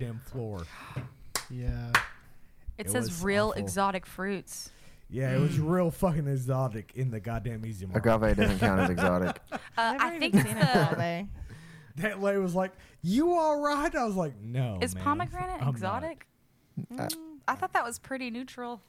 damn floor. Yeah. It, It says was real awful. exotic fruits. Yeah, it was real fucking exotic in the goddamn easy market. Agave doesn't count as exotic. Uh, Never I even think it's seen it all the day. That lady was like, "You all right?" I was like, "No." is Oh, man, pomegranate I'm not." exotic? Uh, I thought that was pretty neutral.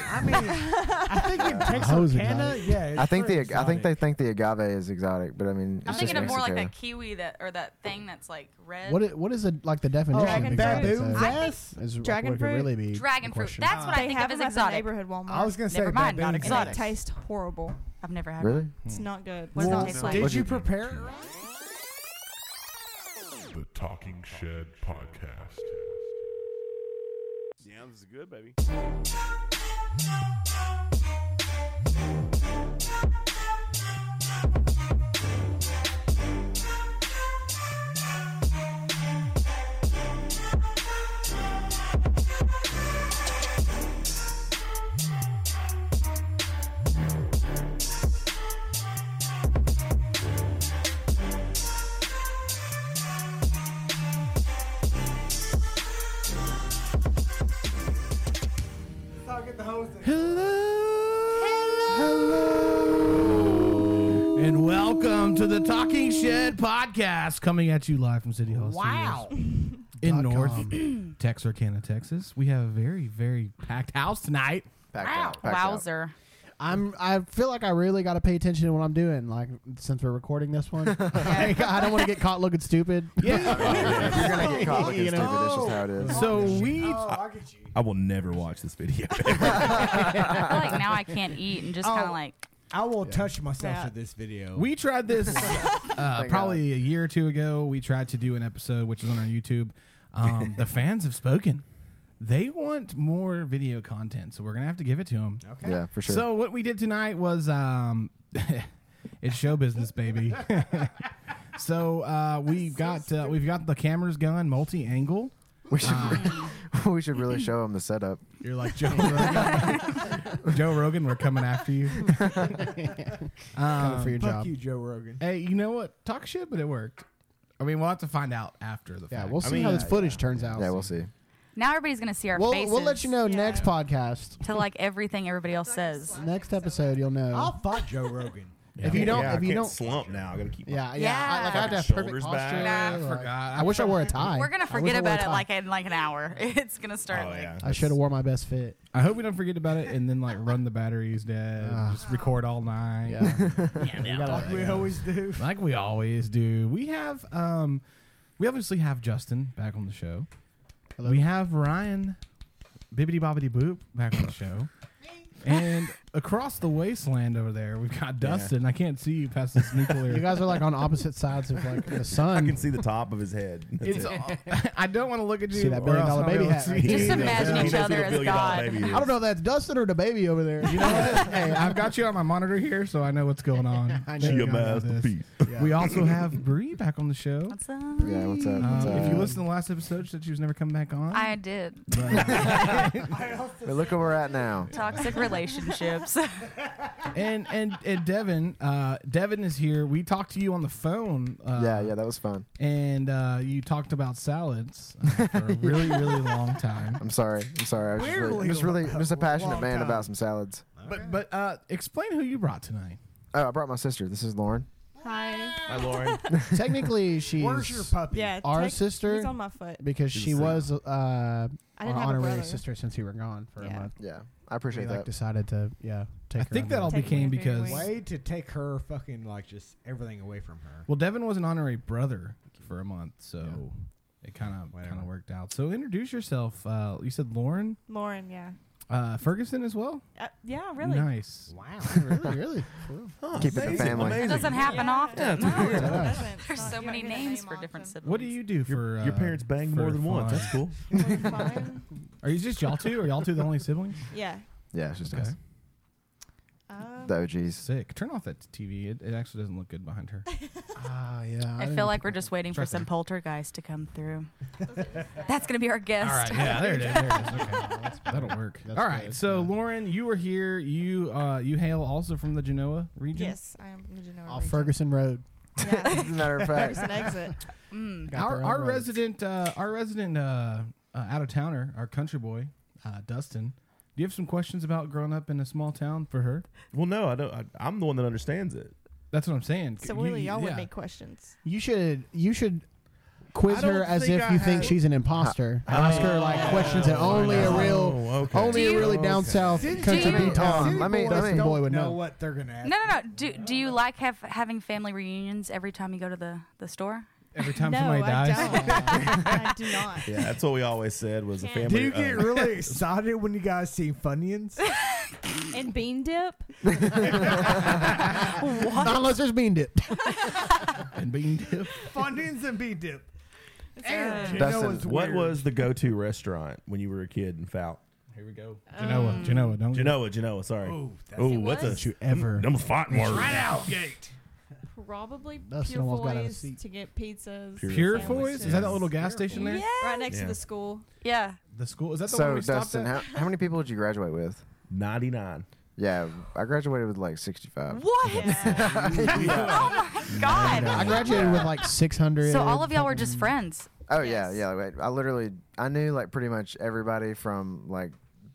I mean, I think in I was Texarkana, exotic. yeah. It's I think pretty the I think they exotic. think the agave is exotic, but I mean it's I'm thinking just of more like Mexico. that kiwi that or that thing that's like red. What is, what is the, like the definition? Dragon of exotic fruit. though? baboon's I think- ass. Is like Dragon what it could fruit. really be Dragon the fruit. question. That's what I they think have of them as at the exotic. neighborhood Walmart. I was gonna say Never mind, not baboon's and exotic. it tastes horrible. Hmm. I've never had. Really? It's not good. What does it Well, taste like? Did What'd you you prepare? it right? The Talking Shed Podcast. Sounds good, baby. And welcome to the Talking Shed podcast, coming at you live from City Hall. Wow. Studios in North Texarkana, Texas. We have a very, very packed house tonight. Packed out, packed out. Wowzer. I'm. I feel like I really got to pay attention to what I'm doing. Like since we're recording this one, Like, I don't want to get caught looking stupid. You're gonna get caught looking You know? stupid. That's just how it is. Oh, So Oh, we. Oh, I get you. I will never watch this video. I feel like now I can't eat and just kind Oh. of like I will touch myself Yeah. to this video. We tried this uh, probably a year or two ago. We tried to do an episode, which is on our YouTube. Um, the fans have spoken. They want more video content, so we're gonna have to give it to them. okay. yeah, for sure. So what we did tonight was um, it's show business, baby. so uh, we got uh, we've got the cameras going multi-angle. we should we should really show them the setup. You're like Joe Rogan. Joe Rogan, we're coming after you. Um, for your fuck job. you, Joe Rogan. Hey, you know what? Talk shit, but it worked. I mean, we'll have to find out after the Yeah, fact. we'll I see mean, how this footage turns out. Yeah, we'll see. now everybody's gonna see our We'll, faces. we'll let you know next podcast. to like everything everybody else says. Next episode, you'll know. I'll fight Joe Rogan. Yeah. if you don't, yeah, I if you can't don't, slump now. I gotta keep. yeah, yeah. Yeah. I, like I have to have perfect Shoulders posture. back. Nah, like- I forgot. I wish I wore a tie. We're gonna I wish I forget wore a about it tie. like in like an hour. It's gonna my- start. Oh like, yeah. I should have wore my best fit. I hope we don't forget about it and then like run the batteries dead. just record all night. Ah. Yeah, You gotta- Like we always do. like we always do. We have um we obviously have Justin back on the show. Hello. We have Ryan Bibbidi Bobbidi Boop back on the show. And across the wasteland over there, we've got Dustin. I can't see you past this nuclear. you guys are like on opposite sides of like the sun. I can see the top of his head. That's it's. it. I don't want to look at you. See that or billion else dollar I'll be baby able hat to right see there. you. Just imagine He each knows who other the as billion dollar God. baby is. I don't know if that's Dustin or the baby over there. You know what? hey, I've got you on my monitor here, so I know what's going on. I There She you a go, I know this. masterpiece. We also have Bree back on the show. What's up? Yeah, what's up? What's Um, if you up? listen to the last episode, she said she was never coming back on. uh, I did But look where we're at now. toxic relationships. and and and Devin, uh, Devin is here. We talked to you on the phone. Uh, Yeah, yeah, that was fun. And uh, you talked about salads uh, for a really really long time. I'm sorry. I'm sorry. I was just really, Weirdly, I'm just really, I'm just a passionate long man time. about some salads. But but uh, explain who you brought tonight. Oh, I brought my sister. This is Lauren. Hi. Hi, Lauren. Technically, she's Where's your puppy? Yeah. Our take- sister- He's on my foot. because She's she a singer. was uh, our I didn't have a honorary brother. sister since you were gone for Yeah. a month. Yeah, I We appreciate like that. decided to yeah take. I her think under that all the- Take became me everywhere. because Way to take her fucking like just everything away from her. well Devin was an honorary brother for a month, so it kind of Whatever. kind of worked out. So introduce yourself. Uh, you said Lauren Lauren, yeah. uh, Ferguson as well. Uh, yeah, really. nice. Wow. really really. Keep it the family. It doesn't happen often. It No. doesn't. There's so You're many gonna names name for off different them. siblings. What do you do for Your uh, parents bang for more than fun? once. That's cool. Mine? Are you just y'all two? Are y'all two the only siblings? Yeah. Yeah, it's just Okay. us. Um, The OGs. Sick. Turn off that TV. It, it actually doesn't look good behind her. Ah yeah. I didn't- feel like we're just waiting for Trust some me. poltergeist to come through. That's gonna be our All guest. right. Yeah. There it is. There it is. Okay. That'll work. That's All right. good. So Yeah. Lauren, you were here. You uh, you hail also from the Genoa region. yes, I am from the Genoa off region. Ferguson Road. Yeah. As a matter of There's fact, an exit. Mm. Got Our, their own our roads. resident, uh, our resident uh, uh, out of towner, our country boy, uh, Dustin. Do you have some questions about growing up in a small town for her? Well, no, I don't. I, I'm the one that understands it. That's what I'm saying. So You- really, y'all yeah. would make questions. You should you should I quiz don't her as think if I you think have- she's an imposter. Ask her like questions that only a real Oh, okay. only Do a really you- down south City- country city- boy town. city Let me- boys let me- don't Boy would know know. what they're gonna ask. No, no, no. Do do you like have, having family reunions every time you go to the, the store? Every time no, somebody I dies, don't. I do not. Yeah, that's what we always said was a Can't family. Do you get uh, really excited when you guys see Funyuns? And bean dip. Not unless there's bean dip. and being dipped. Funyuns and B dip. Uh, And you That's know an- it's what weird. was the go-to restaurant when you were a kid in Fout? Here we go. Genoa, Genoa, don't Genoa, Genoa. Sorry. Oh, that's Oh, It what's was? a Don't you ever- I'm a fighting word. out gate. Probably Dustin Pure almost got out of Foy's seat. to get pizzas. Pure Pure Foy's. Foy's? Is that that little gas station there? Yeah. Right next Yeah. to the school. Yeah. The school is that the one so we stopped Dustin, at? how, how many people did you graduate with? 99. Yeah, I graduated with like 65. What? oh my god. I graduated with like 600. So all of y'all were just friends. Oh yeah, Yes. yeah. Like, I literally I knew like pretty much everybody from like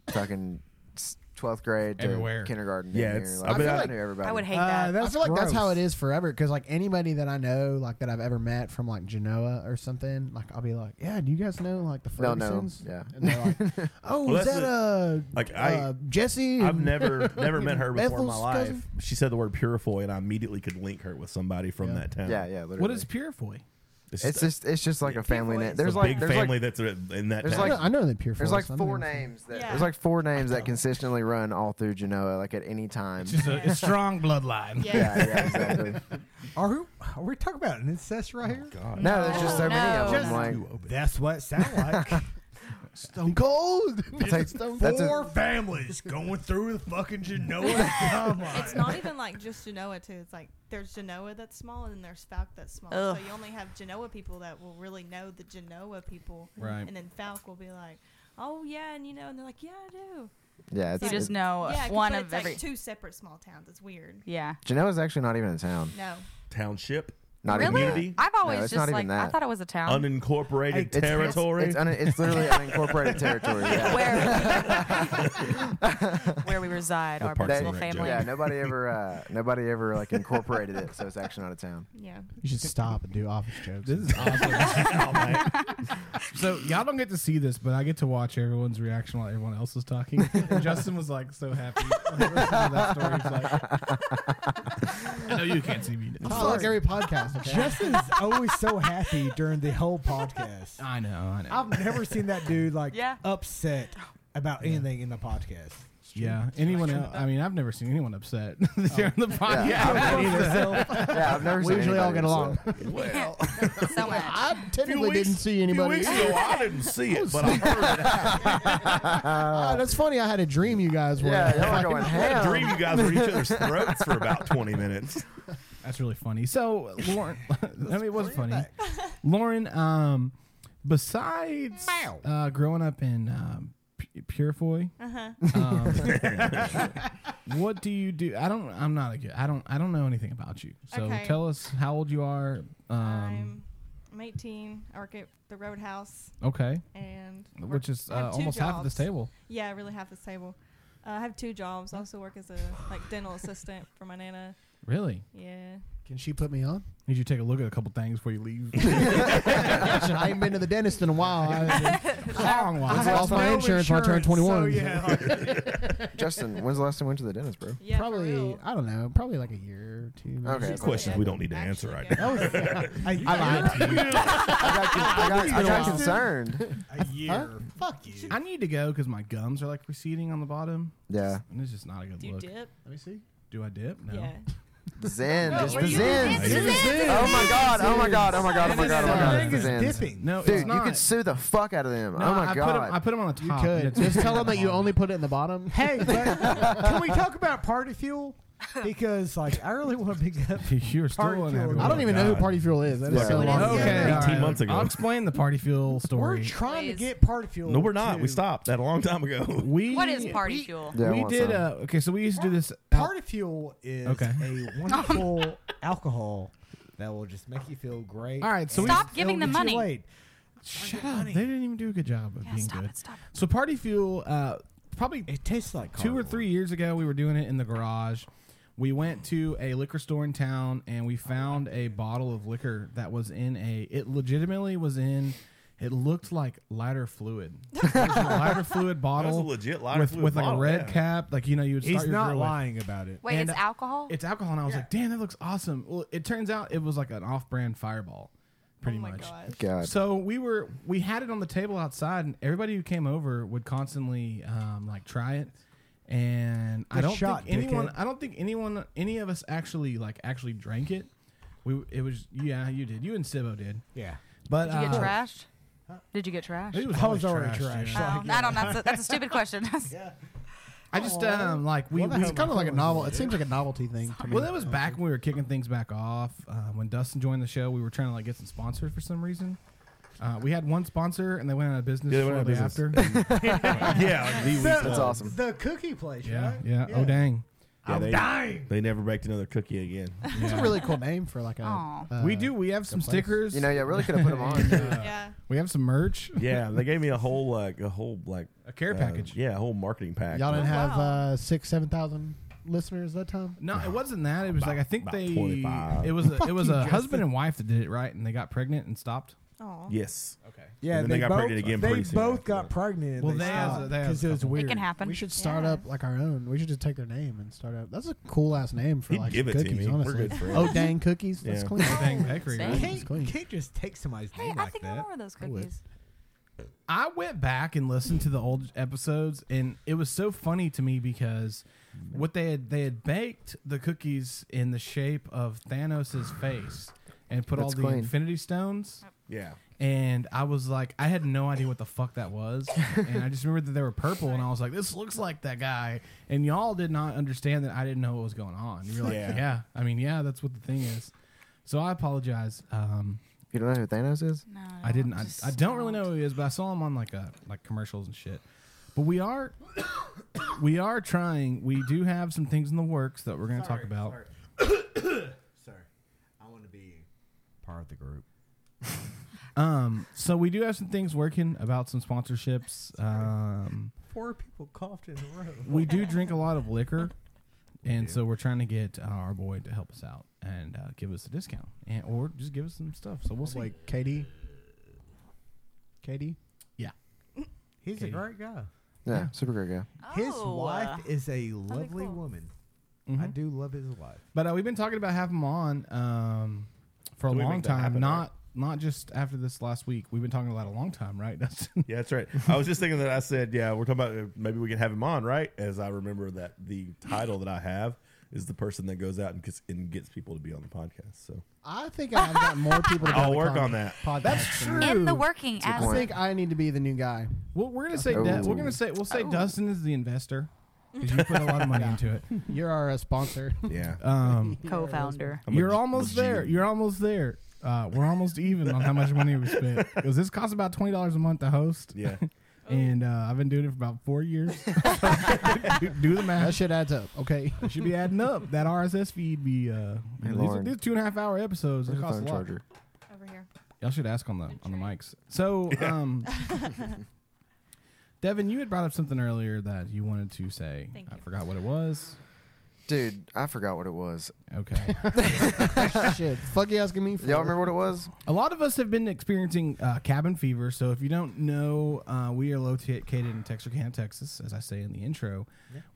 fucking s- 12th grade to Everywhere. kindergarten. Yeah, down it's- here. I Like, I, bet I- knew everybody. I would hate Uh, that's I that. That's feel like that's how gross. it is forever. Because like anybody that I know, like that I've ever met from like Genoa or something, like I'll be like, "Yeah, do you guys know like the They'll know, Fergusons?" yeah. And they're like, "Oh, Well, is that's that uh, Like, I- uh, Jesse?" I've never never met her before in my Bethel's life. cousin? She said the word Purifoy, and I immediately could link her with somebody from Yeah. that town. Yeah, yeah. Literally. What is Purefoy? It's, It's just it's just like a family people- name. it's There's a like big there's family like that's in that there's town. I know, like- I know the Pure there's Foy's. like I know four the Pure Foy's. names that Yeah. there's like four names that consistently run all through Genoa like at any time. It's just a it's strong bloodline. Yeah. yeah, yeah, exactly. Are we, are we talking about an incest right here? God. No, there's Oh, just so many of No. them. Like Too open. That's what it sounds like. Stone Cold. take- Stone that's a- Cold. Four families going through the fucking Genoa timeline. It's not even like just Genoa too. It's like there's Genoa that's small and then there's Falk that's small. Ugh. So you only have Genoa people that will really know the Genoa people, Right. and then Falk will be like, "Oh yeah," and you know, and they're like, "Yeah, I do." yeah, You it's, just it, know yeah, 'cause- one but of it's like every. two separate small towns. It's weird. Yeah. Genoa's actually not even a town. No, Township, Not really? even that. community? I've always No, it's not just even like I that. thought it was a town. unincorporated Hey, it's- It's- territory. It's, it's, un- it's literally unincorporated territory. Yeah. where where we reside, The our Parks and principal Rec family. joke. Yeah, nobody ever, uh, nobody ever like incorporated it, so it's actually not a town. yeah. You should stop and do office jokes. This is awesome. so y'all don't get to see this, but I get to watch everyone's reaction while everyone else is talking. And Justin was like so happy. Like, listening to that story, he's like, I know you can't see me. It's not like every podcast. Okay? Justin's always so happy during the whole podcast. I know, I know. I've never seen that dude like Yeah. upset about anything in the podcast. yeah, anyone else? I mean, I've never seen anyone upset Oh. during the podcast. Yeah. Yeah, I've never. we seen usually all get anybody along. upset. well, So much. I technically didn't see anybody. Few weeks ago, I didn't see it, but I heard it. Ah, that's funny. I had a dream you guys were. Yeah, y'all are going I had a dream ham. you guys were at each other's throats for about 20 minutes. That's really funny. So Lauren, I mean, it was funny. Lauren, um, besides uh, growing up in um, P- Purefoy, Uh-huh. um, what do you do? I don't. I'm not a good. I don't. I don't know anything about you. So Okay. tell us how old you are. Um, I'm, I'm 18. I work at the Roadhouse, okay, and work- which is I have uh, two almost half of this jobs. table. Yeah, I really have this table. Uh, I have two jobs. I also work as a like dental assistant for my nana. Really? Yeah. Can she put me on? Need you to take a look at a couple things before you leave. Shit, I ain't been to the dentist in a while. I, Long I one. lost my No insurance when I turned insurance, 21. So yeah, like, Justin, when's the last time you went to the dentist, bro? Yeah. for probably, real. I don't know, probably like a year or two. maybe. Okay. She's Questions really we don't need to actually answer right good. now. a I year. lied to you. I got, I got, I got Justin. concerned. A year. Fuck you. I need to go because my gums are like receding on the bottom, Yeah, and it's just not a good Do you look. dip? Let me see. Do I dip? No. Yeah. the Zen, just the were you Zen. dancing? Oh my god! Oh my god! Oh my god! Oh my god! Oh my god! Thing It's the is Zens. dipping. No, it's Dude, not. you could sue the fuck out of them. No, oh my I Put 'em- god! I put them on the You top. could. It's- Just tell them that you only put it in the bottom. Hey, but can we talk about party fuel? Because like I really want to pick up. You're still Party in fuel. I don't Oh, even know who God. Party Fuel is. That is Yeah. so So it long is ago. good. Okay, Yeah. all 18 months ago. I'll explain the party fuel We're story. trying to Please. get party fuel. No, we're not. to- We stopped that a long time ago. we What is party fuel? yeah, I we want did. some. Uh, okay, so we used to do this. out- Party fuel is Okay. a wonderful alcohol that will just make you feel great. All right, so we- and Stop it'll giving get them you money. laid. Shut up. They didn't even do a good job of Yeah, being stop good. it, stop it. So party fuel, uh, probably It tastes like two or cardboard. three years ago, we were doing it in the garage. We went to a liquor store in town and Oh, we found a bottle of liquor that was in a. It legitimately was in. It looked like lighter fluid. It was a lighter fluid That's a bottle legit lighter with fluid with like bottle, a red yeah. cap. Like you know, you would start He's your not grill with. lying about it. Wait, And, it's uh, alcohol? It's alcohol, and I was like, "Damn, that looks awesome." Well, it turns out it was like an off-brand Fireball, pretty oh my much. gosh. God. So we were we had it on the table outside, and everybody who came over would constantly um, like try it. And I Good don't shot, think anyone. dickhead. I don't think anyone. Any of us actually like actually drank it. We it was yeah you did you and Sibo did, Yeah. but Did you get uh, trashed? Did you get It was trashed? I was always already trash. trashed. Oh, I don't know. That's a, that's a stupid question. I just um like we, Well, we that's kind of like a novel. It seems like a novelty thing to me. Well, that was back when we were kicking things back off. Uh, when Dustin joined the show, we were trying to like get some sponsors for some reason. Uh, we had one sponsor, and they went out of business Yeah, they went out shortly of after. yeah, like the week That's of. awesome. The cookie place, yeah, right? yeah, Oh dang. Yeah, I'm they, dying. They never baked another cookie again. It's a really cool name for like a. Aw. uh, we do. We have some place. stickers. You know, yeah, really could have put them on. dude. Yeah. we have some merch. Yeah, they gave me a whole like a whole like A care uh, package. Yeah, a whole marketing pack. Y'all didn't Oh, have wow. uh, six, seven thousand listeners that time. No, it wasn't that. It was like I think about they. 25. It was a, it Fuck was you, a husband Justin. and wife that did it right, and they got pregnant and stopped. Aw. yes. Okay. Yeah, And then they got both, pregnant again They pretty soon both after got that. pregnant. and Well, they they has- stopped they has because it was couple. weird. It can happen. We should start Yeah. up like our own. We should just take their name and start up. That's a cool ass name for He'd like give it to cookies. me. We're Honestly, good friends. oh dang cookies. That's Yeah. clean. Oh, Oh, Dang bakery. Same. right? Hey, It's clean. Can't, can't just take somebody's Hey, name I like think I that. want one of those I would. cookies. I went back and listened to the old episodes, and it was so funny to me because what they had they had baked the cookies in the shape of Thanos' face and put all That's the clean. Infinity Stones. Yeah. And I was like, I had no idea what the fuck that was, and I just remembered that they were purple, and I was like, this looks like that guy. And y'all did not understand that I didn't know what was going on. You're like, yeah, Yeah. I mean, yeah, that's what the thing is. So I apologize. Um, You don't know who Thanos is? No, I didn't. I, just I don't really know who he is, but I saw him on like a like commercials and shit. But we are, we are trying. We do have some things in the works that we're going to talk about. Sorry, I want to be part of the group. Um, so we do have some things working about some sponsorships. Um, Four people coughed in a row. we do drink a lot of liquor, and so we're trying to get uh, our boy to help us out and uh, give us a discount, and or just give us some stuff. So we'll see. Like Katie. Katie. He's Okay. a great guy. Yeah, Yeah. super great guy. His Oh, uh, wife is a lovely cool. woman. I Mhm. do love his wife. But uh, we've been talking about having him on um, for a Can we long make that time. happen, not not just after this last week. We've been talking about it a long time, right, Dustin? Yeah, that's right. I was just thinking that I said, yeah, we're talking about uh, maybe we can have him on, right? As I remember that the title that I have is the person that goes out and gets and gets people to be on the podcast. So I think I've got more people. to be I'll the work con- on that. Podcast That's than- true. In the working as I point. think I need to be the new guy. Well, we're gonna say Oh. that. We're Ooh. gonna say we'll say Dustin is the investor because you put a lot of money into it. You're our uh, sponsor. yeah, Um, co-founder. I'm a you're G- almost G. there. You're almost there. Uh, we're almost even on how much money we spent because this costs about twenty dollars a month to host. Yeah. and uh, I've been doing it for about four years. do, do the math. that shit adds up. Okay. It should be adding up. That RSS feed be uh, Hey, you know, these, are, Lauren. these are two and a half hour episodes. They Where's your cost a phone lot. charger? Over here. Y'all should ask on the on the mics. So, um, Devin, you had brought up something earlier that you wanted to say. Thank I you. forgot what it was. Dude, I forgot what it was. Okay. shit. Fuck you asking me for. Y'all remember what it was? a lot of us have been experiencing uh, cabin fever. So, if you don't know, uh, we are located in Texarkana, Texas, as I say in the intro.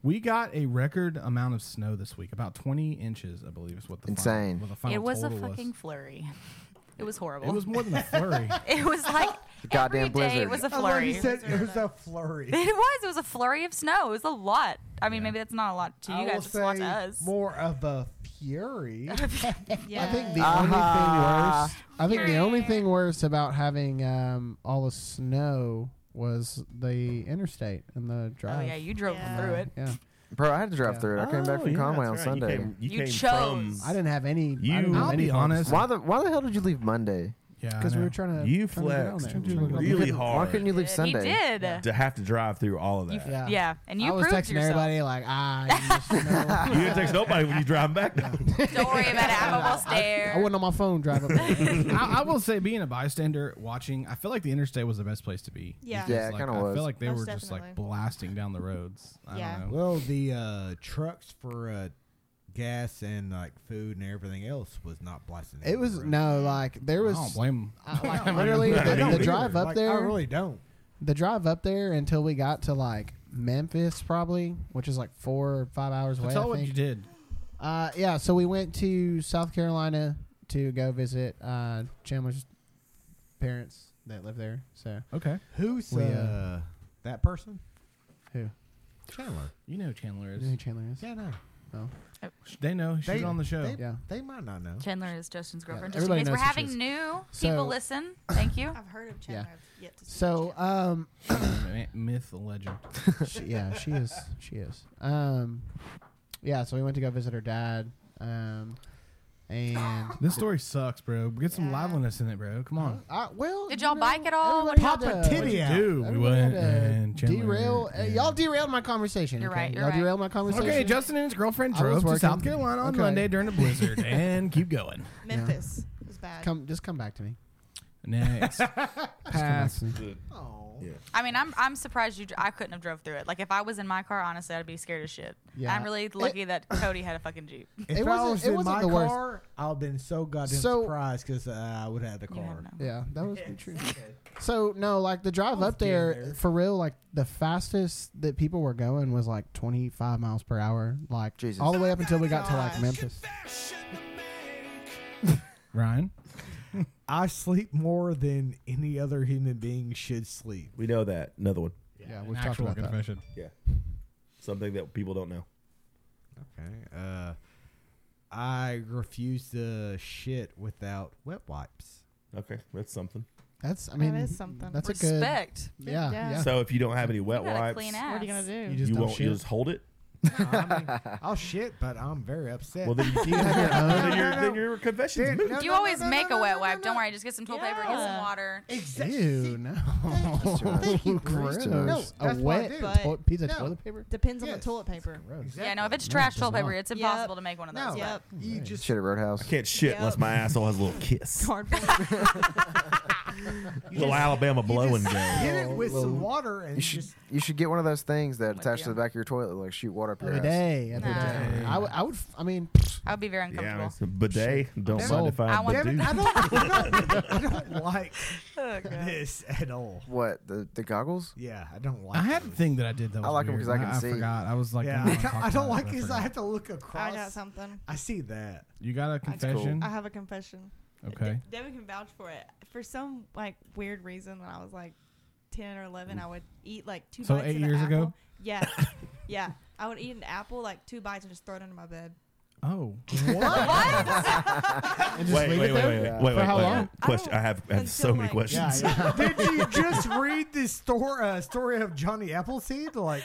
We got a record amount of snow this week, about 20 inches, I believe, is what the Insane. Final, what the final it was a total fucking flurry. It was horrible. It was more than a flurry. like goddamn every day blizzard. It was a I love flurry. you said Those are it was the- a flurry. It was. It was a flurry of snow. It was a lot. I mean, Yeah. maybe that's not a lot to I you will guys. It's a lot say to us. More of a fury. Yeah. I think the Ah. only thing Uh-huh. worse. I think the only thing worse about having um, all the snow was the interstate and the oh drive. uh, yeah, you drove Yeah. through it. Yeah, Bro, I had to drive Yeah. through it. I came back Oh, from yeah, Conway on that's right. You Sunday. came, you You came chose. I from. didn't have any. I You- didn't have I'll any be fun. honest. Why the Why the hell did you leave Monday? Yeah, I because we know. were trying to You trying to get on flexed there. really Trying to get on really there. Why couldn't hard you leave He Sunday? did. to have to drive through all of that. Yeah. Yeah, and you I was proved texting yourself. everybody like, ah, you just know. You didn't text nobody when you drive back. though. Don't worry about it. I'm almost there. I wasn't on my phone driving. yeah, I, I will say, being a bystander watching, I feel like the interstate was the best place to be. Yeah. It's Yeah, it like, kinda I was. feel like they Most were just like definitely. blasting down the roads. I Yeah. don't know. Well, the uh, trucks for uh, gas and like food and everything else was not blasting. it down was the road. no like there I was don't blame 'em. I- like, literally I don't the, the either. drive up Like, there. I really don't. the drive up there until we got to like Memphis, probably, which is like four or five hours away. Tell I what think. you did. Uh, yeah, so we went to South Carolina to go visit uh, Chandler's parents that live there. So Okay. Who's We, uh, uh, that person? who? Chandler. You know who Chandler is. You know who Chandler is? Yeah, no. They know she's They- on the show. They, Yeah. they might not know. Chandler is Justin's girlfriend. Yeah, Just in everybody case we're knows who she having is. new So- people listen, thank you. I've heard of Yeah. Chandler. I've yet to see So Chandler. um, M- Myth, legend. she, yeah, she is. She is. Um, yeah, so we went to go visit her dad. Um, and This story sucks, bro. Get some Yeah. liveliness in it, bro. Come on. uh, well, Did you y'all know, bike at all? everybody Pop had a to- titty out. Dude, we went and Chandler. derail. uh, and- y'all derailed my conversation. You're okay? right, you're y'all right. derailed my conversation. Okay, Justin and his girlfriend I was drove to South working. Carolina on Okay. Monday during a blizzard, and keep going. Memphis was bad. come just come back to me. Next, Just come back pass. to me. I mean, I'm I'm surprised you. dr- I couldn't have drove through it. Like if I was in my car, honestly, I'd be scared as shit. Yeah. I'm really lucky that Cody had a fucking jeep. If It I wasn't- was it in wasn't my the worst. car, I'd have been so goddamn So- surprised because uh, I would have had the You have car. no. Yeah, that was true. So no, like the drive up there, for real, like the fastest that people were going was like twenty five miles per hour, like Jesus. all the way up until we got to like Oh, Gosh. Memphis. Ryan. I sleep more than any other human being should sleep. We know that. Another one. Yeah, an we've talked actual about that. confession. Yeah. Something that people don't know. Okay. Uh, I refuse to shit without wet wipes. Okay, that's something. That's I That mean is something. That's Respect. a good yeah Yeah. yeah. So if you don't have any You wet gotta wipes, clean you ass. what are you gonna do? You just don't won't. You shit. just hold it. No, I mean, I'll shit, but I'm very upset. Well, then you can't have your Then your, then your confession's Dude, moot. no, You no, no, always no, no, make no, a wet no, wipe. no, Don't no. worry. Just get some toilet paper, get some Yeah. water. Exactly. Ew, no. Thank you, Gross. Christopher. No, a that's what I wet do. But- toilet- piece of No. toilet paper. Depends on Yes. the toilet paper. Gross. Yeah, no. If it's No, trash it's toilet paper, not. it's Yep. impossible to make one of No, those. Yep. you just Shit at Roadhouse. I can't shit Yep. unless my asshole has a little kiss, Cardboard. little Alabama blowing just game. hit it with some water and You should just you should get one of those things that With attach to you. the back of your toilet, like shoot water up your Every ass. day, every Nah. day. I would, I would, f- I mean, I would be very Yeah, man, uncomfortable. it's a bidet. Don't I'm mind sold. if I I, want- do. Devin, I don't, I don't, I don't like this at all. What the the goggles? Yeah, I don't like. I had a those. thing that I did that was I like 'em weird, 'cause I and can see. I forgot. I was like, Yeah, I, I don't, I don't like his because I have to look I across. got something. I see that. You got a That's cool. confession? I have a confession. Okay. De- Devin can vouch for it. For some like weird reason, when I was like ten or eleven, I would eat like two. So bites eight of an years apple. ago? Yeah, yeah. I would eat an apple like two bites and just throw it under my bed. Oh. and just Wait, wait, leave wait, it wait, there. wait, wait, wait, For how wait. long? Question. I I have, I have so Until, many like- questions. Did you just read this story, uh, story of Johnny Appleseed? Like,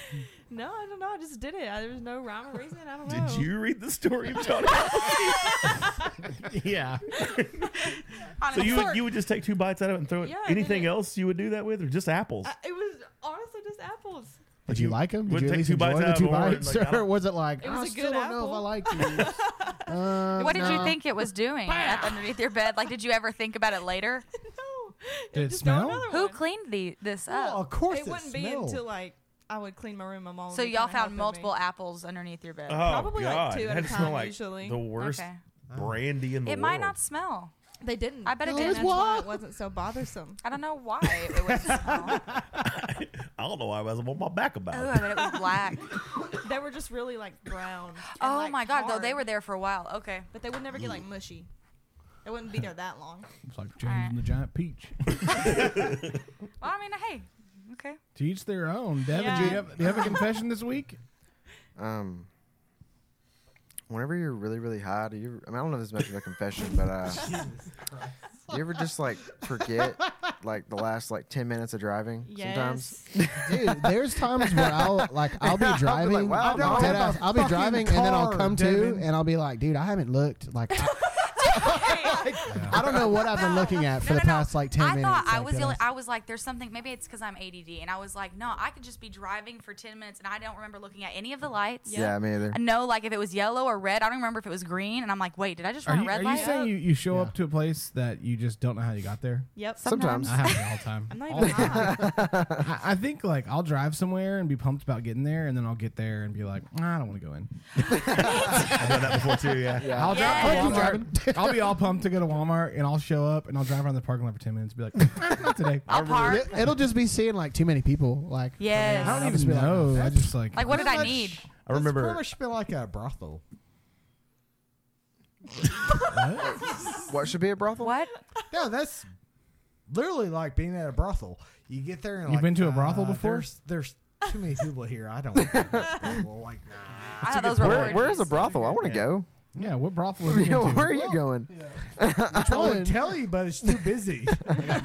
No, I don't know. I just did it. I, there was no rhyme or reason. I don't know. Did you read the story of Johnny? yeah. so Honestly, you would, you would just take two bites out of it and throw it. Yeah, and Anything it- Uh, else you would do that with, or just apples? I, it was honestly just apples. Did you like them? Did you Wouldn't at take least two bites enjoy the out of two them, or bites, like, I or don't- was it like It I was a still good don't know if I apple. like these? Um, what did you no. think it was doing up underneath your bed? Like, did you ever think about it later? no. Did it Just smell? throw another Who one. cleaned the this well, up? of course It wouldn't be smelled. until like I would clean my room. My mom. would So be y'all kinda found helping multiple me. apples underneath your bed. Oh, Probably, like, God. two it at had a to time, smell like usually. the worst Okay. brandy in the It world. might not smell. They didn't. I bet it And didn't. that's why it wasn't so bothersome. I don't know why it, it would smell. I don't know why I was on my back about Oh, it. I bet it was black. They were just really like brown. and, Oh like, my god, though hard, they were there for a while. Okay. But they would never get like mushy. They wouldn't be there that long. It's like James and the Giant Peach. Well, I mean, hey, okay. to each their own. Devin, Yeah. do, you have, do you have a confession this week? Um, whenever you're really really high, do you? I mean, I don't know if this much of a confession, but uh, do you ever just like forget like the last like ten minutes of driving? Sometimes Dude, there's times where I'll like I'll be driving. like, wow, Dead I don't ass, have a I'll be fucking driving and then I'll car, come to Devin. and I'll be like, dude, I haven't looked. Like, I- Hey, I don't know what I've been looking at for the past like ten I minutes. thought I like, uh, was it uh, the only, I was like, there's something. Maybe it's because I'm ADD, and I was like, no, I could just be driving for ten minutes, and I don't remember looking at any of the lights. Yeah, me either. I know, like if it was yellow or red, I don't remember if it was green, and I'm like, wait, did I just Are run you, a red are light? you saying you, you show up to a place that you just don't know how you got there? Yep. Sometimes. I have it all the time. I'm not All the even time. I, I think like I'll drive somewhere and be pumped about getting there, and then I'll get there and be like, "Nah, I don't want to go in. I've done that before too. Yeah. I'll, dri- I'll Yeah. be dri- I'll be all pumped to go to Walmart, and I'll show up and I'll drive around the parking lot for ten minutes, and be like, "Not today. I'll park. will just be seeing like too many people. Like Yes. I I'll don't just even be like, know. I just like Like, what did I much- need? I remember. Pretty much be like a brothel. What should be a brothel? What? No, that's literally like being at a brothel. You get there and You've like, been to a brothel uh, before? There's, there's too many people here. I don't. want to go to a brothel. like, nah. I thought those were Where, where is a orgies. brothel? I want to go. yeah, what brothel are You we know, going to? where are you going? I'm trying to tell you, but it's too busy. You're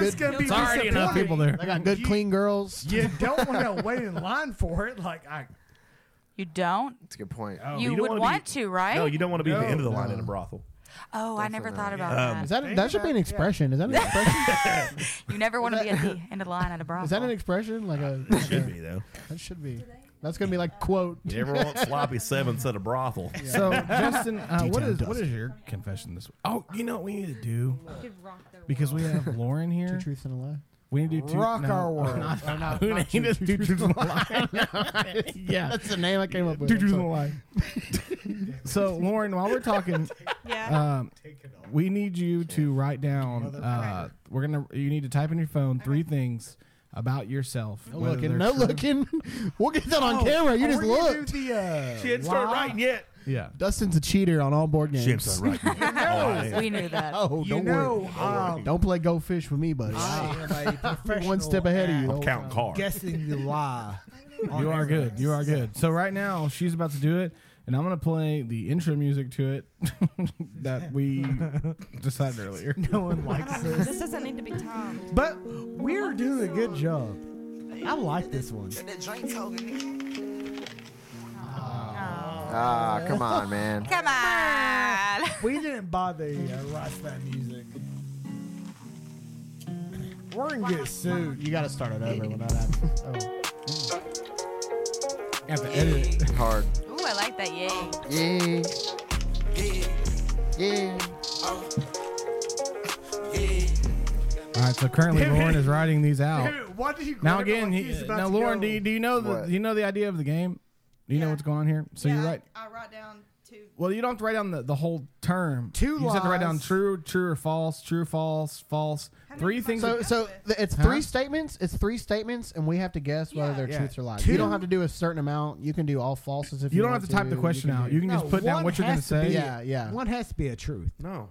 just gonna be It's already enough people there. I got good clean girls. You don't want to wait in line for it. Like I, You don't. That's a good point. Oh, you you don't would wanna be- want to, right? No, you don't want to be at the Um, end of the line No. in a brothel. oh, I never thought about Is that. that that should be an Yeah. expression? Is that an expression? You never want to be at the end of the line at a brothel. Is that an expression? Like a Should be though. that should be. That's gonna be like quote. You ever want sloppy sevens at a brothel? So Justin, uh, what Detail is what dozen. is your confession this week? Oh, you know what we need to do could rock their because we have Lauren Two here. truths and a lie. We need to do two, Rock our world. Not, we need to do truths and a lie. yeah, That's the name I came up with. two I'm truths and a sorry. lie. so Lauren, while we're talking, Yeah. um, we need you to write down. Uh, we're gonna. You need to type in your phone three things about yourself. No whether looking, they're no true- looking. We'll get that on camera. You Oh, just we're gonna looked. Do the, uh, She didn't start lie. writing yet. Yeah. Dustin's a cheater on all board games. She didn't start writing. yet. Oh, I am. we knew that. Oh, You don't know, worry. um, Don't play go fish with me, buddy. I am a professional One step ahead of at you. I'm counting cars. Guessing the lie. on You are everything. good. You are good. So right now she's about to do it, and I'm gonna play the intro music to it that we decided earlier. No one likes it. this doesn't need to be timed. But we're doing a good job. I like this one. Ah, come on, man. Come on. We didn't buy the uh, rice that music. We're gonna get sued. You got to start it over when that happens. have to edit it. Hard. Ooh, I like that. Yay. Yeah. Yeah. All right. So currently Lauren is writing these out. Dude, why do you Now grab it again, like he- he's about now to Lauren, go? do you, do you know the What? do you know the idea of the game? Do you know Yeah. what's going on here? So you're right. I, write down two. Well, you don't have to write down the, the whole term. Two You just have to write down lies. true, true or false, true, false, false. How many Three am I things. supposed So, so th- it's Huh? three statements. It's three statements, and we have to guess whether Yeah. they're Yeah. truths or lies. Two- You don't have to do a certain amount. You can do all falses if you, you don't want have to type the question can out. do- You can No, just put down one what you're going has to say. be- yeah, yeah. One has to be a truth. No.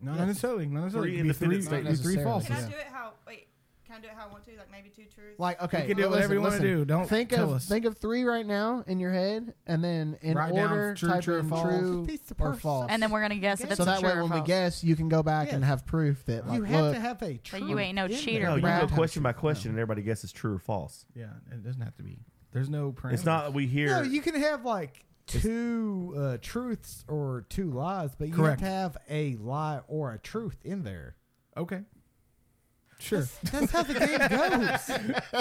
Not necessarily. Not necessarily. Oh. Three It could be independent three, statements. it'd be three Not falses. Can I do necessarily. it how? Wait. Can I do it how I want to? Like maybe two truths. Like okay, You can do listen, whatever you wanna listen. do. Don't think tell of us. think of three right now in your head, and then in Write down order true, type true, or in false. true Piece of or person. false. And then we're gonna guess if it's so a that true way or when we false. guess, you can go back and Yes. have proof that like, you have look, to have a truth. But you ain't no in there. cheater. No, you Brad. go question by question, and everybody guesses true or false. Yeah, it doesn't have to be. There's no parameters. It's not that we hear. No, you can have like two uh, truths or two lies, but you Correct. have to have a lie or a truth in there. Okay. Sure. That's how the game goes.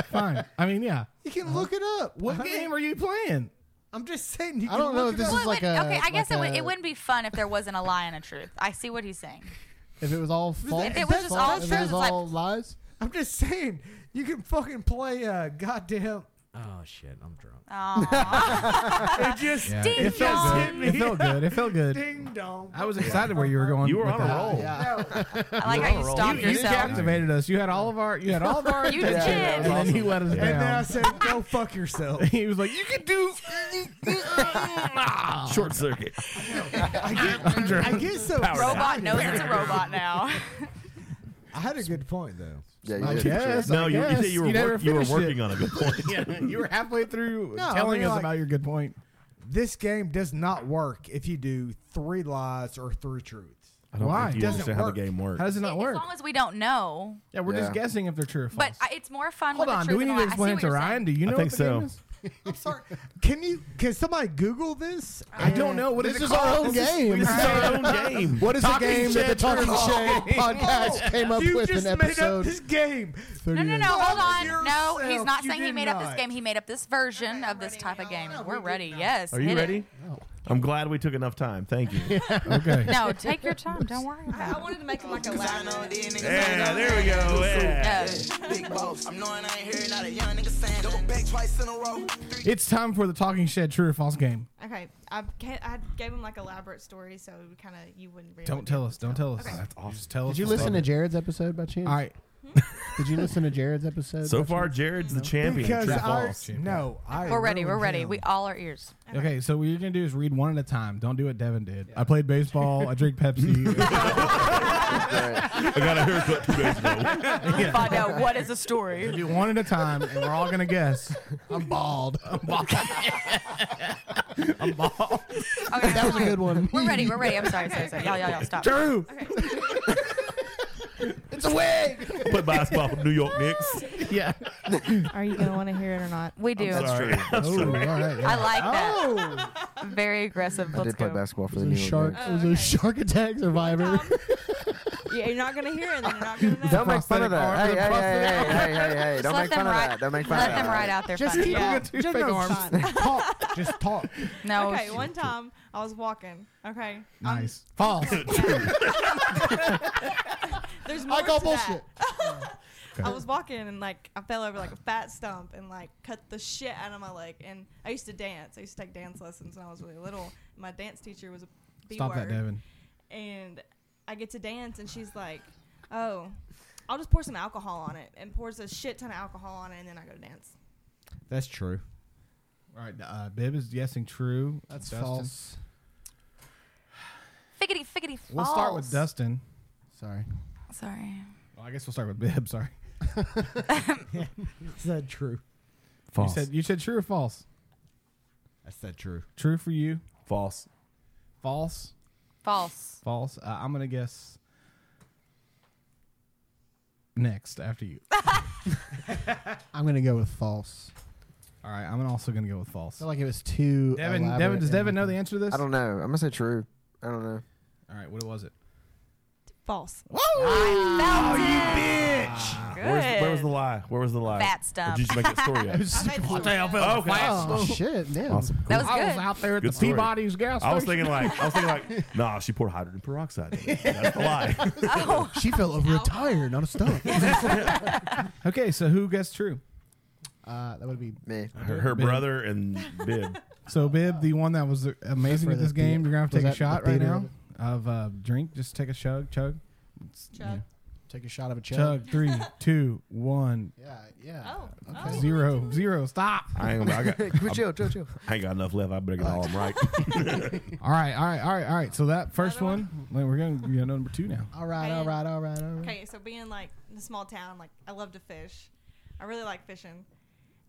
Fine. I mean, yeah. You can look it up. What I mean, game are you playing? I'm just saying. You I can don't know look if it this up. is like Wouldn't- a- okay, I guess like it, would, a- it wouldn't be fun if there wasn't a lie and a truth. I see what he's saying. if it was all false. If it was just false, all if it true, was it's like- all lies. I'm just saying. You can fucking play uh, goddamn. Oh shit, I'm drunk. Aw. It just Yeah. Ding It felt dong. good. It felt good. It felt good. ding dong. I was excited where you were going. You were with on a that. roll. I like how you You, stopped you yourself. captivated us. You had all of our. You had all of our. You attention, did. And then you let us And then I down. said, "Go fuck yourself." he was like, "You can do." Ah." Short circuit. I get, I get so Robot excited. knows it's a robot now. I had a good point though. Yeah, you I did. guess. No, I you, you, guess. said you were never work, you were finished it. working on a good point. Yeah, you were halfway through No, I telling mean, us like- about your good point. This game does not work if you do three lies or three truths. I don't Why? think you Doesn't understand how the work. game works. How does it as not work? long as we don't know. Yeah, we're just Yeah. guessing if they're true or false. But I- it's more fun. Hold with on. The truth Do we need than a to lie. I see explain it what to you're Ryan? saying. Do you I know think what the game so. is? I'm sorry. Can you? Can somebody Google this? I don't know. What is this it is our called? own This is- game. this is our own game. What is the Talking game that the Shed Talking Turtle. Shed podcast came up you with just in made up episode? this game. No, no, no. Hold on. No, he's yourself. not You saying he did made up this not. game. He made up this version of this type of game. We're ready. Yes. Are you hit it. ready? I'm glad we took enough time. Thank you. Okay. No, take your time. Don't worry about it. wanted to make him like a loud Yeah, there we go. Yeah. Big boss. I'm knowing I ain't hearing not a young nigga saying. Double back twice in a row. It's time for the Talking Shed True or False game. Okay, I, can I gave him like elaborate story, so kind of you wouldn't. Really Don't tell us. Don't tell us. Okay. That's awesome. Just tell us. Did you what's listen up. to Jared's episode by chance? Hmm? All right. Did you listen to Jared's episode? So by far, chance? Jared's the champion. Because True or I false? no, I We're ready. We're ruined ready. him. We all are ears. Okay, so what you're gonna do is read one at a time. Don't do what Devin did. I played baseball. I drink Pepsi. I got a haircut two days ago. Find out what is the story. do one at a time, and we're all gonna guess. I'm bald. I'm bald. Okay, That was a good one. We're ready. We're ready. I'm sorry. Sorry. sorry. Y'all, y'all, y'all. Stop. True. it's a wig. Play basketball for New York Knicks. Yeah. Are you gonna want to hear it or not? We do. That's true. That's Oh, all true. right. I Yeah. like that. Oh. Very aggressive. I Let's did play go. basketball for It the was a New shark. York It was a shark attack survivor. yeah, you're not gonna hear it, then you're not gonna know. Don't make fun Prosthetic arm of that. Hey, and hey, hey, prosthetic hey, hey, hey, hey. Don't let make fun them of ride- that. Don't make fun of Let that. them ride out their Just funny. keep Yeah. it two fake arms. talk. Just talk. No. Okay, one time I was walking. Okay, I'm- Nice. False. there's more I call to that. bullshit. I was walking and like I fell over like a fat stump and like cut the shit out of my leg. And I used to dance. I used to take dance lessons when I was really little. My dance teacher was a B Stop that, word. Devin. and I get to dance, and she's like, "Oh, I'll just pour some alcohol on it," and pours a shit ton of alcohol on it, and then I go to dance. That's true. All right. Uh, Bib is guessing true. That's Dustin. false. Figgity, figgity, false. We'll start with Dustin. Sorry. Sorry. Well, I guess we'll start with Bib. Sorry. Is that true? False. You said you said true or false. That's that true. True for you. false. False. False. False. Uh, I'm gonna guess next after you. I'm gonna go with false. All right. I'm also gonna go with I false. felt like it was too. Devin. elaborate Devin. Does and- Devin know the answer to this? I don't know. I'm gonna say true. I don't know. All right. What was it? False. Oh, I felt it. bitch. Good. Where was, Ah, where was the lie? Where was the lie? Fat Or stump. Did you make that story up? Oh, Oh shit! Damn. Awesome. Cool. That was good. out there at Good story. gas I was thinking like I was thinking like nah she poured hydrogen peroxide. in it. That's a lie. oh. She fell over a tire, not a stump. Okay, so who guessed true? Uh, that would be Me. Her, her Bib. brother and Bib. So Bib, the one that was uh, amazing For at the this game, thea- you're gonna have to take was a that the shot right theater? now of uh, drink. Just take a chug, chug, Chug. take a shot of a chug. chug. Three, two, one, Yeah, yeah. Oh. zero, zero. Stop. I ain't, I, got, Quit chill, chill, chill. I ain't got enough left. I better get all of them right. All right, all right, all right, all right. So that first one, like, we're going to you know, number two now. All right, all right, all right, all right. Okay, so being like in a small town, like I love to fish. I really like fishing.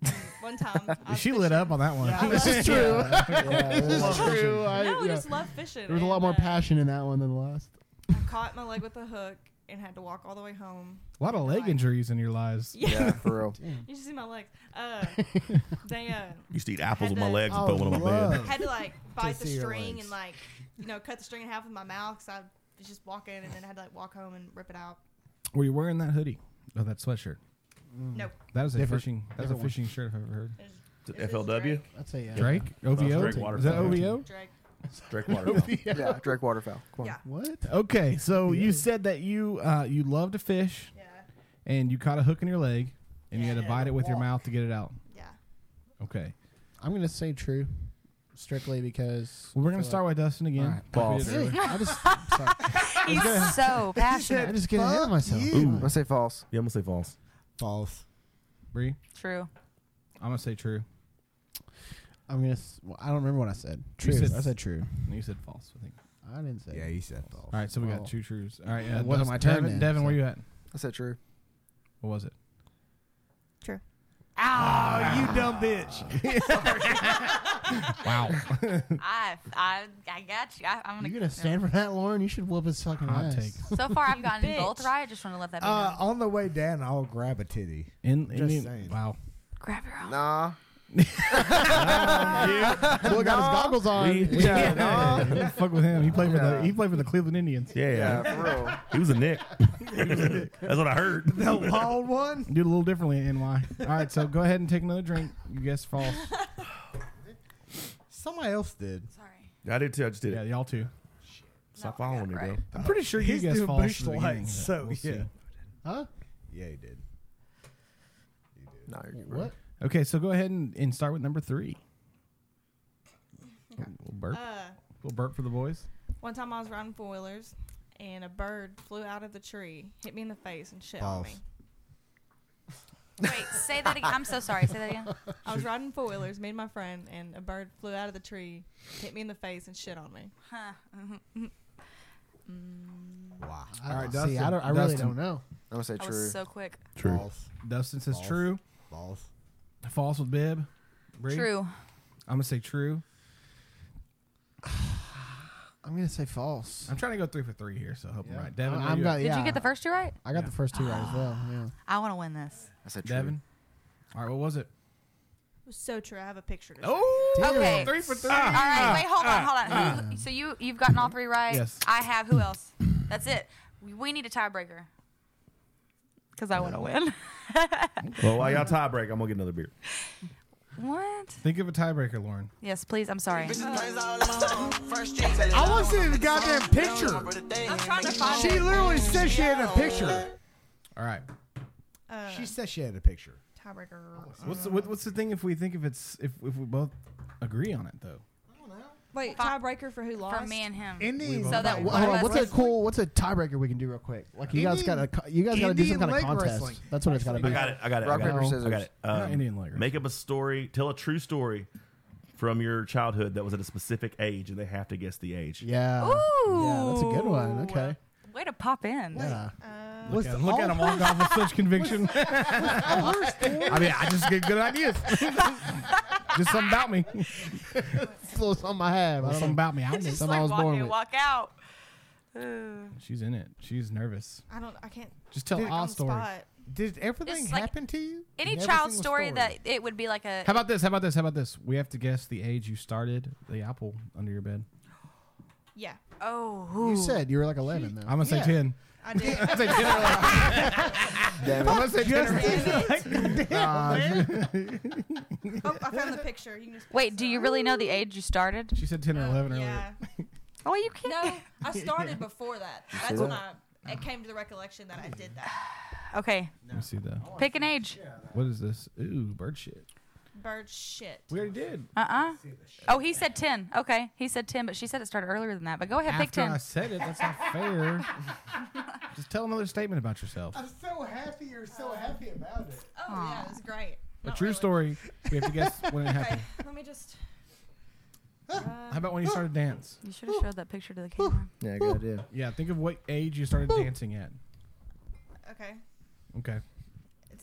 And one time I was She lit fishing. up on that one. This is true. this is true. I, No, we yeah. just love fishing. There was a lot and, more uh, passion in that one than the last. I caught my leg with a hook and had to walk all the way home. a lot of leg injuries in your lives. Yeah, Yeah, for real. you should see my legs. Uh, they uh, Used to eat apples with my Had the- legs and put one on my bed. had to like bite the Oh, see your string legs. and like you know cut the string in half with my mouth because I was just walking and then had to like walk home and rip it out. Were you wearing that hoodie? Oh, that sweatshirt. Nope. That is a Different- fishing. That's a different one. fishing shirt I've ever heard. It's- Is it it's just FLW? Drake. I'd say yeah. Drake No, OVO. it's Drake is that Waterfall. OVO? Drake. Drink water. now. Yeah, drink waterfowl. Come on. Yeah. What? Okay, so you said that you uh, you love to fish Yeah. and you caught a hook in your leg and you had to Yeah. bite it with your mouth to get it out. Yeah. Okay, I'm gonna say true, strictly because well, we're gonna start with Dustin All again. right. False. Really? I just, I'm sorry. He's so I passionate. just get ahead of myself. I'm gonna say false. Yeah, I'm gonna say false. False. Bree, True. I'm gonna say true. I'm gonna. s- Well, I don't remember what I said. True. said- I said true. And you said false. I think. I didn't say. Yeah, you said false. All right, so we Oh. got two trues. All right, uh, It Dustin- wasn't my turn Devin, then, Devin where so- you at? I said true. What was it? True. Oh, you dumb bitch! Wow. I, I, I got you. I, I'm gonna. You're gonna stand for that, Lauren? You should whoop his fucking Hot ass. take. So far, I've gotten bitch. both right. I just want to let that be Uh, known. on the way down, I'll grab a titty. In, in Just the- saying. wow. Grab your own. Nah. Boy got his goggles on. Yeah, yeah. fuck with him. He played for the he played for the Cleveland Indians. Yeah. He was a Nick. That's what I heard. The wild one. Do it a little differently in NY. All right, so go ahead and take another drink. You guessed false. Somebody else did. I did too. I just did Yeah, y'all too. Stop following me, bro. I'm pretty sure Oh, you He's guessed doing false. bush at the beginning, lights, but so we'll see. yeah. Huh? Yeah, he did. He did. No, What? Okay, so go ahead and, and start with number three. Little burp. Uh. little burp for the boys. One time I was riding four wheelers, and a bird flew out of the tree, hit me in the face, and shit on me. False. Wait, say that again. I'm so sorry. Say that again. I was riding four wheelers, me and my friend, and a bird flew out of the tree, hit me in the face, and shit on me. Huh. Wow. All right, See, I, don't, I really Dustin. don't know. I'm gonna say I true. was so quick. True. False. Dustin says False. true. False. False with Bib. Bree? True. I'm gonna say true. I'm gonna say false. I'm trying to go three for three here, so I hope I'm Yeah. right. Devin, I'm what do you got- got? Did Yeah. you get the first two right? I got the first two right as well. Yeah. I want to win this. I said true. Devin. All right, what was It it? was so true. I have a picture. To show. Oh, Okay. three for three. Ah. All right, wait, hold Ah, on, hold on. Who- so you you've gotten all three right. Yes. I have. Who else? That's it. We- We need a tiebreaker. Cause I want to win. Well, while y'all tie break, I'm gonna get another beer. what? Think of a tiebreaker, Lauren. Yes, please. I'm sorry. Oh. I I want to see the goddamn picture. I'm trying to find She literally said she had a picture. All right. Uh, She said she had a picture. tiebreaker. What's the, what, what's the thing if we think if it's if, if we both agree on it though? Wait, Fi- tiebreaker for who lost? For me and him. Indian. So that leg- one Hold of on, us what's a cool? What's a tiebreaker we can do real quick? Like you guys got Indian- to you guys got to do some Indian kind of leg contest. wrestling. That's what it's got to be. I got it. I got it. Rock I got paper it. scissors. I got it. Not Um, Indian lager. Make up a story. Tell a true story from your childhood that was at a specific age, and they have to guess the age. Yeah. Ooh. Yeah, that's a good one. Okay. Way to pop in. Yeah. Uh, What's Yeah, the- look at him walk off with such conviction. I mean, I just get good ideas. just something about me. It's a little something I have. I don't Something know. about me. I don't know. Just Something I like was walk born in, with. walk out. Ooh. She's in it. She's nervous. I don't. I can't. Just tell think our on the story. Spot. Did everything like happen to you? Any Every child single story, that it would be like a. How about this? How about this? How about this? We have to guess the age you started the apple under your bed. Yeah, oh. You ooh. said you were like 11 though. I'm gonna say Yeah. ten. I did. I'm gonna say ten. I'm Devin. gonna say ten. oh, I found the picture. You can just Wait, do you really know the age you started? She said ten or eleven earlier. yeah. Oh, you can't. No, I started before that. That's see when I it came to the recollection that I did that. Okay, Let me see that. pick an age. What is this? Ooh, bird shit. Bird shit. We already did. Uh uh Oh, he said 10. Okay. He said 10, but she said it started earlier than that. But go ahead, pick After 10. I said it, that's not fair. Just tell another statement about yourself. I'm so happy you're so happy about it. Oh yeah, it was great. A Not true really. story. We have to guess when it Okay, happened. let me just. uh, How about when you started dance? You should have showed that picture to the camera. Yeah, good idea. Yeah, think of what age you started dancing at. Okay, Okay.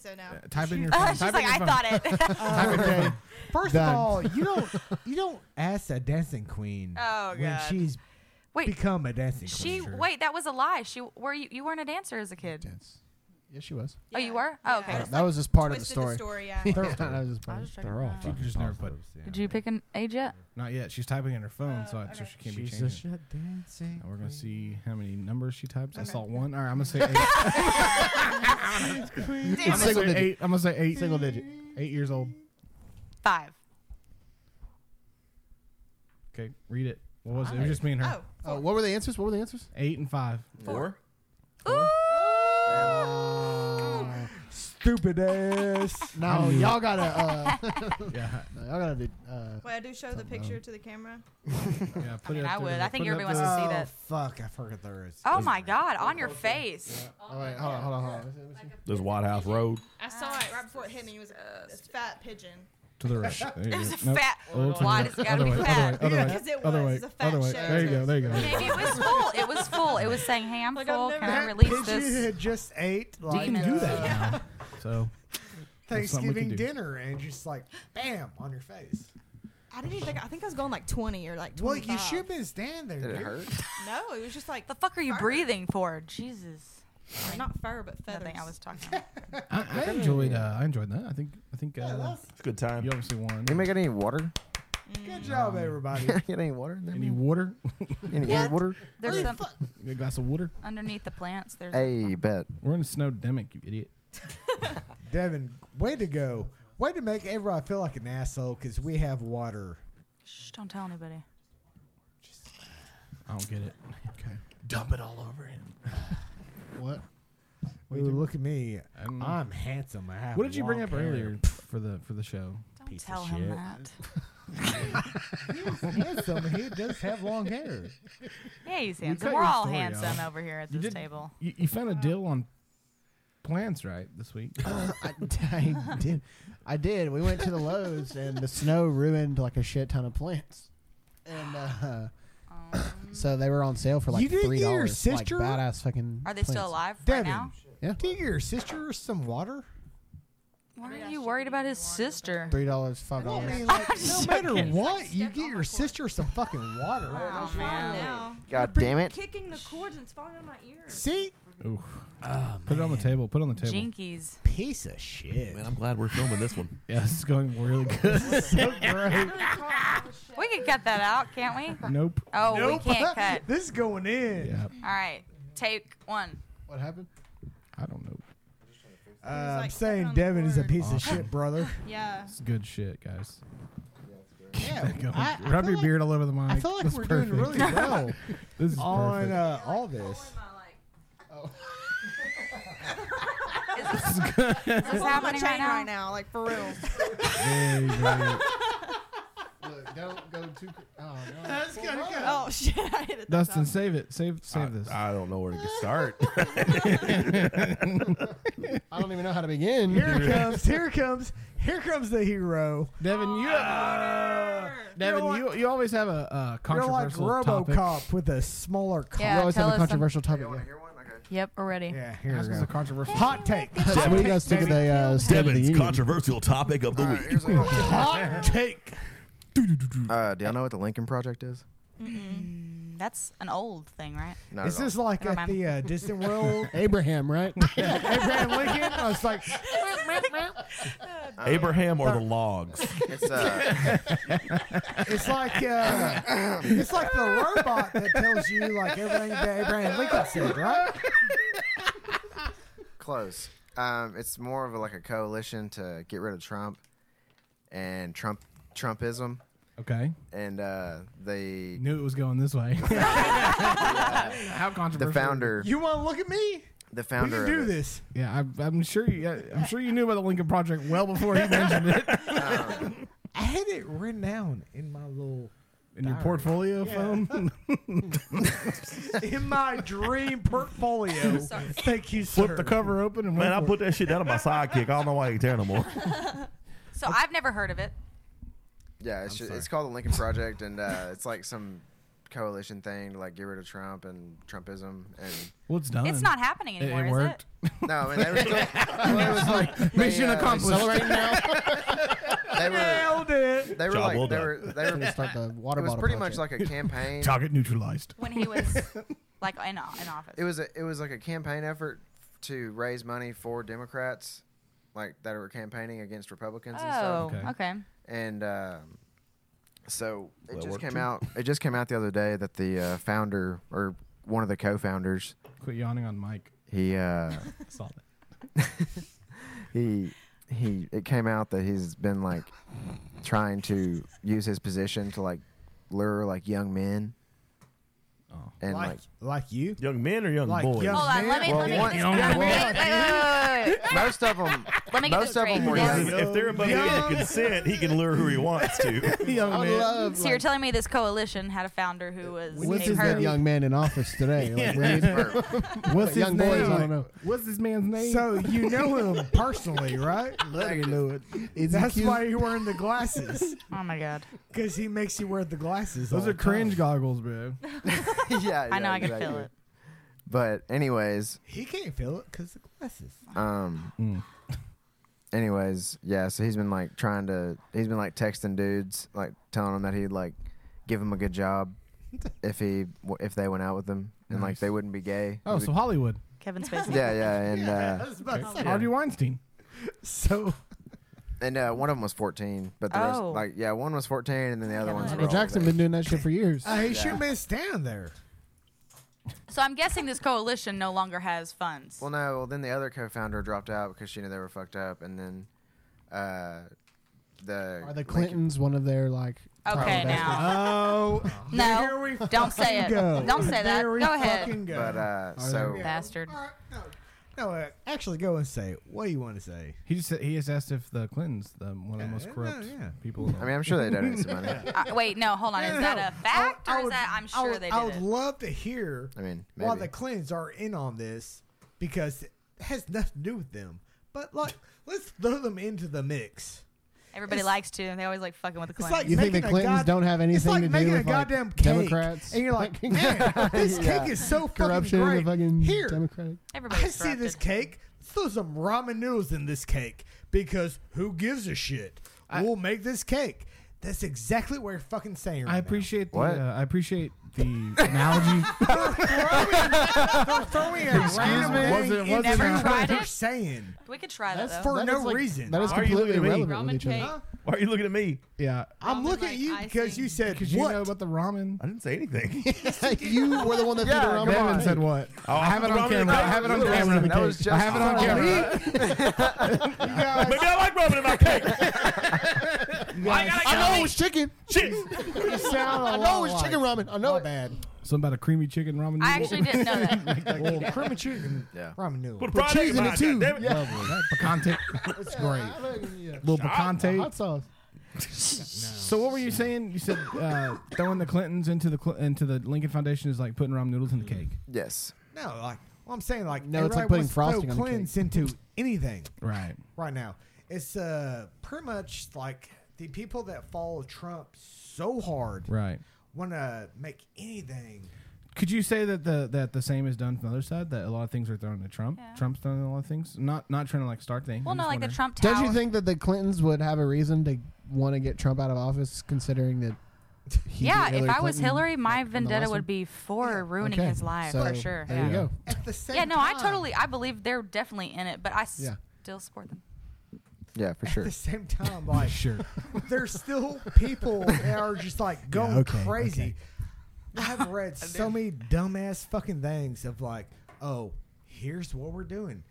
so now. Uh, type in your phone. She's type in like, your I phone. thought it. okay. First Done. of all, you don't you don't ask a dancing queen Oh, when God. she's Wait, become a dancing queen. she, wait, that was a lie. She, were you, you weren't a dancer as a kid. Dance. Yes, she was. Oh, you were? Oh, Yeah, I okay. just, That like, was just part of the twisted story. yeah. That was just part I of was the just story. checking it out. She just never put. Did you pick an age yet? Not yet. She's typing in her phone, so, I, so she can't be She's changing. just a dancing. Now we're gonna see how many numbers she types. I Okay. saw one. All right, I'm gonna say eight. It's I'm gonna single say digit. eight. I'm gonna say eight. Single digit. Eight years old. Five. Okay, read it. What was it? It was just me and her. Oh, Uh, what were the answers? What were the answers? Eight and five. Four. Stupid ass. No, y'all gotta. Uh, Yeah, no, y'all gotta do. Uh, wait, I do show the picture to the camera. yeah. Put I mean, it up I there. would. I think Put it everybody up wants to see that. Oh, fuck! I forgot there is. Oh, my God. On your face. oh wait, hold on, hold on, hold on. There's White House Road. I saw it right before it hit me. It was a fat pigeon. to the right. There you It was go. a Nope. fat. Oh, to the Why right. does it gotta Other be way, fat? Other way, other Because way, it other was. way, It's a fat other way. shape. There you go, there you go. Maybe it was full. It was full. It was saying, hey, I'm Like, I've full. never Can I had release this? had just ate You like can do uh, that now. So That's something we Thanksgiving can do. dinner and just like bam on your face. I didn't even think. I think I was going like 20 or like 25. Well, you should have been standing there. Did it dude. hurt? No, it was just like The fuck are you breathing for? Jesus. Or Not fur, but feathers. I was talking about. I, I enjoyed. Uh, I enjoyed that. I think. I think. Uh, it's a good time. You obviously won. You make any water? Mm. Good job, Um, everybody. Get any water? in there, Any man? water? Any Yeah. water? There's some a glass of water. underneath the plants. There's Hey, bet. We're in a snowdemic, you idiot. Devin, way to go. Way to make everybody feel like an asshole because we have water. Shh, don't tell anybody. I don't get it. Okay. Dump it all over him. What? Ooh, look at me. I'm, I'm handsome. I have what did you bring long up hair. earlier for the for the show? Don't tell him shit. that. handsome. He does have long hair. Yeah, he's You handsome. cut We're your all story handsome off. over here at You this did- table. You, you found a deal on plants, right? This week. I, I did. I did. We went to the Lowe's and the snow ruined like a shit ton of plants. And uh, so they were on sale for like You didn't three get your dollars. Like sister? badass fucking. Are they plants. still alive right Devin, now? Yeah. do you get your sister some water? Why are you worried about his sister? Three dollars, five I dollars. mean, like, no matter what, you get your sister some fucking water. Oh, Fine man. now. God damn it. Kicking the cords and it's falling on my ears. See? Oof. Put it on the table. Put it on the table. Jinkies. Piece of shit. Man, I'm glad we're filming this one. Yeah, this is going really good. so great. We can cut that out, can't we? nope. Oh, we can't cut. this is going in. Yeah. All right, take one. What happened? I don't know. Uh, I'm like, saying on the Devin is a board. piece of shit, brother. Yeah. It's good shit, guys. Yeah, Go I- I Rub feel your like- beard all over the mic. I feel like That's we're perfect. doing really well This is on perfect. uh, all this. This is What's happening happening chain right right now? now. Like for real. uh, Very, very- Look, don't go too. Oh no. That's gonna oh shit! I hit it. Dustin, save it. Save save I, this. I don't know where to start. I don't even know how to begin. Here it comes. Here it comes. Here comes the hero. Devin, you Devin, Ah! You're like- you, you always have a uh, You're like controversial RoboCop topic. with a smaller cop. We Yeah, always tell have a us some- controversial topic. You yeah. want to hear one? Okay. Yep, we're ready. Yeah, here This we was a go. controversial. Hot take. So Hot what do take, you guys think of baby. the uh, State of the Union? controversial topic of the All right, here's what I want. Hot take. Uh, do y'all know what the Lincoln Project is? Mm-hmm. That's an old thing, right? Not Is at all. this like Never at mind. the uh, distant world? Abraham, right? Abraham Lincoln? I was like, Abraham or the logs? It's uh, it's like uh, it's like the robot that tells you like everything that Abraham Lincoln said, right? close. Um, it's more of a, like a coalition to get rid of Trump and Trump Trumpism, Okay. and uh, they Knew it was going this way. How controversial. the founder, You want to look at me? the We founder can of do it. this. Yeah, I'm, I'm sure you. I'm sure you knew about the Lincoln Project well before he mentioned it I had it written down in my little in your portfolio phone. in my dream portfolio. Thank you, sir. Flip the cover open and Man, went I for put that shit down on my sidekick. I don't know why you can tear no more. So I've never heard of it. Yeah, it's, just, it's called the Lincoln Project, and uh, it's like some coalition thing to like get rid of Trump and Trumpism. And it. Well, it's done. It's not happening It, anymore, it is worked. no, I mean they were still, well, it was like they, Mission uh, accomplished. They were, Nailed it. they were Job well like they done. were they were. It's like the water It was bottle pretty project. much like a campaign. Target neutralized. When he was like in, o- in office. It was a, it was like a campaign effort to raise money for Democrats, like that were campaigning against Republicans and stuff. oh, Okay. okay. And um, so it Well, it just worked came too. out. It just came out the other day that the uh, founder or one of the co-founders, Quit yawning on Mike. he uh, I saw that. he he, it came out that he's been like trying to use his position to like lure like young men. Oh. And Like, like you. Young men or young Like boys? young- Hold on, let me, Well, let me one- get this. only Wait, one. wait, wait, wait, wait, wait. like most of them, Let me get this most of straight. them were Yes. young. If they're above the age of consent, he can lure who he wants to. Young I man. love. So you're like, telling me this coalition had a founder who was what's a his that perv? young man in office today? Like, we need- What's young his boys, name? I don't know. What's this man's name? So you know him personally, right? Larry Lewis. Is That's he cute? why you're wearing the glasses, Oh my god. because he makes you wear the glasses. all Those are the time. cringe goggles, bro. yeah, I know yeah, I can feel exactly. it. But anyways, He can't feel it because the glasses. Um. Mm. Anyways, yeah. So he's been like trying to. He's been like texting dudes, like telling them that he'd like give him a good job if he if they went out with him, and like Nice. they wouldn't be gay. Oh, He'd so Hollywood. be- Kevin Spacey. Yeah, yeah, and uh, I was about to say. Harvey Weinstein. So and uh, one of them was 14, but the rest, Oh. like, yeah, one was 14, and then the other ones. Michael Jackson been doing that shit for years. Uh, he He Yeah. should be down there. So I'm guessing this coalition no longer has funds. Well, no. Well, then the other co-founder dropped out because she knew they were fucked up, and then uh, the Are the Clintons one of their like? top Okay, investors? now. Oh, No, don't say it. go. Don't say that. There we Go ahead. fucking go. But, uh, Are so- they- Bastard. No, uh, actually, go and say it. What do you want to say? Uh, He just said- he just asked if the Clintons, the one of the most corrupt people. in the I mean, I'm sure they donated some money. Uh, wait, no, hold on. No, Is no, that no. a fact I or is would- that I'm I sure would- they I did would it? love to hear I mean, why maybe. the Clintons are in on this because it has nothing to do with them. But like, let's throw them into the mix. Everybody It's- likes to. They always like fucking with the It's Clintons. like You think the making a Clintons god- don't have it's anything like to do making with a goddamn like, cake, Democrats? and you're like, man, this cake is so corruption fucking in the great. fucking Here, Democratic. I see this cake. Let's throw some ramen noodles in this cake because who gives a shit? we'll make this cake. That's exactly what you're fucking saying. Right I appreciate the What? uh, I appreciate the analogy. now. throwing a Excuse random me? thing Wasn't- in wasn't there. tried What it? you're saying. we could try that That's though. for no reason. that is Why are you completely looking at me? irrelevant with each other. Why are you looking at me? Yeah, I'm looking at you because you said because you what? know about the ramen. I didn't say anything. you were the one that Yeah, threw the Come on, ramen. said what? I have it on camera. I have it on camera. That Oh, was I have it on just- camera. Maybe I like rubbing in my cake. I know it was chicken. Shit. You sound a I know lot it was chicken ramen. I know it. bad. Something about a creamy chicken ramen. I noodle. actually didn't know that. Well, cream and chicken Yeah. ramen noodles. Put fried egg in it, too. goddammit. Yeah. Lovely. That picante. It's great. Little picante. Hot sauce. So what were you saying? You said uh, throwing the Clintons into the Cl- into the Lincoln Foundation is like putting ramen noodles in the cake. Yes. No, like well, I'm saying like No, it's like putting everybody wants to throw frosting on the cake. cleanse into anything Right. right now. It's uh pretty much like the people that follow Trump so hard Right. want to make anything. Could you say that the that the same is done from the other side? That a lot of things are thrown at Trump. Trump's done a lot of things. Not not trying to like start things. Well, I no, just like the wonder- Trump Tower. Don't you think that the Clintons would have a reason to want to get Trump out of office, considering that? He yeah, beat if I was Clinton? Hillary, my vendetta last would one? be for ruining Okay, his life so for sure. There yeah. you go. At the same Yeah, no, I time- totally, I believe they're definitely in it, but I s- Yeah. still support them. Yeah, for At sure. the same time, like sure. there's still people that are just like going okay, crazy. I've read so many dumbass fucking things of like, oh, here's what we're doing.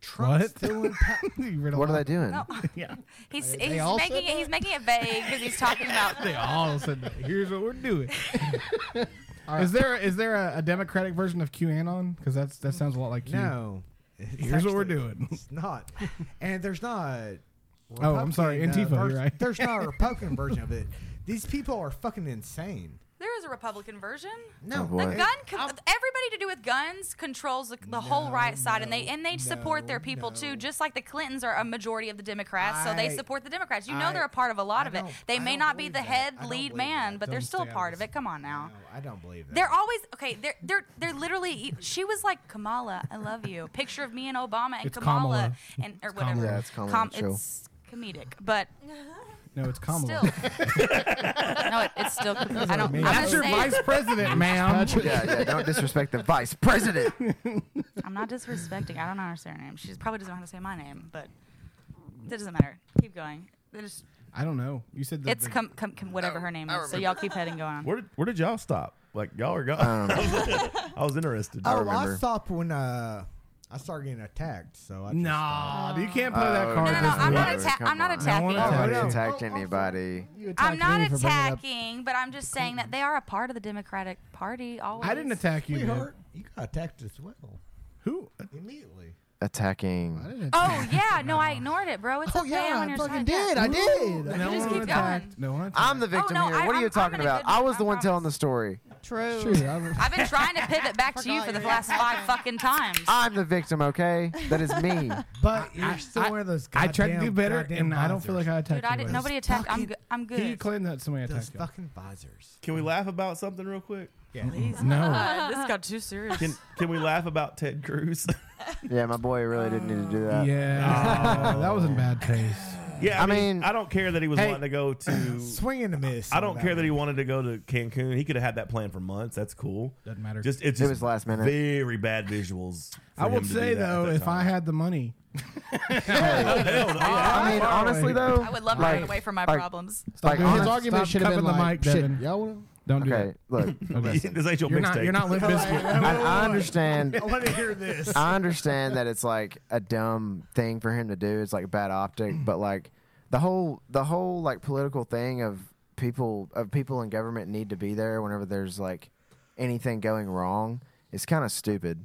Trump's What? still in power. You read a What are lot. they doing? No. Yeah. He's, they he's all said making it, he's making it vague because he's talking about They all said that. Here's what we're doing. Is there is there a, a democratic version of QAnon? Because that's that sounds a lot like Q. No. It's Here's what we're actually- doing. It's not. And there's not. a Oh, I'm sorry, Republican, Antifa, you're vers- right. There's not a Republican version of it. These people are fucking insane. There is a Republican version. No. Oh, the boy. gun. Con- everybody to do with guns controls the, the whole right side, and they and they support their people too. Just like the Clintons are a majority of the Democrats, so they I- support the Democrats. You know I- they're a part of a lot of it. They may not be the head lead believe man, but they're Don't still a stay out part of of it. Come on now. No, I don't believe that. They're always okay. They're they're they're literally. She was like Kamala, I love you. Picture of me and Obama and It's Kamala, Kamala. and or It's whatever. Kamala. Yeah, it's Kamala, chill. it's comedic, but No, it's Kamala. no, it, it's still. I don't. I'm Man, not That's your saying- vice president, ma'am. yeah, yeah. Don't disrespect the vice president. I'm not disrespecting. I don't understand her name. She probably doesn't know how to say my name, but it doesn't matter. Keep going. It is- I don't know. You said the, it's the- com, com, com- whatever her name is. So y'all keep heading going. Where did, where did y'all stop? Like y'all are gone. I was interested. oh, I stopped when uh, I started getting attacked. So I just Nah, you can't play Oh, that No, card. no, no. this I'm not, way. atta- I'm not No attacking. one Oh, I attacked haven't you. Oh, attacked anybody. I'm not attacking, but I'm just saying that they are a part of the Democratic Party always. I didn't attack you. We man. heard you got attacked as well Who? immediately. Attacking. Oh yeah, no, I ignored it, bro. It's Oh okay. yeah, I'm on I your fucking side. did. Yeah. I did. No just one keep attacked. No one. attacked. I'm the victim Oh, no, here. I- what are I'm- you I'm talking in a about? good I mood, was the I one telling the story. True. Shoot, I- I've been trying to pivot back to you for the last five fucking times. I'm the victim, okay? That is me. But you're still I- one of those. I Goddamn, tried to do better, goddamn and I don't feel visors. like I attacked Dude, I you. didn't. with Nobody attacked. I'm good. I'm it. He good. claimed that somebody Those attacked you. fucking visors. Can we laugh about something real quick? No. Uh, this got too serious. Can Can we laugh about Ted Cruz? Yeah, my boy really didn't need to do that. Yeah, that was in bad taste. Yeah, I, I mean, mean, I don't care that he was hey, wanting to go to swing and a miss. I on don't that care that one. he wanted to go to Cancun. He could have had that plan for months. That's cool. Doesn't matter. Just it's It just was last minute. Very bad visuals. for I him would to do say that at though, that if I time. had the money, I mean, honestly though, I would love to like, run away from my like, problems. Like, Dude, his honest- argument stop should have been cupping the like, mic, shit, Devin. y'all wanna- don't do okay, look, that. this ain't your You're not, mixtape. you're not Limp Bizkit. I, I understand. I want to hear this. I understand that it's like a dumb thing for him to do. It's like a bad optic, but like the whole the whole like political thing of people of people in government need to be there whenever there's like anything going wrong is kind of stupid.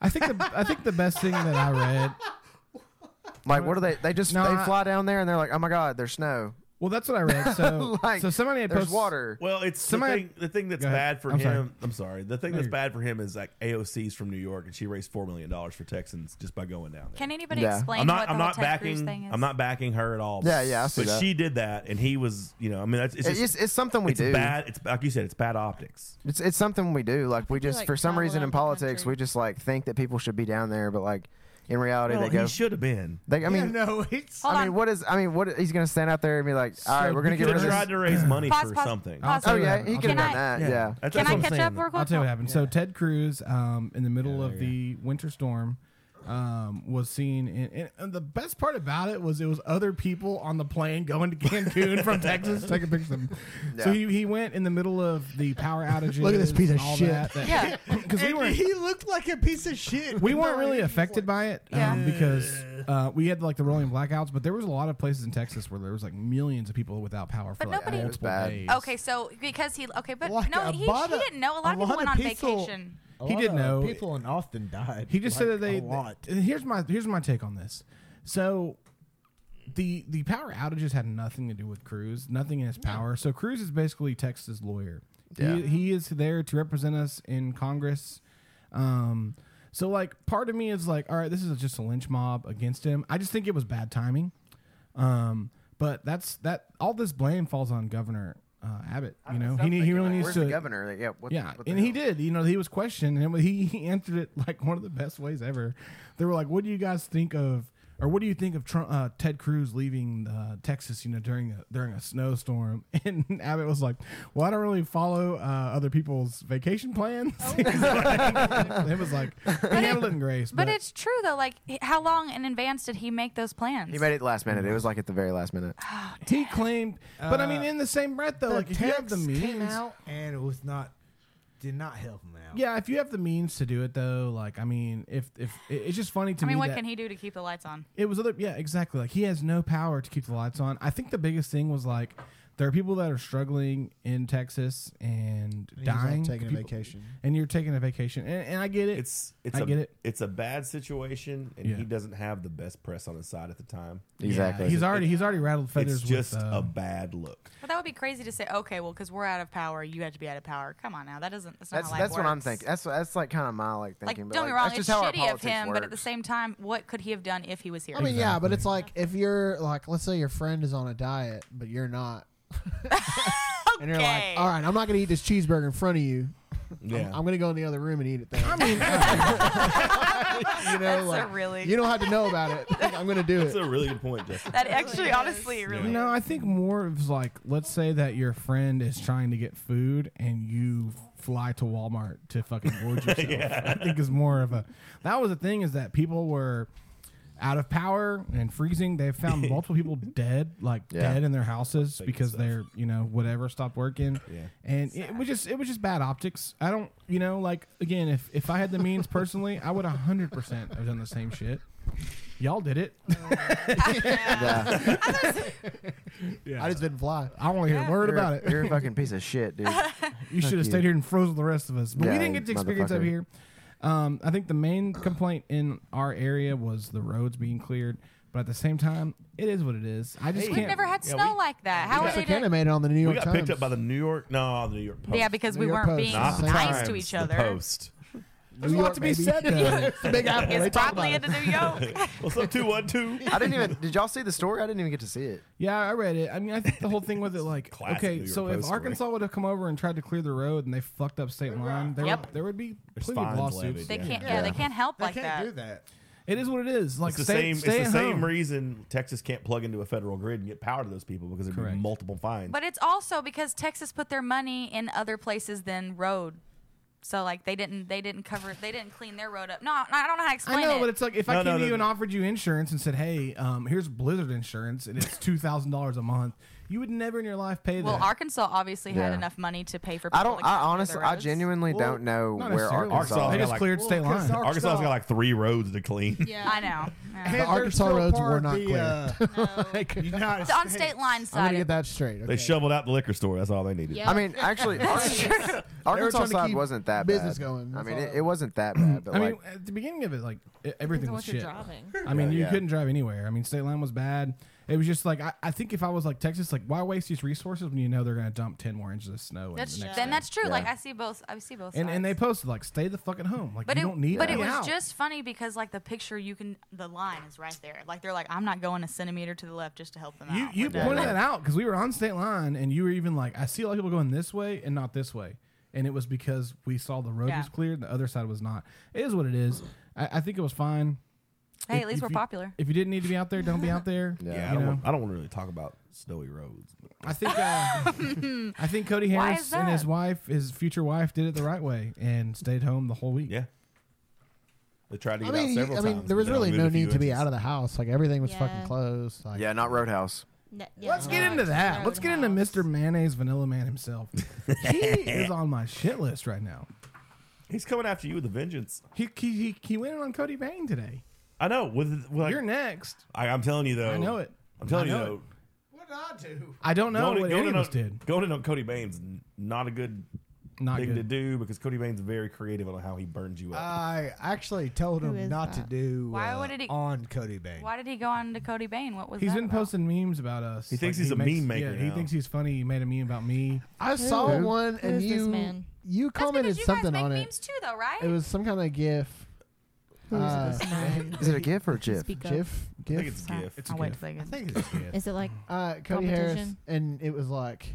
I think the I think the best thing that I read. Like what are they? They just No, they I- fly down there and they're like, oh my god, there's snow. Well, that's what I read. So like so somebody had there's posted- water. Well, it's Somebody- the thing. The thing that's Go ahead. bad for I'm him. sorry. I'm sorry. The thing No, that's you're- bad for him is like AOC's from New York, and she raised four million dollars for Texans just by going down there. Can anybody Yeah. explain I'm what not. the I'm whole not Ted Cruz backing. thing is? I'm not backing her at all. Yeah, yeah, I see but that. she did that, and he was. You know, I mean, that's it's It's, just it's, it's something we it's do. bad. It's like you said. It's bad optics. It's it's something we do. Like we think we, just like, for some travel reason around in the politics country. we just like think that people should be down there, but like in reality Well, they go. he should have been. They, I mean, yeah, no, it's Hold I on. mean, what is? I mean, what he's gonna stand out there and be like, all right, we're gonna He get could rid of have this. tried to raise money Pause, for pause. something. I'll tell Oh you yeah, what he happened. could have Can done that. Yeah. That's- Can that's I what I'm catch saying. up real quick? I'll tell you what happened. So Ted Cruz, um, in the middle of the winter storm, um, was seen, in, and, and the best part about it was it was other people on the plane going to Cancun from Texas taking pictures of him. So he, he went in the middle of the power outages. Look at this piece of and all shit. That, that, Yeah. because we And were he looked like a piece of shit. we No, weren't really he was affected like- by it um, Yeah. because uh, we had like the rolling blackouts, but there was a lot of places in Texas where there was like millions of people without power for But like nobody- Yeah, it was multiple bad. days. Okay, so because he okay, but Like no, a he, bada- he didn't know. A lot of people a lot went of on people- vacation. A He lot didn't of know. People in Austin died. He just said like, that they. a lot. and here's my here's my take on this. So, the the power outages had nothing to do with Cruz, nothing in his power. So Cruz is basically Texas lawyer. Yeah. He, he is there to represent us in Congress. Um, so like part of me is like, all right, this is just a lynch mob against him. I just think it was bad timing. Um, but that's that. All this blame falls on Governor uh, Abbott. You know, he need- he really needs Where's to the governor? Like, Yeah. What, yeah, what the and he hell? did. You know, he was questioned, and he, he answered it like one of the best ways ever. They were like, "What do you guys think of, or what do you think of Trump, uh, Ted Cruz leaving uh, Texas? You know, during a, during a snowstorm?" And Abbott was like, "Well, I don't really follow uh, other people's vacation plans." Oh. it was like he handled it in grace, But it's true though. Like, h- how long in advance did he make those plans? He made it last minute. It was like at the very last minute. he claimed. But I mean, Uh, in the same breath though, like if you have the text means, came out and it was not did not help him out. yeah, if you have the means to do it though, like I mean, if if it- it's just funny to I mean, me what that- can he do to keep the lights on? It was other, yeah, exactly. Like he has no power to keep the lights on. I think the biggest thing was like there are people that are struggling in Texas and, he's not dying, taking a People- vacation. and you're taking a vacation, and, and I get it. It's it's I a get it. it's a bad situation, and Yeah. he doesn't have the best press on his side at the time. Exactly. he's already he's already rattled feathers. It's just with, uh, a bad look. But that would be crazy to say. Okay, well, because we're out of power, you have to be out of power. Come on now, that doesn't. That's not that's how life that's what I'm works. thinking. That's that's like kind of my like Like, thinking. don't but, get me wrong, That's it's just how our shitty of politics him, but at the works. same time, what could he have done if he was here? I mean, yeah, but it's like if you're like, let's say your friend is on a diet, but you're not, and you're Okay. like, all right, I'm not gonna eat this cheeseburger in front of you. Yeah. I'm gonna go in the other room and eat it there. I mean, you know, That's a like, really- you don't have to know about it. Like, I'm gonna do That's it. a really good point, Justin. that actually, honestly, really. No, I think more of like let's say that your friend is trying to get food and you fly to Walmart to fucking gorge yourself. I think is more of a that was the thing is that people were out of power and freezing. They found multiple people dead, like Yeah. dead in their houses because stuff. they're you know whatever stopped working. Yeah. and it was just it was just bad optics. I don't you know like again if if I had the means personally, I would hundred percent have done the same shit. Y'all did it. Yeah. I just didn't fly. I don't want to hear a word You're a- about it. You're a fucking piece of shit, dude. You should have you. stayed here and frozen the rest of us. But we Yeah, didn't get to experience up motherfucker. here. Um, I think the main complaint in our area was the roads being cleared. But at the same time, it is what it is. I just Hey. We've can't. never had Yeah, snow we- like that. How are they Texarkana doing? made it on the New York we got Times. picked up by the New York. No, the New York Post. Yeah, because we New York weren't Post. being not Not the nice Times, to each the other. Post. There's a lot to be said there. Big Apple. they It's talk probably about into it. New York. What's up, two one two? I didn't even. Did y'all see the story? I didn't even get to see it. Yeah, I read it. I mean, I think the whole thing with it, like, Classic New okay, York so Post if story. Arkansas would have come over and tried to clear the road and they fucked up state line, there, Yep. would, there would be There's plenty of fines lawsuits. levied, They Yeah. can't. Yeah, they can't help They like can't that. do that. It is what it is. Like it's the stay, same. stay it's the at same home. reason Texas can't plug into a federal grid and get power to those people because it'd be multiple fines. But it's also because Texas put their money in other places than road. So like they didn't they didn't cover they didn't clean their road up. No, I don't know how to explain I know, it. but it's like if I No, came no, to no, you and no. offered you insurance and said, "Hey, um, here's Blizzard insurance, and it's two thousand dollars a month," you would never in your life pay that. well, Arkansas obviously had Yeah. enough money to pay for. People I don't. to I clean their honestly, I roads. genuinely Well, don't know not where necessarily. Arkansas. They just cleared state Well, 'cause lines. Arkansas has got like three roads to clean. Yeah, I know. Yeah. the Arkansas roads were not clear. uh, It's on state line I'm gonna side. get that straight. They shoveled out the liquor store. That's all they needed. Yeah. I mean, actually, That's Arkansas, true. Arkansas trying to side keep wasn't that business bad. going. I That's mean, all. it, it wasn't that bad. But I like, mean, at the beginning of it, like e- everything on was what you're shit. driving. I mean, Yeah, you yeah. couldn't drive anywhere. I mean, state line was bad. It was just like I, I think if I was like Texas, like why waste these resources when you know they're gonna dump ten more inches of snow? in That's the next then day? that's true. Like I see both. I see both. and sides. and they posted like stay the fuck at home. Like but you it, don't need. but to it be was out. just funny because like the picture you can the line is right there. Like they're like I'm not going a centimeter to the left just to help them You out. you We're done. pointed that out because we were on state line and you were even like, I see a lot of people going this way and not this way, and it was because we saw the road Yeah. was cleared, the other side was not. It is what it is. I, I think it was fine. Hey, at least we're you- popular. If you didn't need to be out there, don't be out there. Yeah, you I, don't know? want, I don't want to really talk about snowy roads. but- I think uh, I think Cody Why Harris is and his that? wife, his future wife, did it the right way and stayed home the whole week. Yeah, They tried to I get out mean, you- several I times. mean, there was but they only really no moved a few need to be inches. out of the house. Like everything was Yeah. fucking closed. Like yeah, not Roadhouse. Let's get Oh, into that. Let's get into Mr. Mayonnaise Vanilla Man himself. he is on my shit list right now. He's coming after you with a vengeance. He he he, he went in on Cody Payne today. I know. With, with like, You're next. I, I'm telling you though. I know it. I'm telling I you know though. What did I do? I don't know what any in of us on- did. Going in on Cody Bain's n- not a good Not thing good. to do because Cody Bain's very creative on how he burns you up. I actually told Uh, Who him is not that? to do Why uh, would it- on Cody Bain. Why did he go on to Cody Bain? What was He's that? been posting memes about us. He thinks he's a makes- meme maker Yeah, he now. thinks he's funny. He made a meme about me. I saw Who? one, Who and is this you man? you commented you guys something make on memes it. too, though, right? It was some kind of GIF. Uh, Who is this man? Is it a GIF or a GIF? Speak up. GIF. GIF. think it's a GIF. It's a I'll wait GIF. a second. I think it's GIF. Is it like uh, Cody Harris? competition? And it was like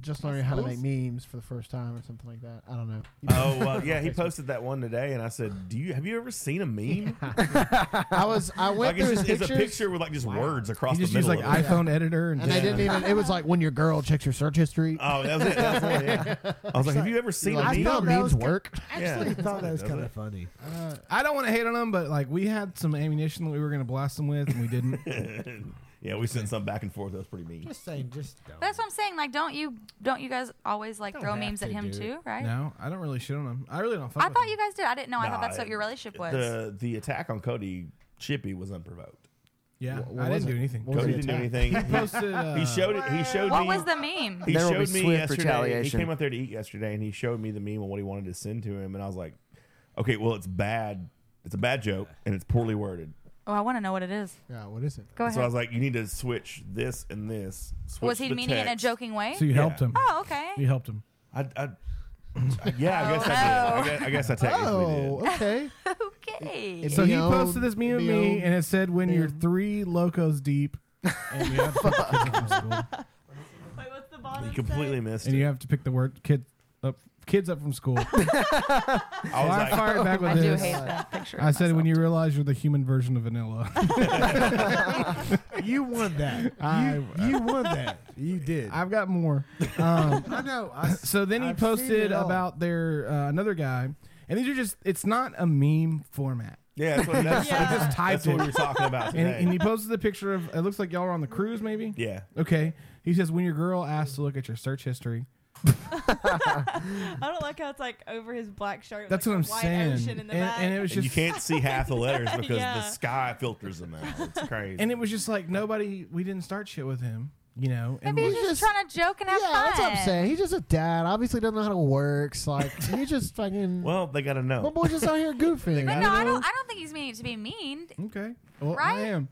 just learning how to make Skills? memes for the first time or something like that. I don't know. Oh well, yeah. He posted that one today, and I said, "Do you have you ever seen a meme?" I was I went like it's through just his it's a pictures. picture with like just words across He just the used middle. like of it. iPhone editor and, and I just- didn't even. It was like when your girl checks your search history. Oh, that was it. That was one, yeah. I was like, "Have you ever seen like, a I meme?" thought memes work. Actually, Yeah. thought that was Does kind it? of funny. Uh, I don't want to hate on him, but like we had some ammunition that we were going to blast him with, and we didn't. yeah, we sent some back and forth. That was pretty mean. Just saying, just But that's what I'm saying. Like, don't you don't you guys always like throw memes at him too, right? No, I don't really shit on him. I really don't. Fuck I with thought him. you guys did. I didn't know. I Nah, thought that's what your relationship was. The the attack on Cody Chippy was unprovoked. Yeah, Wha- what I didn't was do it? anything. What was Cody the didn't do attack? anything. He posted, he uh, showed it. He showed what me. was the meme? He There will showed be me swift yesterday. retaliation. He came up there to eat yesterday, and he showed me the meme and what he wanted to send to him, and I was like, "Okay, well, it's bad. It's a bad joke, and it's poorly worded." Oh, I want to know what it is. Yeah, what is it? Go ahead. So I was like, "You need to switch this and this." Switch was he the meaning it in a text. joking way? So you helped him. Oh, okay. You helped him. I, I, I- yeah, I guess Oh, I did. I guess I, guess I technically did. Oh, okay. okay. So he Be old, posted this meme of be me, old. and it said, "When you're three locos deep, and you have to pick the kids up from school." Wait, what's the bottom? You completely missed and it. you have to pick the word kid up kids up from school. so I was I like, fired back with I do this. hate that picture of I said, when you realize you're the human version of vanilla. You won that. I- you, you won that. You did. I've got more. Um, I know. I, so then he I've seen posted it all. about their uh, another guy, and these are just it's not a meme format. "Yeah, that's what, that's, I just typed that's what it. we were talking about And, today." and he posted the picture of it looks like y'all are on the cruise, maybe. yeah, Okay. He says when your girl asks to look at your search history, I don't like how it's like over his black shirt. That's like, what a I'm white saying. Ocean in the And- back. and it was and you just- can't see half the letters because Yeah. the sky filters them out. It's crazy. and it was just like nobody. We didn't start shit with him, you know. And Maybe we- he's just, trying to joke and have Yeah, fun. that's what I'm saying. He's just a dad. Obviously, doesn't know how to work. So like, he just fucking. well, they got to know. my boy just out here goofing. But you no, I know? don't. I don't think he's meaning to be mean. okay. Well, Right? I am.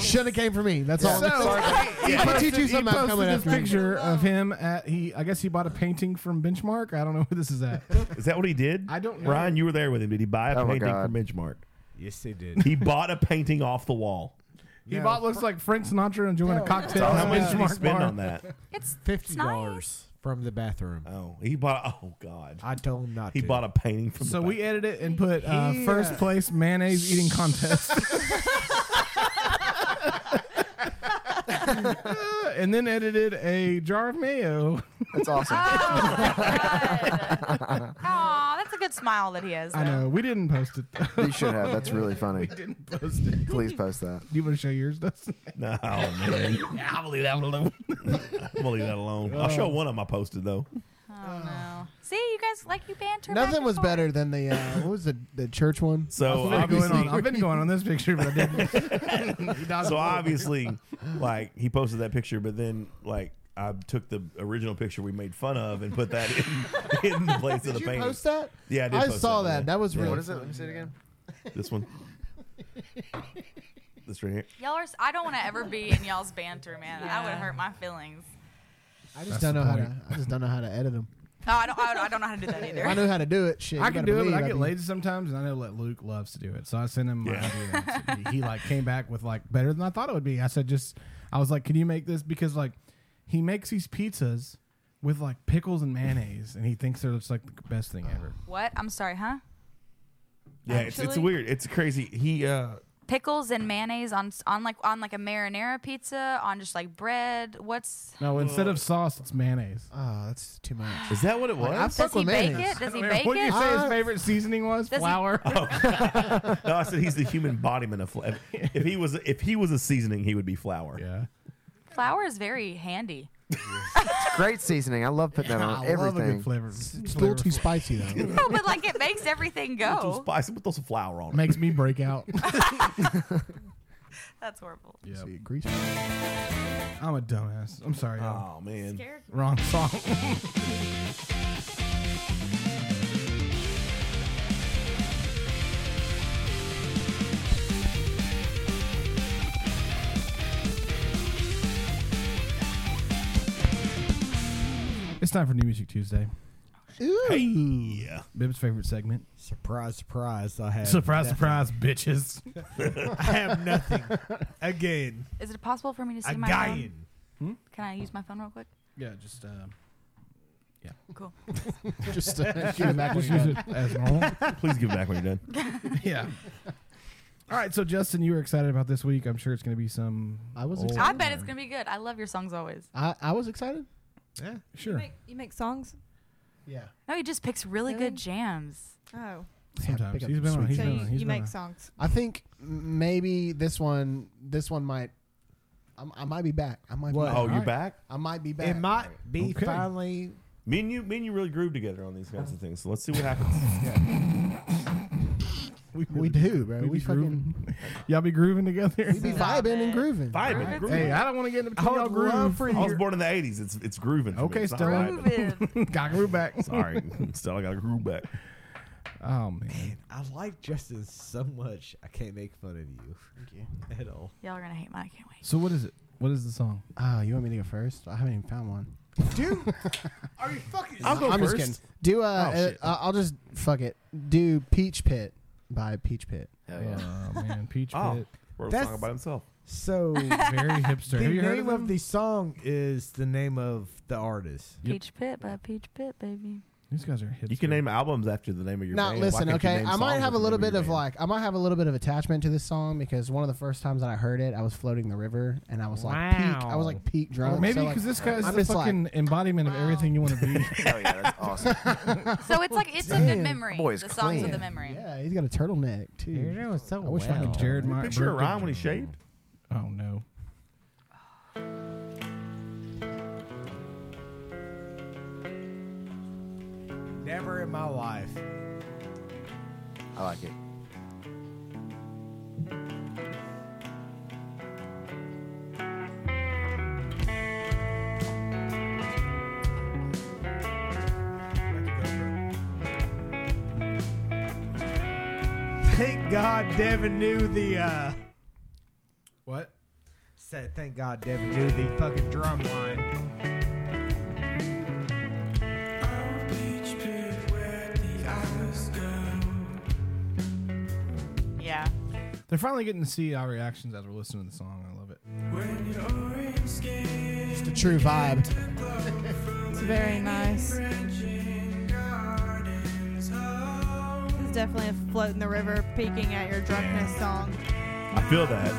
Shouldn't have came for me. That's all. So- I'm sorry. Yeah. If I teach you He something, I'm posted coming this after you. picture of him at he. I guess he bought a painting from Benchmark. I don't know who this is at. Is that what he did? I don't know. Ryan, you were there with him. Did he buy a Oh my painting God. from Benchmark? yes, they did. He bought a painting off the wall. He No. bought looks like Frank Sinatra enjoying a cocktail. How at a much did he Benchmark spend bar. on that? It's Fifty nice. dollars. from the bathroom. Oh, he bought. Oh God, I told him not. He to. bought a painting from. So the we edit it and put uh, He, first uh, place mayonnaise eating contest. and then edited a jar of mayo. That's awesome. Aw, that's a good smile that he has. I know. We didn't post it. though. You should have. That's really funny. We didn't post it. Please post that. Do you want to show yours, Dustin? No, man. yeah, I'll leave that one alone. I'm gonna leave that alone. I'll show one of them I posted though. Oh no. See, you guys like you banter. back Nothing and was forth. better than the uh, what was the the church one? So I've been, going on, obviously, I've been going on this picture, but I didn't. so obviously, like he posted that picture, but then like I took the original picture we made fun of and put that in, in the place of the Did you painting. post that? Yeah, I did. I post saw that. that. That was really What What is is it? Let me see it again. This one. this right here. Y'all are. s- I don't want to ever be in y'all's banter, man. I would hurt my feelings. I That's just don't the know how to. point. I just don't know how to edit them. No, I don't. I, don't- I don't know how to do that either. I know how to do it. Shit, I you can better do it, but believe I I'd get be- lazy sometimes, and I know that Luke loves to do it. So I sent him my Yeah. idea. and he- he like came back with like better than I thought it would be. I said just I was like, can you make this because like he makes these pizzas with like pickles and mayonnaise, and he thinks they're just like the best thing ever. What? I'm sorry, huh? Yeah, it's, it's Actually- weird. It's crazy. He uh Pickles and mayonnaise on s- on like on like a marinara pizza on just like bread. What's No, instead of sauce, it's mayonnaise. Oh, that's too much. is that what it was? Like, I Does fuck he with bake mayonnaise. it? Does he Wait, bake what did you it? say Uh, his favorite seasoning was? Does he- Flour. no, I said he's the human embodiment of flour. If he was if he was a seasoning, he would be flour. Yeah. Flour is very handy. It's great seasoning. I love putting that on I love a everything. good flavor. It's a little too spicy though. No, but like it makes everything Put Oh. some go. spice, put some flour on it. Makes me break out. That's horrible. Yeah. See, grease. I'm a dumbass. I'm sorry. y'all. Oh man. Wrong song. It's time for New Music Tuesday. Hey, yeah. Bib's favorite segment. Surprise, surprise! I have Surprise, nothing. surprise, bitches. I have nothing again. Is it possible for me to see my phone? Hmm? Again. Can I use my phone real quick? Yeah, just uh, Cool. Just uh, give it back when just use you're done. it as normal. Please give it back when you're done. yeah. All right, so Justin, you were excited about this week. I'm sure it's going to be some. I was old- excited. I bet it's gonna be good. I love your songs always. I, I was excited. You Sure. make, you make songs? Yeah. No, he just picks really Really? good jams. Oh. Sometimes Pick up he's been on. sweet He's so been you, on. He's you been make on. songs. I think m- maybe this one this one might. I'm, I might be back. I might. Be Oh, back. you're Alright. back? I might be back. It might be Okay. finally. Me and you, me and you really groove together on these kinds of things. So let's see what happens. We do, bro. We, be fucking. grooving. Y'all be grooving together. We be Stop vibing it. and grooving. Vibing, Right. grooving. hey, I don't want to get into I y'all would groove. love for I was you. born in the '80s. It's it's grooving. for me. Okay, It's not Stella. vibing. Grooving. Got groove back. Sorry, Stella got a groove back. Oh man. I like Justin so much. I can't make fun of you. At all. Y'all are gonna hate mine. I can't wait. So what is it? What is the song? Oh, you want me to go first? I haven't even found one. Dude, are you fucking? I'll go I'm first. just kidding. Do uh, Oh, uh, shit. I'll just fuck it. Do Peach Pit by Peach Pit. Hell yeah. Oh man, Peach Oh. Pit. Wrote a That's- song about himself. So Oh, Very hipster. the Have you heard name of, of, them? the song is the name of the artist. Yep. Peach Pit by Peach Pit, baby. These guys are hipster. You can name albums after the name of your Now band. Why listen, can't you okay. name I might songs have a after the little name bit of of your band? like I might have a little bit of attachment to this song because one of the first times that I heard it, I was floating the river and I was like peak. I was like peak drunk. Or maybe so, like, because this guy's I'm the just like- fucking embodiment of everything you want to be. Hell yeah, that's awesome. So it's like it's a good Damn. memory. Boy's the songs of clean. the memory. yeah, he's got a turtleneck too. so I wish I could Jared Did you Meyer. Picture Bert of Ryan when he shaved. Goodman. Oh no. Never in my life. I like it. Thank God Devin knew the. uh What? Said thank God Devin knew the fucking drum line. Yeah. They're finally getting to see our reactions as we're listening to the song. I love it. It's the true vibe. very nice. It's definitely a float in the river, peeking at your drunkenness song. I feel that.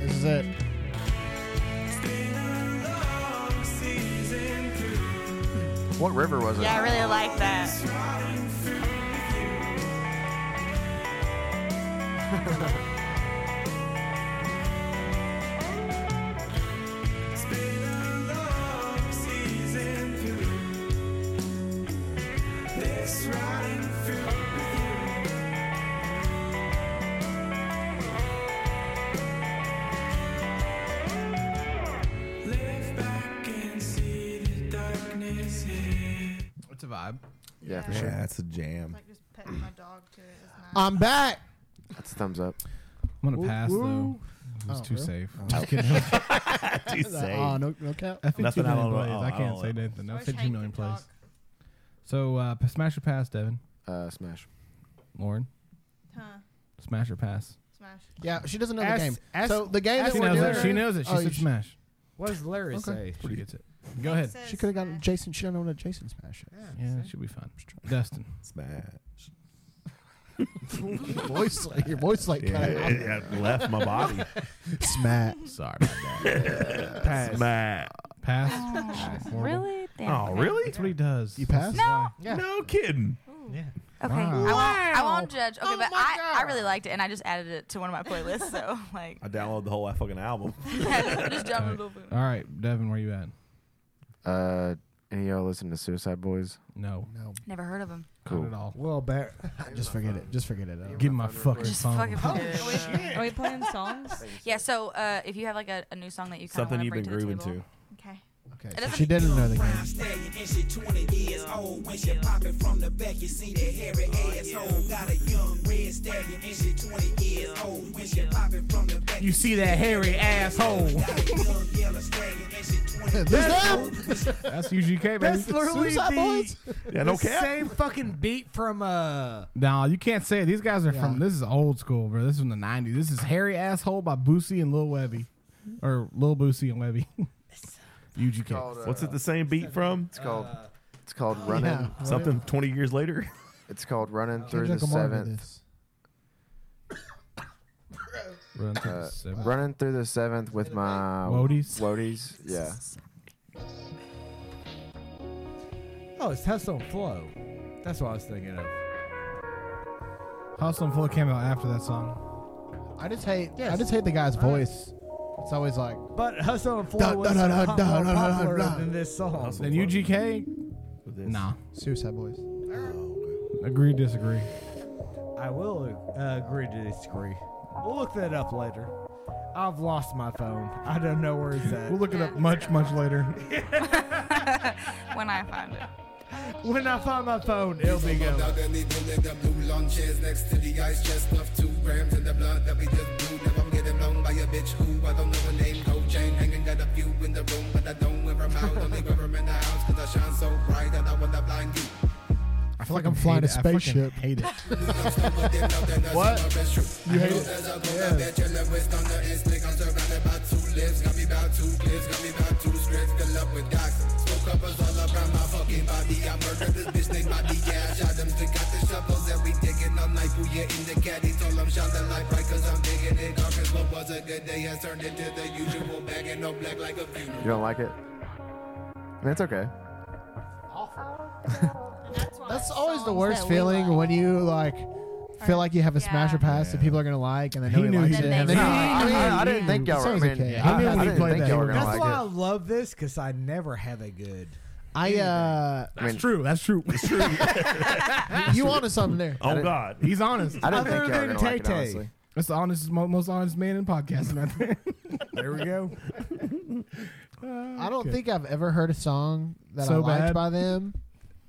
This is it. What river was it? Yeah, I really like that. It's a vibe. Yeah, for Yeah, sure. that's a jam. I'm back. That's a thumbs up. I'm gonna pass though. woo. It was Oh, too really? safe. Oh. Just kidding. Too safe. Oh, no- no cap? I think Nothing two I million don't know. plays. Oh, I I can't don't say know. nothing. No, Sorry, fifteen Shane million can plays. So uh, p- smash or pass, Devin? Uh, smash. Lauren. Huh. Smash or pass? Smash. Yeah, she doesn't know Ask- the game. ask- so the game ask that we're knows doing. it. She knows it. She Oh, said you sh- smash. What does Larry Okay. say? She gets it. Go ahead. She could have gotten Jason. She don't know what a Jason smash is. Yeah, it should be fine. Dustin. Smash. voice, like, your voice like Yeah, kinda- it left my body. Smash. Sorry about that. Pass. Smash. Pass. Pass. Horrible. Oh, Really? Damn. Oh, really? That's what he does. You pass? No. No kidding. Okay, I, Wow. won't, I won't judge. Oh Okay, but I, I really liked it, and I just added it to one of my playlists. So like, I downloaded the whole fucking album. just jump a little bit. All right, Devin, where you at? Uh, any of y'all listen to Suicide Boys? No. No. Never heard of him. Cool. at all. Well, bear. Just forget it. Just forget it. Give him my fucking Just phone. fucking Oh, forget it. shit. Are we playing songs? yeah. So uh, if you have like a, a new song that you kind of Something want you've bring been to the grooving table. to. Okay. It So doesn't- she didn't know the game. Staying and shit 20 E years old. When she popping from the back, you see that hairy asshole. Got a young red stallion and shit 20 years old. When she popping from the back, You see that hairy asshole. got a young yellow stallion and shit 20 years old. That's UGK, baby. That's literally Suicide the, Yeah, no the cap. same fucking beat from uh. Nah, you can't say it. These guys are from. This is old school, bro. This is from the '90s. This is "Hairy Asshole" by Boosie and Lil Webby, or Lil Boosie and Webby. called, UGK. uh, What's it the same beat from? It's called. uh, it's called Running. Oh, yeah. Something 20 years later. It's called Running Through the Kendrick Lamar did Seventh. this. Running through Uh, the seventh. running through the seventh with my Woadies? Woadies, yeah. Oh, it's Hustle and Flow. That's what I was thinking of. Hustle and Flow came out after that song. I just hate. I just hate the guy's voice. It's always like. But Hustle and Flow Da- da- was da- da- a lot da- more da- da- da- popular da. than this song. Then UGK. Nah. Oh, Suicide Boys. Agree, disagree. I will uh, agree to disagree. We'll look that up later. I've lost my phone. I don't know where it's at. We'll look it up much, much later. when I find it. When I find my phone, it'll Some be gone. dog and they build in the blue lawn chairs next to the ice chest. Enough two grams in the blood that we just blew. Now I'm getting blown by a bitch who I don't know her name. Gold chain hanging, got a few in the room, but I don't wear 'em out. Only wear 'em in the house 'cause I shine so bright that I wanna blind you. I feel like I'm flying a hate it. I fucking spaceship. hate it. what? You hate it? You don't like it? I mean, it's okay. That's always the worst that we feeling when you like feel like you have a smash or pass that people are gonna like, and they know he, likes it. and then No, you- I, I didn't think y'all So were. I is it mean, okay? I, I didn't played think that. y'all were gonna That's why I like it. love this because I never have a good. I uh, I mean, True. That's true. It's true. you onto something there? I Oh didn't- God. He's honest. I didn't think Other y'all were than gonna like it. Tay-Tay. Honestly, That's the honest, mo- most honest man in podcasting right there. There we go. I don't think I've ever heard a song that I So liked bad. by them.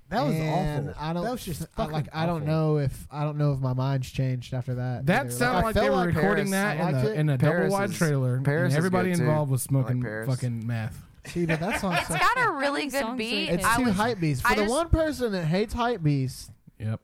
That was and awful. I don't. That was just I, fucking like. I don't awful. know if I don't know if my mind's changed after that. That either. sounded I like felt they were like recording Paris- I that in liked a, it. in a double Paris wide is- trailer. Paris and is everybody good, too. involved was I like smoking Paris. fucking meth. See, but that song's It's so- got a How really many good songs do you beat. think? It's I too was- hype beast. For I the just- one person that hates hype beast. Yep.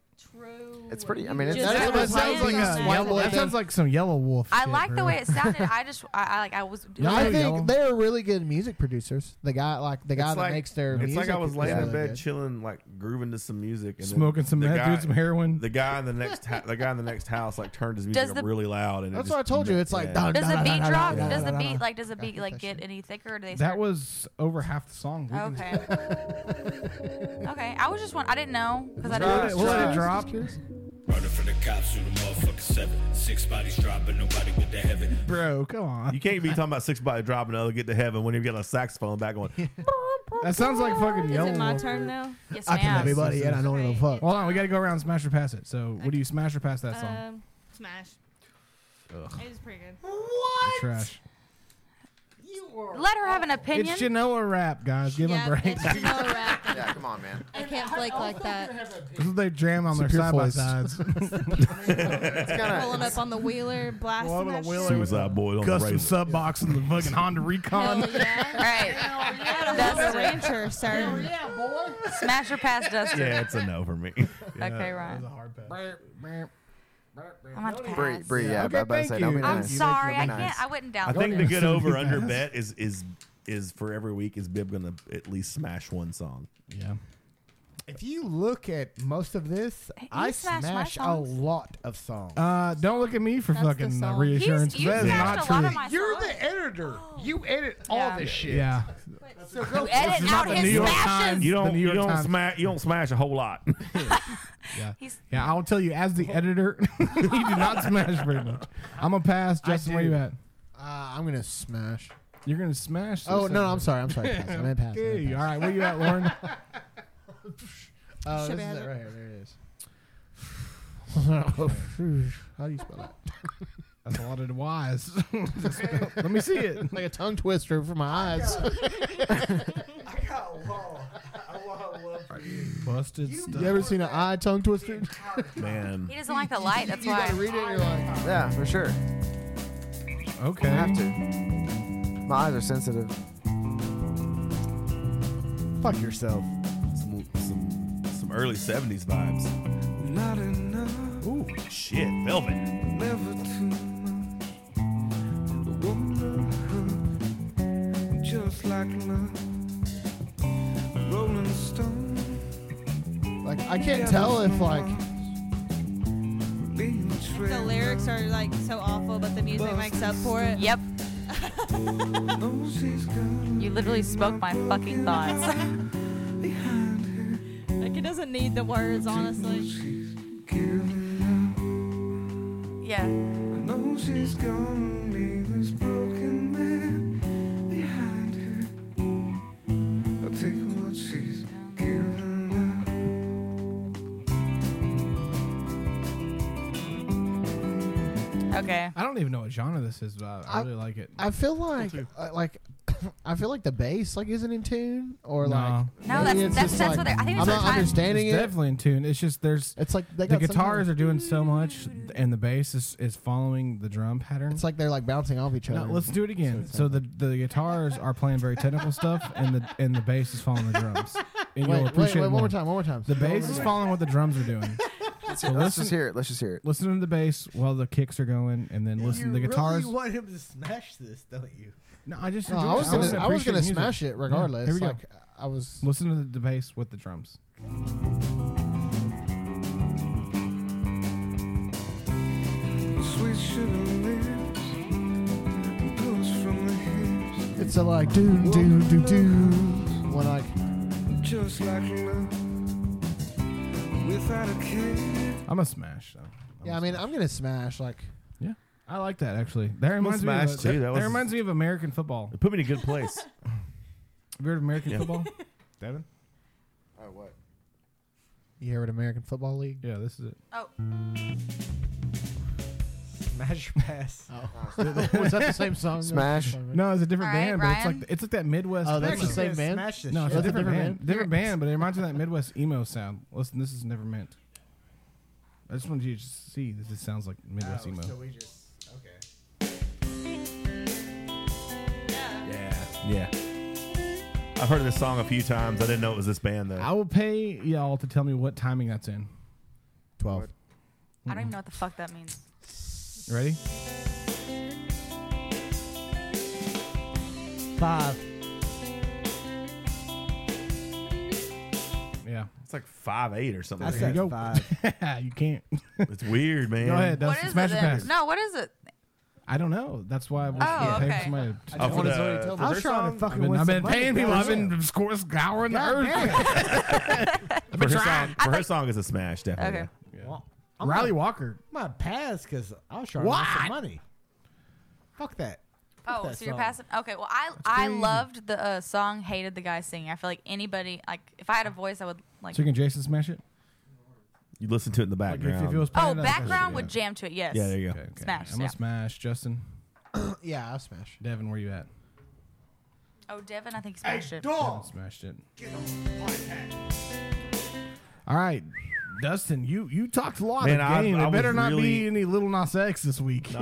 It's pretty. I mean, it's Just That's what it sounds like a yellow- that sounds like some yellow wolf. I shit, like the bro. way it sounded. I just, I, I like, I was. No, I Yellow. think they're really good music producers. The guy, like the guy that makes their it's music. like I was is laying in really bed, good. chilling, like grooving to some music, and then Smoking some the meth, guy- doing some heroin. The guy in the next, ha- the guy in the next house, like turned his music Does up the- really loud, and it That's just what I told you. It's like Yeah. dun, Does the dun, beat dun, drop? dun, Does the dun, beat dun. like? Does the beat like get any thicker? Or do they? That was over half the song. We can- Okay. okay. I was just one. I didn't know because I We'll let didn't. it- we'll let it drop. Running from the cops through the motherfucking seven. Six bodies dropping, nobody went to heaven. Bro, come on. You can't be talking about six body dropping another get to heaven when you get a saxophone back on. That sounds like fucking Is yellow. it my Wolf, turn dude. now? Yes, I can ma'am. everybody, and I don't give a fuck. Hold on, we gotta go around and smash or pass it. So, what do you smash or pass that Uh, song? Um, Smash. Ugh. It was pretty good. You're Trash. Let her have an opinion. It's Genoa rap, guys. Give Yeah, him a break. it's Genoa rap. Yeah, come on, man. I can't flake like that. This is their jam on their It's a pure side by voice. sides. Rolling up on the wheeler, blasting Well, I'm on that a wheeler shit. with Suicide boy on the custom razor. sub box and the fucking Honda Recon. Hell yeah. Right. That's That's a rancher, sir. Yeah, boy. Smash or pass, Dustin. yeah, it's a no for me. Okay, That was Ryan. a hard pass. I'm on pass. Bree, Bree, yeah, Okay, I'm about to say, thank don't be you. I'm nice. sorry. Don't I be can't. nice. I wouuld not down. I for think it. the good over under bet is is is for every week is Bib gonna at least smash one song. Yeah. If you look at most of this, I smashed my smash a songs. lot of songs. Uh, don't look at me for fucking uh, reassurance. He's- you that is not smashed a true. lot of my You're the editor. You edit all this shit. Yeah. So You go edit This is out not the his New York smashes. Times. You don't New you York don't Times. smash you don't smash a whole lot. Yeah. yeah, I'll tell you, as the editor, you do not smash very much. I'm going to pass. I Justin, where do. you at? Uh, I'm gonna smash. You're going to smash. Oh Suicide no, no, Boy. I'm sorry. I'm sorry. Pass. I meant pass. I meant Okay, pass. All right, where you at, Lauren? Oh, Should have this is had it it. right here. There it is. How do you spell that? That's a lot of Y's. Let me see it. Like a tongue twister for my eyes. I got a law. I want love for you. Busted You ever seen an eye tongue twister? Man. He doesn't like the light. That's You why. gotta read it. and You're like, Yeah, for sure. Okay. I have to. My eyes are sensitive. Fuck yourself. Some some, some early seventies vibes. Not enough. Ooh, shit, velvet. Never too much. Womanhood, just like love. Rolling Stone. like I can't tell if like The The lyrics are like so awful, but the music makes up for it. Yep. You literally spoke my fucking thoughts. Like it doesn't need the words, honestly. yeah. I know she's gone, leave this broken man behind her. I'll take what she's given up. Okay. I don't even know what genre this is, but I, I I- really like it. I feel like uh, like I feel like the bass like isn't in tune or No. like maybe No, that's- it's that's- just, that's like, what they're- I think I'm that's what not I'm- understanding it's it. definitely in tune. It's just there's It's like they the got some guitars kind are doing so much, Mm. and the bass is, is following the drum pattern. It's like they're like bouncing off each No, other. let's do it again. So the, the guitars are playing very technical stuff, and the and the bass is following the drums. And Wait, you'll wait, appreciate wait, it one more time, one more time. The One bass more is time. following what the drums are doing. So Let's just listen, hear it. Let's just hear it. listen to the bass while the kicks are going, and then listen you to the guitars. really want him to smash this, don't you? No, I just No, enjoy I it. was gonna, wanna I was gonna appreciate music. smash it Yeah, regardless. here we go. like I was. Listen to the, the bass with the drums. Sweet sugar lips, pulls from the hips, It's a like do do do do when like just like love, without a care. I'm a smash. Though. yeah. I mean, I'm gonna smash like Yeah, I like that actually. That I'm a reminds me. smash, Of, too. That, That that was- reminds me of American football. It put me in a good place. Have you heard of American Yeah. football? Devin? Oh, what? you hear what American Football League. Yeah, this is it. Oh. Smash or pass. was that the same song? Smash. Oh. No, it's a different All right, band, but it's Ryan. like it's like that Midwest. Oh, that's emo. the same band? Smash this No, it's shit. a different, band. Different Here- band, but it reminds me of that Midwest emo sound. Listen, this is never meant. I just wanted you to see that this sounds like Midwest Oh, emo. so we just okay. yeah. Yeah. I've heard this song a few times. I didn't know it was this band though. I will pay y'all to tell me what timing that's in. 12. I don't even know what the fuck that means. Ready? Five. Yeah. It's like five eight or something. I like said that. five. you can't. It's weird, man. Go ahead, Dustin. What is smash it your then? pass. No, what is it? I don't know. That's why I was Oh, paying okay. somebody. I to- just wanted to already tell I was trying to fucking I've been, win I've some been money, paying people. I've goddamn. been score scouring the God damn. earth. For her song, for her song is a smash, definitely. Okay. Well, Riley gonna, Walker. I'm gonna pass because I was trying to make What? some money. Fuck that. Fuck Oh, that so you're song. passing? Okay, well, I I crazy. loved the uh, song, hated the guy singing. I feel like anybody, like if I had a voice, I would like. So you can Jason smash it? You listen to it in the Like, if- if it background. was oh, playing, I'd- background would yeah. jam to it. Yes. Yeah, there you go. Smash. I'm yeah. gonna smash Justin. yeah, I'll smash. Devin, where you at? Oh, Devin, I think he smashed it. Devin smashed it. All right, Dustin, you you talked a lot Man, of I- game. I There was better not be really- any Little Nas X this week. I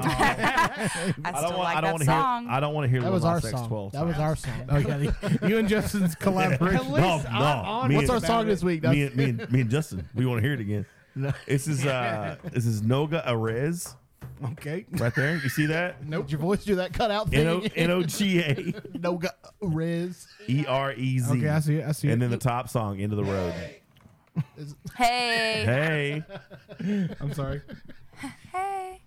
I don't still want. like I that don't want to hear. song. I don't want to hear. That Lil was Nas our X song. 12 That was times. our song. Oh yeah, you and Justin's collaboration. No, no. me What's our and- song this week? Me and, me, and, me and Justin, we want to hear it again. This is uh, this is Noga Arez okay. right there. You see that? Nope. Did your voice do that cutout thing? N O N O G A no go- Riz. E R E Z. Okay, I see it, I see And it. then the top song, End of the Road. Hey. Hey, I'm sorry. Hey.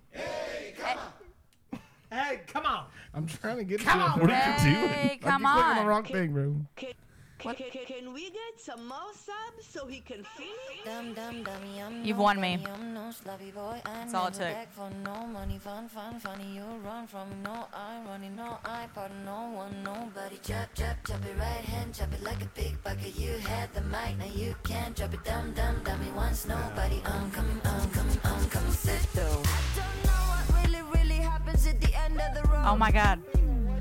Hey, come on. I'm trying to get Come to on, it. What are you man. doing? I keep come clicking the on. wrong thing, bro. Can, can, can we get some more subs so he can finish? You've won me. That's all it took. For no money, fun, fun, funny. You run from no irony, no iPod, no one, nobody. Chop, chop, chop it right hand, chop it like a big bucket. You had the mic, now you can drop it. Dum, dum, dummy once, nobody. I'm coming, I'm coming, I'm coming. Sit though. Really, really happens at the end of the road. Oh my God.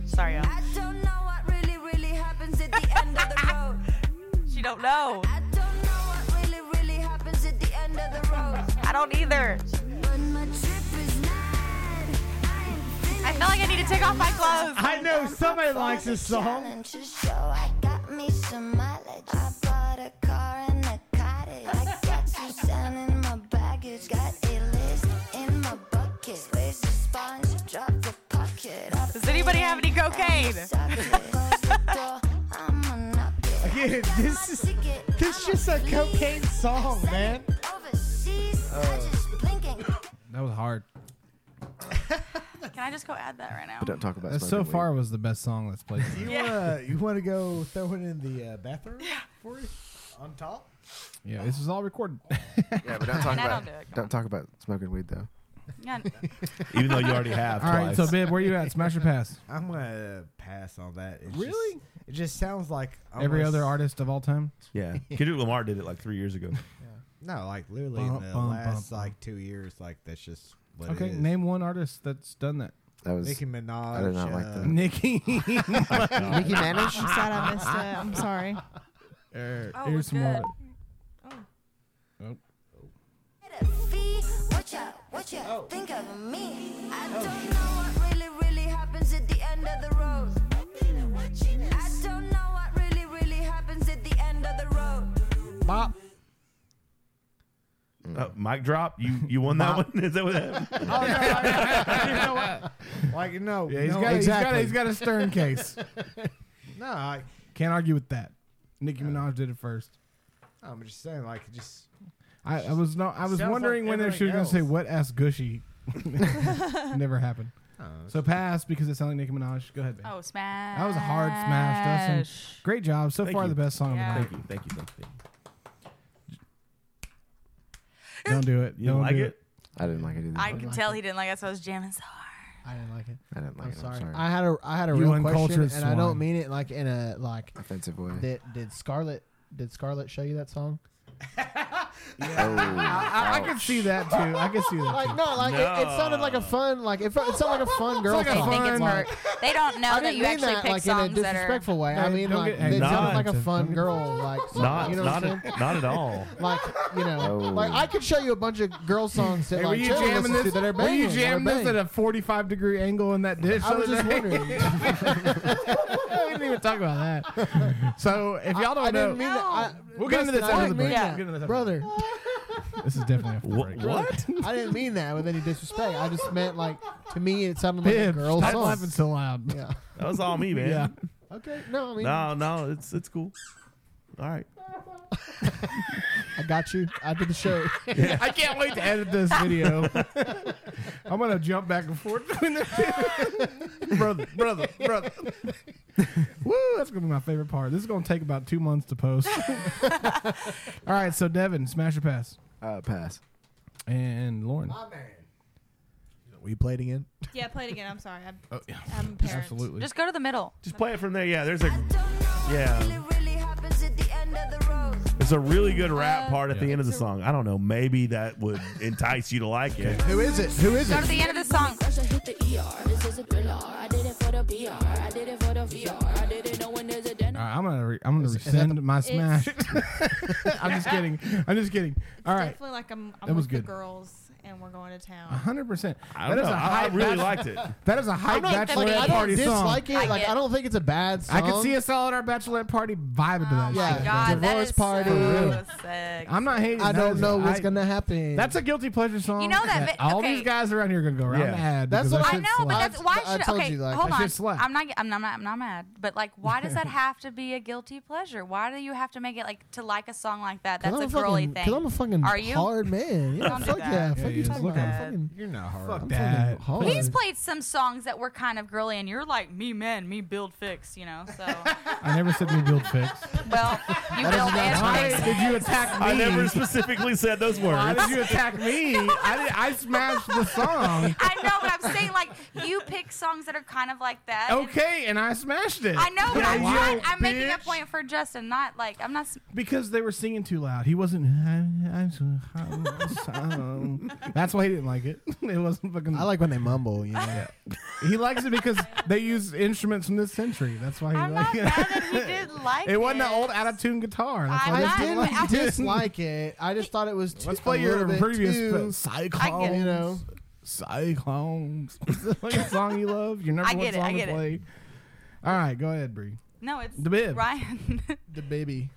Sorry, y'all. I don't know what really, really happens at the end of the road. She don't know. I don't know what really, really happens at the end of the road. I don't either. When my trip is nine, I feel like I need to take off my clothes. I know somebody likes this song. to show I got me some mileage. I bought a car and a cottage. I got some sand in my baggage. Got a list in my bucket. Squeeze the sponge, drop the pocket. Does anybody have any cocaine? Uh, Again, this is this just a cocaine song, man. Overseas, I just blinking. That was hard. Can I just go add that right now? But don't talk about That so far was the best song that's played. You wanna you wanna go throw it in the uh, bathroom for you on top? yeah, this is all recorded. Yeah, but don't talk And I don't about do it, come don't talk about smoking weed though. Yeah. Even though you already have All right, twice. so Bib, where you at? Smash or pass? I'm gonna pass on that. It's Really? just- it just sounds like Every almost- other artist of all time. yeah, Kendrick Lamar did it like three years ago. No, like literally Bum, in the bum, last bum, like two years, like that's just what okay, it is. name one artist that's done that. That was Nicki Minaj. I did not like uh, that. Nikki. Nicki Nicki I'm Minaj. sad I missed it. I'm sorry. Oh, it Er, here's was some more. of good. it. feet. What ya, what ya Oh. think of me? I don't know what really, really happens at the end of the road. I don't know what really, really happens at the end of the road. Bop. Uh, mic drop. You you won that one. Is that what happened? Oh, no, like, you know what? Like no, Yeah, he's no, got, exactly. he's got he's got a stern case. no, I, Can't argue with that. Nicki Minaj did it first. I'm just saying, like it just I, I was no, I was Sounds like wondering when they- she was everything going to say else. wet ass gushy. Never happened. Oh, so pass because it sounded like Nicki Minaj. Go ahead, babe. Oh, smash. That was a hard smash, Dustin. Great job. So Thank far, you. the best song Yeah. of Thank the you, night. thank you, thank you. Don't do it. You Don't didn't like do it? I didn't like it either. I can tell he didn't like it, so I was jamming so hard. I didn't like it. I didn't like I'm it. sorry. I'm sorry. I had a I had a You real question, and uncultured I swine. don't mean it like in a like. Offensive way. Oh, Did did Scarlett did Scarlett show you that song? I, I, I can see that too. I can see that. Like no, like It, it sounded like a fun, like it, felt- it sounded like a fun girl. They song. think it's work. They don't know I that didn't you mean actually that pick like songs in a that are disrespectful way. I mean, like get- hey, it sounded not- like a fun girl, like song, Not, you know not, what I'm at, saying? not at all. Like you know, Oh. like I could show you a bunch of girl songs that Hey, were like you Joey jamming listens this? to that are were banging. you that are jamming this at banging. a 45 degree angle in that ditch? I was just wondering. we didn't even talk about that. So if y'all don't I know, didn't mean that. I- we'll get into this Dustin, I after the didn't mean break. that. We'll get into this brother. This is definitely after the break. I didn't mean that with any disrespect. I just meant like to me it sounded like a Bib, girl stop song. laughing so loud. Yeah. That was all me, man. Yeah. Okay. No, I mean No, no, it's it's cool. All right. I got you. I did the show. I can't wait to edit this video. I'm gonna jump back and forth between the brother, brother, brother. Woo, that's gonna be my favorite part. This is gonna take about two months to post. All right, so Devin, smash or pass? Uh, pass. And Lauren, We played again. Yeah, play it again. I'm sorry. I'm, Oh, yeah. I'm a parent. absolutely. Just go to the middle. Just play it from there. Yeah, there's a yeah, Happens at the end of the road. there's a really good rap part at the end of the song. I don't know. Maybe that would entice you to like it. Who is it? Who is Go to the end of the song. First I hit the ER. This is a thriller. I did it for the BR. I did it for the VR. I did it knowing there's a All right, I'm gonna re- I'm gonna rescind my smash. I'm just kidding. I'm just kidding. All right, Definitely like I'm, I'm that was with good. the girls and we're going to town. hundred percent. I don't know. I- I really liked it. That is a I'm hype not, bachelorette like, I don't party song. dislike it. Like I don't think it's a bad song. Oh, I could see us all at our bachelorette party vibing to that. Yeah. shit. God, that Divorce is party. so I'm not hating. I that don't is- know what's I- gonna happen. That's a guilty pleasure song. You know that vi- all okay. these guys around here are gonna go around Yeah. the head. That's because what that I shit No, but slaps. that's why should okay. hold That on. shit slaps. I'm not. I'm not. I'm not mad. But like, why does that have to be a guilty pleasure? Why do you have to make it like to like a song like that? 'Cause That's I'm a girly fucking, thing. 'cause I'm a fucking Are you? hard man. Yeah, Don't do fuck that. yeah. Yeah, Fuck yeah, you talking look uh, about. I'm at- fucking- You're not hard. Fuck I'm that. fucking hard. He's played some songs that were kind of girly, and you're like, me men, me build fix, you know. So, I never said we build fix. well, you build Why and fix. did you attack me? I never specifically said those words. Why did you attack me? I, did, I smashed the song. I know, but I'm saying like you pick songs that are kind of like that. and- Okay, and I smashed it. I know, but Yeah, I'm, yo, trying, I'm making a bitch. point for Justin. Not like I'm not. s- Because they were singing too loud. He wasn't. I'm so hot." That's why he didn't like it. It wasn't fucking. I like when they mumble. You know. He likes it because they use instruments from this century. That's why he I'm likes not it. mad that he didn't like it. it wasn't an old out of tune guitar. That's I'm why he not- didn't didn't like it. dislike it. I just thought it was. Too, Let's play a your little bit previous too, pl- cyclones. You know. Cyclones. Is that like a song you love? Your number I one get it, I song get to it. play. All right, go ahead, Bree. No, it's The bib. Ryan. The baby.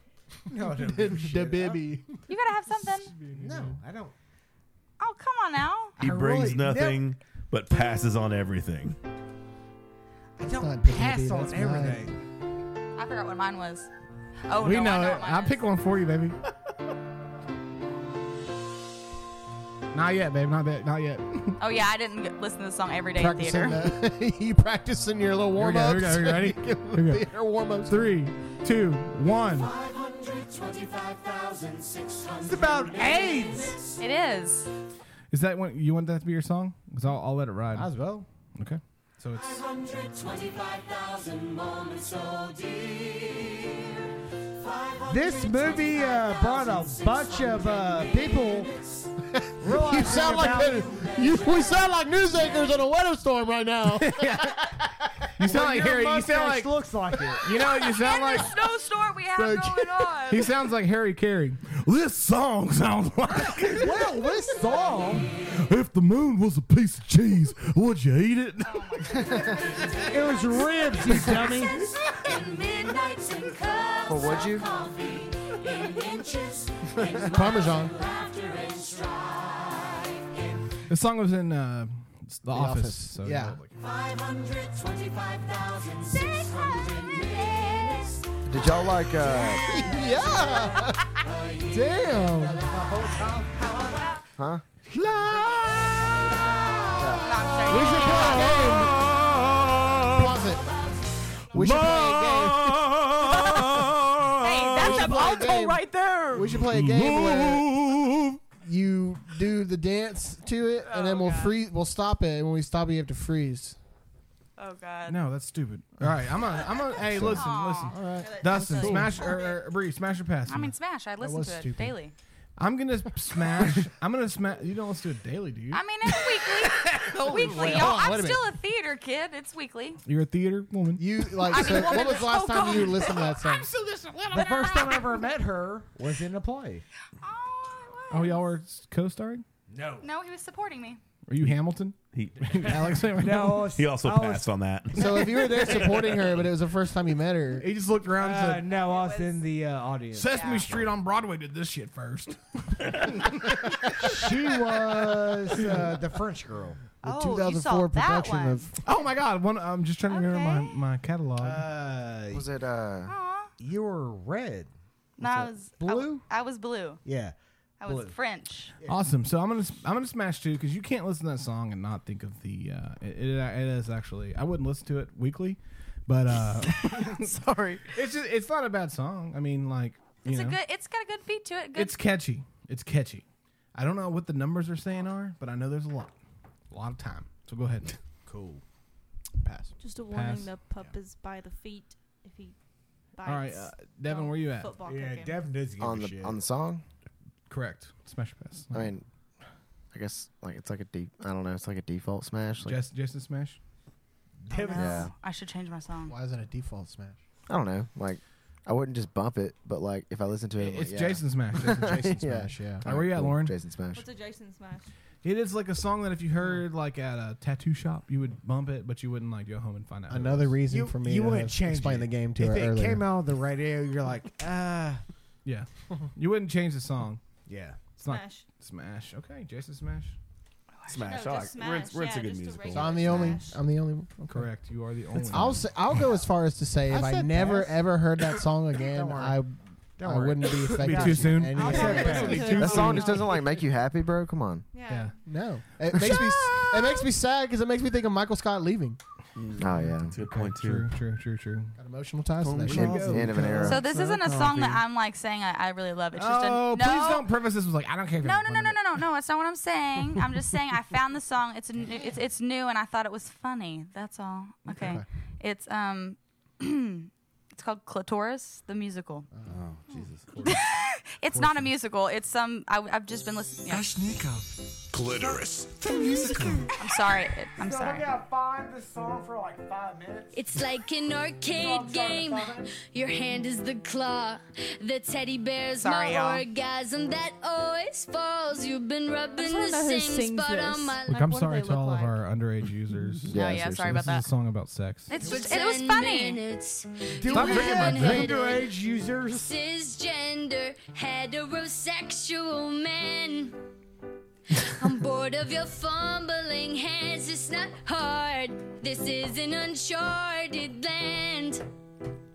No, I don't give a The shit. baby. you gotta have something. No, I don't. Oh, come on now. He I brings really- nothing but passes on everything. I don't not the pass baby, on that's mine. everything. I forgot what mine was. Oh we no, know I know it. what mine I'll is. pick one for you, baby. not yet, babe. Not yet. Not yet. Oh yeah, I didn't get- listen to this song every day in Practicing. theater. The, you practicing your little Here we warm go. ups. Here we go. You ready? Here we go. Theater warm ups. Three, two, one. It's about AIDS. It is. Is that one you want that to be your song? Because I'll, I'll let it ride. As well. Okay. So it's 125,000 moments oh so dear. This movie uh, brought a bunch of uh, people. You sound like the, you. We sound like news anchors in a weather storm right now. you sound like Harry. You sound like looks like it. you know. You sound like snowstorm we have going on. he sounds like Harry Carey. This song sounds like Well, this song, if the moon was a piece of cheese, would you eat it? it was ribs, you dummy. Well, would you? Parmesan. The song was in uh, the, office. Office, So yeah. Did y'all like? uh yeah. Damn. Huh? We should play a game. Pause it. We should play a game. Hey, that's an Play a alto game. right there. We should play a game where you do the dance to it, and then we'll freeze. We'll stop it, and when we stop it, you have to freeze. Oh god. No, that's stupid. All right, I'm a, I'm a. Hey, listen, listen. Aw. Dustin, Cool. smash or, or Bree, smash your pass. I mean, Smash. I listen was to it stupid. daily. I'm gonna smash. I'm gonna smash. You know, let's do it daily, dude. I mean, it's weekly. weekly, wait, y'all. hold on, wait a I'm still a theater kid. It's weekly. You're a theater woman. You like. I mean, so woman what was is- the last oh, time you God. listened to that song? The first time I ever met her was in a play. Oh, y'all were co-starring. No. No, he was supporting me. Are you Hamilton? He, Alex. No, He also passed on that. So if you were there supporting her, but it was the first time you met her, he just looked around. Uh, no, I was in the uh, audience. Sesame Street on Broadway did this shit first. she was uh, the French girl. Oh, The 2004 production of. Oh my God! One, I'm just trying to remember my, my catalog. Uh, was it? Uh, you were red. No, I was blue. I, was blue. Yeah. I was Blue. French. Awesome. So I'm gonna I'm gonna smash too because you can't listen to that song and not think of the. Uh, it, it, it is actually I wouldn't listen to it weekly, but uh, sorry, it's just, it's not a bad song. I mean, like you It's know, a good. It's got a good beat to it. Good. it's catchy. It's catchy. I don't know what the numbers are saying are, but I know there's a lot, a lot of time. So go ahead. Cool. Pass. Just a warning: Pass. the pup is by the feet. If he bites. All right, uh, Devin, where you at? Football Yeah, kick him. Devin does give on a the shit. on the song. Correct. Smash or pass. I mean, I guess like it's like a deep. I don't know. It's like a default smash. Like, Jason, Jason smash. No, yeah. I should change my song. Why is it a default smash? I don't know. Like, I wouldn't just bump it, but like if I listen to it, I'm It's like, yeah. Jason smash. Jason smash. Jason Smash, yeah. All right, where you at, cool. Lauren? Jason smash. What's a Jason smash? It is like a song that if you heard like at a tattoo shop, you would bump it, but you wouldn't like go home and find out. who it Another was. reason for me you to wouldn't have change explained it. the game to if her it earlier. came out on the radio, you're like, ah, Yeah, you wouldn't change the song. yeah. It's not Smash. Smash. Okay, Jason Smash. Smash. No, I just like- we're in- smash. we're into Yeah, good just a musical. regular So I'm the only. smash. I'm the only. one- okay. Correct. You are the only. one. I'll say, I'll go as far as to say I if I said never pass. ever heard that song again, Don't worry. I Don't I worry. wouldn't be affected. too soon. in any I'll way. probably Yeah. listen to it. That song Jason. just doesn't like make you happy, bro. Come on. Yeah. yeah. No, it makes me. It makes me sad because it makes me think of Michael Scott leaving. Oh yeah. That's a good point too. True. True. True. True. Got emotional ties to that End- shit. end of an era. So this isn't a song that I'm like saying I, I really love. It's just oh, a no. please don't preface this with like I don't care. If you No, have no, fun no, with no, it. no, no, no. That's not what I'm saying. I'm just saying I found the song. It's a new, it's it's new, and I thought it was funny. That's all. Okay. Okay. It's um, it's called Clitoris the musical. Oh Hmm. Jesus. It's not a musical. It's some I, I've just been listening. Yeah, Clitoris. I'm sorry. It- I'm sorry. find this song for like five minutes. It's like an arcade game. Your hand is the claw. The teddy bear's Sorry, my y'all. orgasm that always falls. You've been rubbing wanna the know who same sings spot this. on my Look, Like, I'm what do sorry they to all look of our underage users. Yeah, oh yeah, seriously. sorry about This is that. a song about sex. It's just, it was funny. Minutes. Stop thinking about that. Underage users. Cisgender, heterosexual men. I'm bored of your fumbling hands, it's not hard. This is an uncharted land.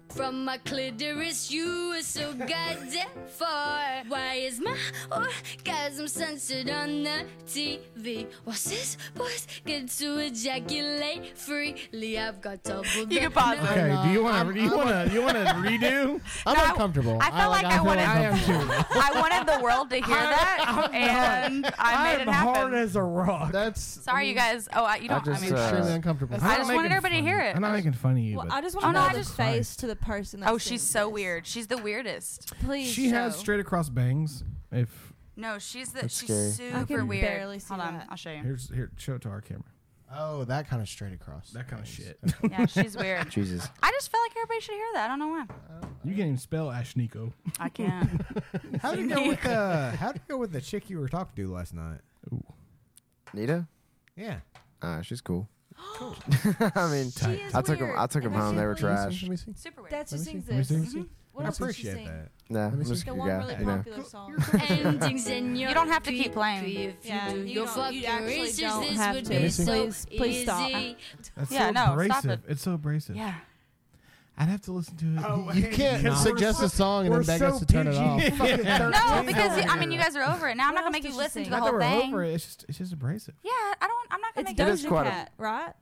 From my clitoris, you are so goddamn far. Why is my orgasm censored on the TV? While cis boys get to ejaculate freely, I've got double. You can pause it. Okay. Do you want I'm- to? Do you I'm- want to? You want to redo? I'm No, I- uncomfortable. I felt like I feel wanted- I am too. I wanted the world to hear that, and I made I'm it happen. hard as a rock. That's Sorry, you guys. Oh, I, you I don't. I, just, mean, uh, extremely uncomfortable. I just wanted everybody to hear it. I'm not making fun of you. Well, but I just Oh, want no, to I know the just- face to the person. That oh, she's so weird. She's the weirdest. Please. she has show. straight across bangs. If No, she's the. That's she's scary. I super can weird. barely see Hold on, that. I'll show you. here's here, show it to our camera. Oh, that kind of straight across. That kind of shit. Yeah, she's weird. Jesus. I just felt like everybody should hear that. I don't know why. You can't even spell Ashniko. I can't. How would you go with the? How would you go with the chick you were talking to last night? Nita. Yeah. Ah, she's cool. I mean, I took him. I took him home. They were Let me trash. see, let me see. Super weird. That's who Let me sings see, let me this. see, let me Mhm. What I else does she sing? appreciate that. Nah, me I'm see. just a The good one guy. really you know. popular song. endings in your You don't have to keep playing. creepy. If you Yeah, do you your don't- you fucking actually research, don't this have would to. be Please- so please stop. Ah, easy. That's Yeah, so no, stop abrasive. it. It's so abrasive. Yeah. I'd have to listen to it. You Because can't we're Oh, suggest a song and We're then beg so us to turn it off. PG-13 No, over because you, I mean, here. you guys are over it now. I'm What not gonna else make does you she listen to sing? the Not that whole we're thing. over it. It's just it's just abrasive. Yeah, I don't. I'm not gonna It's make. is Doja quite a- Cat, right?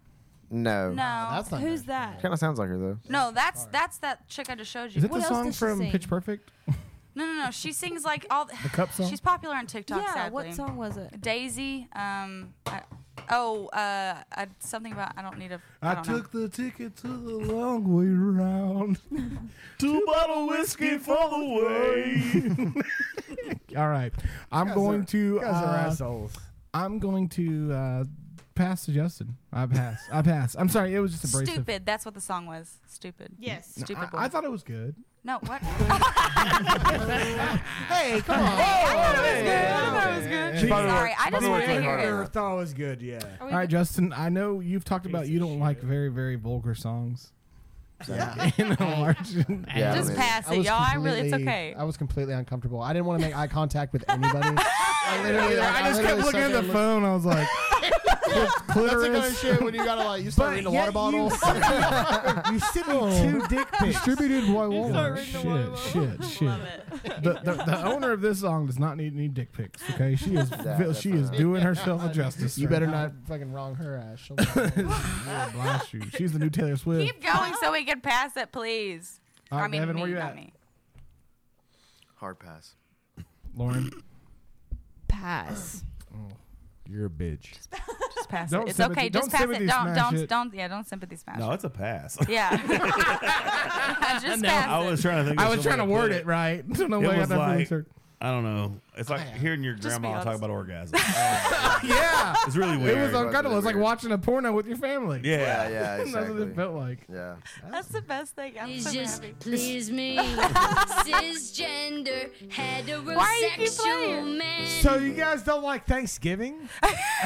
No. No, That's not Who's nice. that? Kind of sounds like her though. no, that's that's that chick I just showed you. Is it What the else song does she from sing? Pitch Perfect? no, no, no. She sings like all. The, The cup song. She's popular on TikTok. yeah, sadly. what song was it? Daisy. Um. I, oh. Uh. I, something about. I don't need a. I, don't know. the ticket to the long way round. Two bottle whiskey for the way. All right. I'm Guys going are- to. guys are uh, assholes. I'm going to uh, pass to Justin. I pass. I pass. I'm sorry. It was just abrasive. Stupid. That's what the song was. Stupid. Yes. No, Stupid boy. I, I thought it was good. No, what? hey, come on. Hey, I thought it was good. I thought it was good. Sorry, I just wanted to hear it. Never thought it was good. Yeah. All right, Justin. I know you've talked about you don't like very, very vulgar songs. So, Yeah. in a large- Yeah, I Just mean, pass it, was y'all. I really- it's completely- okay. I was completely uncomfortable. I didn't want to make eye contact with anybody. I literally, like, I just kept literally looking sat at there the phone. I was like, That's the kind of clitoris. shit when you gotta like you start But reading the yet Oh. water bottle. You sent me two dick pics. Distributed by Walmart. Walmart. Shit, shit, shit. The, the, the owner of this song does not need any dick pics. Okay, she is Yeah, she that's is fine. doing herself a justice. You right better now. not fucking wrong her ass. She'll I'll blast you. She's the new Taylor Swift. Keep going so we can pass it, please. All right, I mean, Devin, me, where you not at? me. Hard pass. Lauren, oh, Pass. You're a bitch. Just pass Don't it. It's sympathy- okay. don't Just pass sympathy it. Don't smash don't it. don't yeah, don't sympathy smash. No, it. Oh, it's a pass. Yeah. just pass I it. was trying to think. of I was some way trying to put word it right. I don't know It why I got was that feeling, like- sir. I don't know. It's like hearing your Oh, Just be grandma talk honest. about orgasm. yeah, It's really weird. It was uncomfortable. It's like watching a porno with your family. Yeah, yeah, That's what exactly. it felt like. Yeah. That's the best thing. I'm Please so just happy. please me. Cisgender, Why you keep heterosexual playing? man. So you guys don't like Thanksgiving?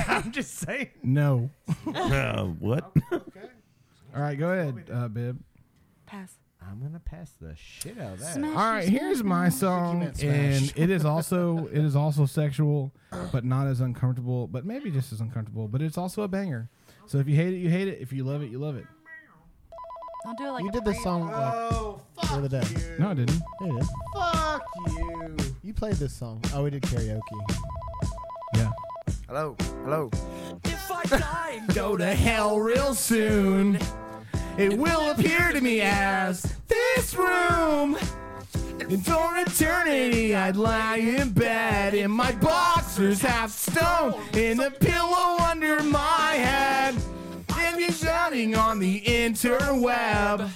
I'm just saying. No. uh, what? All right, go ahead, uh, Bib. Pass. I'm gonna pass the shit out of that. All right, here's Mm, my song, meant and smash. it is also it is also sexual, but not as uncomfortable, but maybe just as uncomfortable. But it's also a banger. So if you hate it, you hate it. If you love it, you love it. Don't do it like you a did this pre- song like "Oh, the other day. No, I didn't. Yeah, you did. Fuck you. You played this song. Oh, we did karaoke. Yeah. Hello. Hello. If I die and go to hell real soon. It will appear to me as this room. And for eternity, I'd lie in bed in my boxers, half stone, in a pillow under my head. And be shouting on the interweb.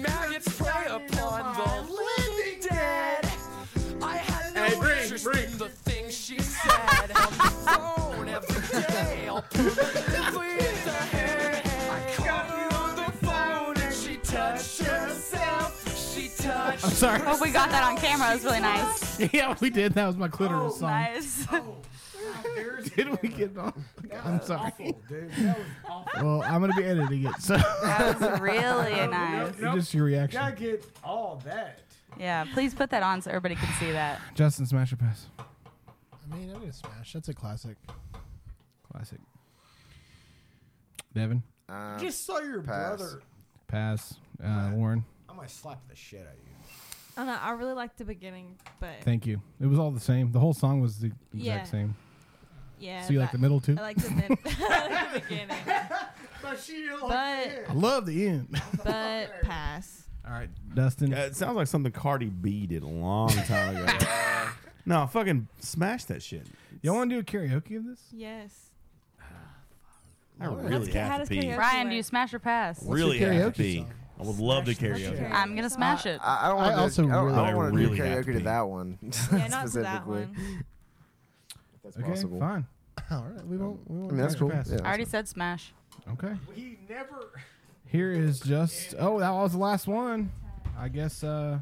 Maggots prey upon the living dead. I had no Hey, Brink, interest in the things she said on the phone every day. I'll permanently her. I caught her on the phone and she touched herself. She touched. I'm sorry. Oh, we got that on camera. It was really nice. yeah, we did. That was my Oh, clitoris song. Nice. Did we get on? I'm sorry. dude. That was Well, I'm gonna be editing it. So That was really nice. just your reaction. Gotta get all that. Yeah, please put that on so everybody can see that. Justin, smash or pass? I mean, I did smash. That's a classic. Classic. Devin, Uh, Just saw your pass. brother. pass. Uh, Warren, I'm gonna slap the shit out of you. I don't know. I really liked the beginning, but thank you. It was all the same. The whole song was the exact Yeah. same. yeah. So you like that- the middle too? I like the, mid- I like the beginning. But she didn't like I love the end. But pass. All right, Dustin. Yeah, it sounds like something Cardi B did a long time ago. no, fucking smash that shit. Y'all want to do a karaoke of this? Yes. I really have to pee. Ryan, do you smash or pass? Really have to pee. I would love to karaoke. I'm gonna smash it. I, I Uh, don't I want to. also I don't, really- I I don't want to really do have karaoke to to, pee. that one. Yeah, not to that specifically. one. If that's Okay, possible. fine. All right, we won't. We won't I mean, that's smash or cool. pass. Yeah. I already said smash. Okay. He never. Here is just. Oh, that was the last one. I guess uh,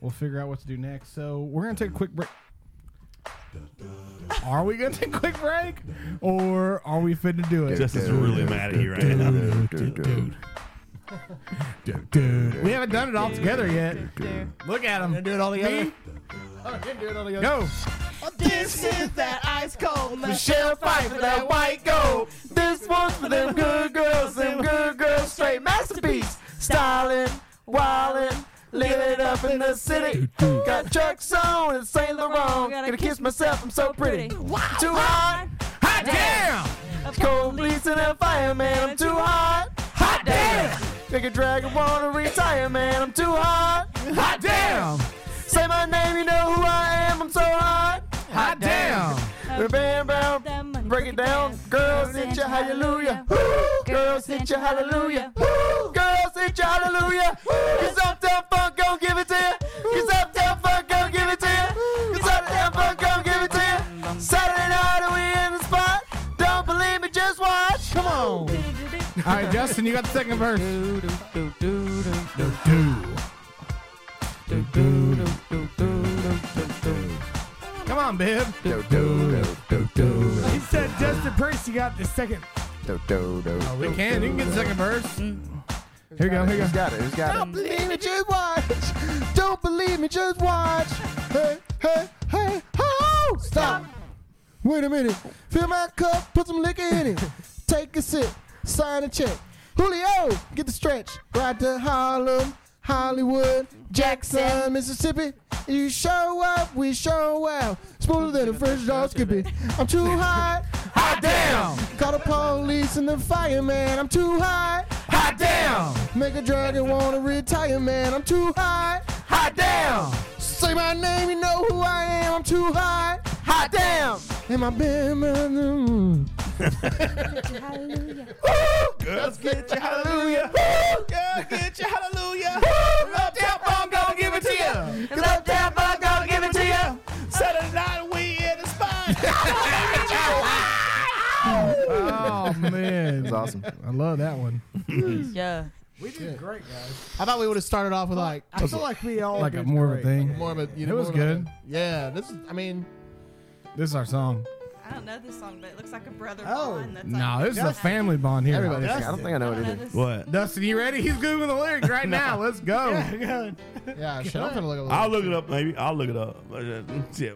we'll figure out what to do next. So we're gonna take a quick break. Are we gonna take a quick break, or are we fit to do it? Justin's really mad at you right now. Dude, we haven't done it all together yet. Look at him. Do it all together. Go. This is that ice cold Michelle Pfeiffer, for that white gold. This one's for them good girls, them good girls, straight masterpiece. Styling, wildin', living it up in the city. Got trucks on and Saint Laurent. Gotta kiss myself, I'm so pretty. Too hot, hot damn. Cold police and a fireman, I'm too hot, hot damn. Make a dragon wanna retire, man, I'm too hot, hot damn. Say my name, you know who I am, I'm so hot, hot damn. The band brown, break it down. Girls, hit your hallelujah. Woo! Girls, hit your hallelujah. Woo! Girls, hit your hallelujah. Cause Uptown Funk gon' give it to you. Cause Uptown Funk gon' give it to you. Cause All right, Justin, you got the second verse. Come on, Bib. He said Justin Priest, you got the second. Oh, we can. You can get the second verse. Here we go. Here we go. Who's got it? Who's got Don't believe me, just watch. Don't believe me, just watch. Hey, hey, hey, ho! Stop. Wait a minute. Fill my cup, put some liquor in it. Take a sip, sign a check. Julio, get the stretch. Ride to Harlem, Hollywood, Jackson, Mississippi. You show up, we show out. Smoother than a first dog skipping. I'm too hot. Hot damn! Call the police and the fireman. I'm too hot. Hot damn! Make a dragon wanna retire, man. I'm too hot. Hot damn! Say my name, you know who I am. I'm too hot. Hot damn! And my band. Girls get your hallelujah. Girl, get your hallelujah. Love that I'm gonna give it to you. Cause love that I'm gonna give it to you. Saturday night we in the spot. Oh man, that's awesome. I love that one. yeah. We did great, guys. I thought we would have started off with like I feel like we all Like a did more of a great. thing. more of a. You It know, was more of a- good. yeah, this is. I mean, This is our song. I don't know this song, but it looks like a brother Oh. bond. That's No, like, this is a family bond here. Everybody, I don't think I know it either. What? Dustin, you ready? He's googling the lyrics right now. Let's go. yeah. Shit, I'm gonna look I'll at look it up, maybe. I'll look it up. Yeah.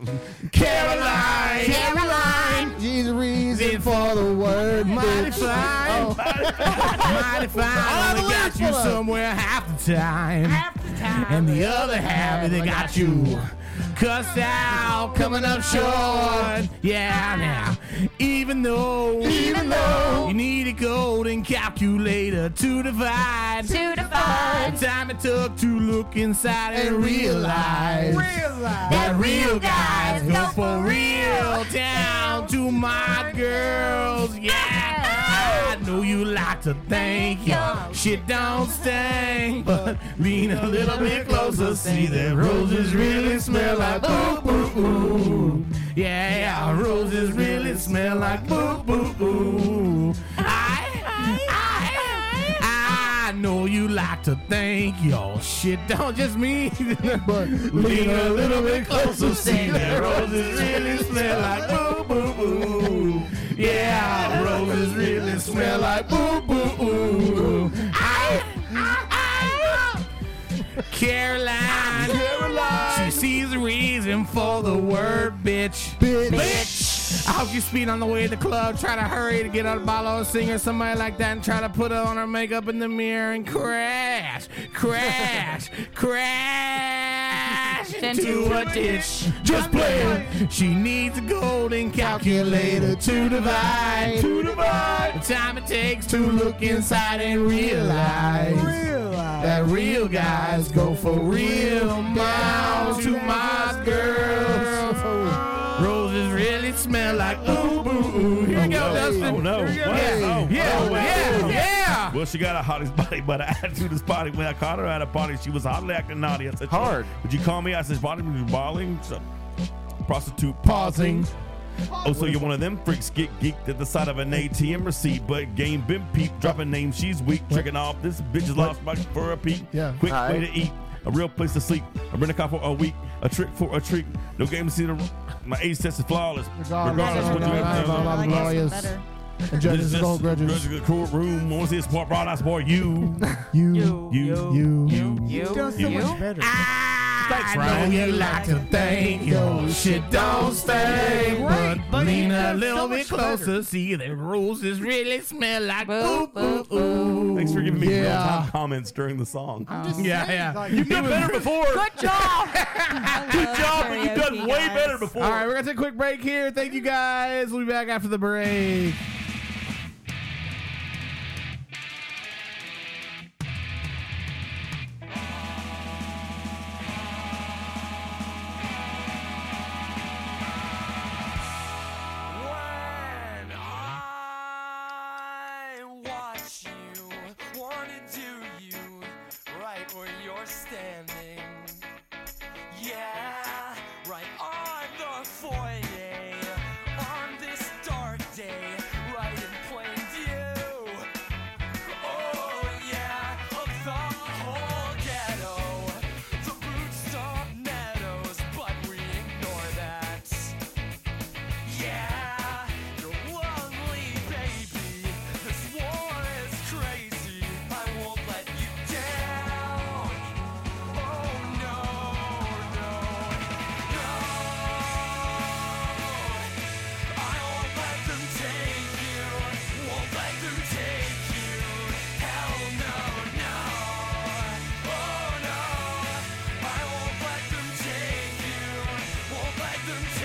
Caroline. Caroline. She's the reason for the word. Mighty bitch. fine. Oh. Mighty fine. Only got you somewhere half the time. And the other half, they got you. Cussed out, coming up short. Yeah, now. Even though, even though you need a golden calculator to divide, To divide. the time it took to look inside and, realize, that real guys go for real down to my girls. Yeah, I know you like to think your shit don't stink, but lean a little bit closer, see that roses really smell like boo boo ooh. Yeah, yeah, roses really smell like boo boo ooh. I know you like to think your shit don't just mean, but lean a little bit closer, see that roses really smell like boo boo boo. Yeah, roses really smell like boo boo ooh. I, I, I, Caroline, Caroline, she sees the reason for the word bitch, bitch. I hope you speed on the way to the club. Try to hurry to get a bottle of singer, somebody like that, and try to put on her makeup in the mirror and crash, crash, crash into a ditch. Just play it. She needs a golden calculator to divide, to divide the time it takes to look inside and realize that real guys go for real miles to my girls. Roses really smell like ooh boo ooh. Here we go, Dustin. Oh no! Here we go. What? Yeah, Oh, yeah, oh, yeah, oh. yeah. Well, she got a hottest body, but her attitude is body. When I caught her at a party, she was hotly acting naughty. I said, "Hard." Would you call me? I said, "Body, you balling." So, prostitute pausing. Oh, so you're one of them freaks get geeked at the sight of an ATM receipt, but game been peeped, dropping names, she's weak, tricking off. This bitch is lost my for a peek. Yeah. Quick All way right. to eat, a real place to sleep, a rent a car for a week, a trick for a treat. No game to see the. My ace test is flawless. Regardless, Regardless, what you regardless, ever regardless, glorious. And judges this and all grudges. Grudges courtroom. Wants this part brought us for you. You, You. You. you, You've done so You. much better. Thanks, I Ryan. know you like to think your shit don't stink, but lean a little bit closer, see that roses really smell like boo boo ooh. Thanks for giving me Yeah. real time comments during the song. Yeah, yeah. You've done better before. Good job. Oh, Good job, but you've done way better before. All right, we're gonna take a quick break here. Thank you guys. We'll be back after the break. When I watch you, wanna do you right where you're standing. Yeah, right on the foyer, on this dark day, right Oh, Oh, Oh,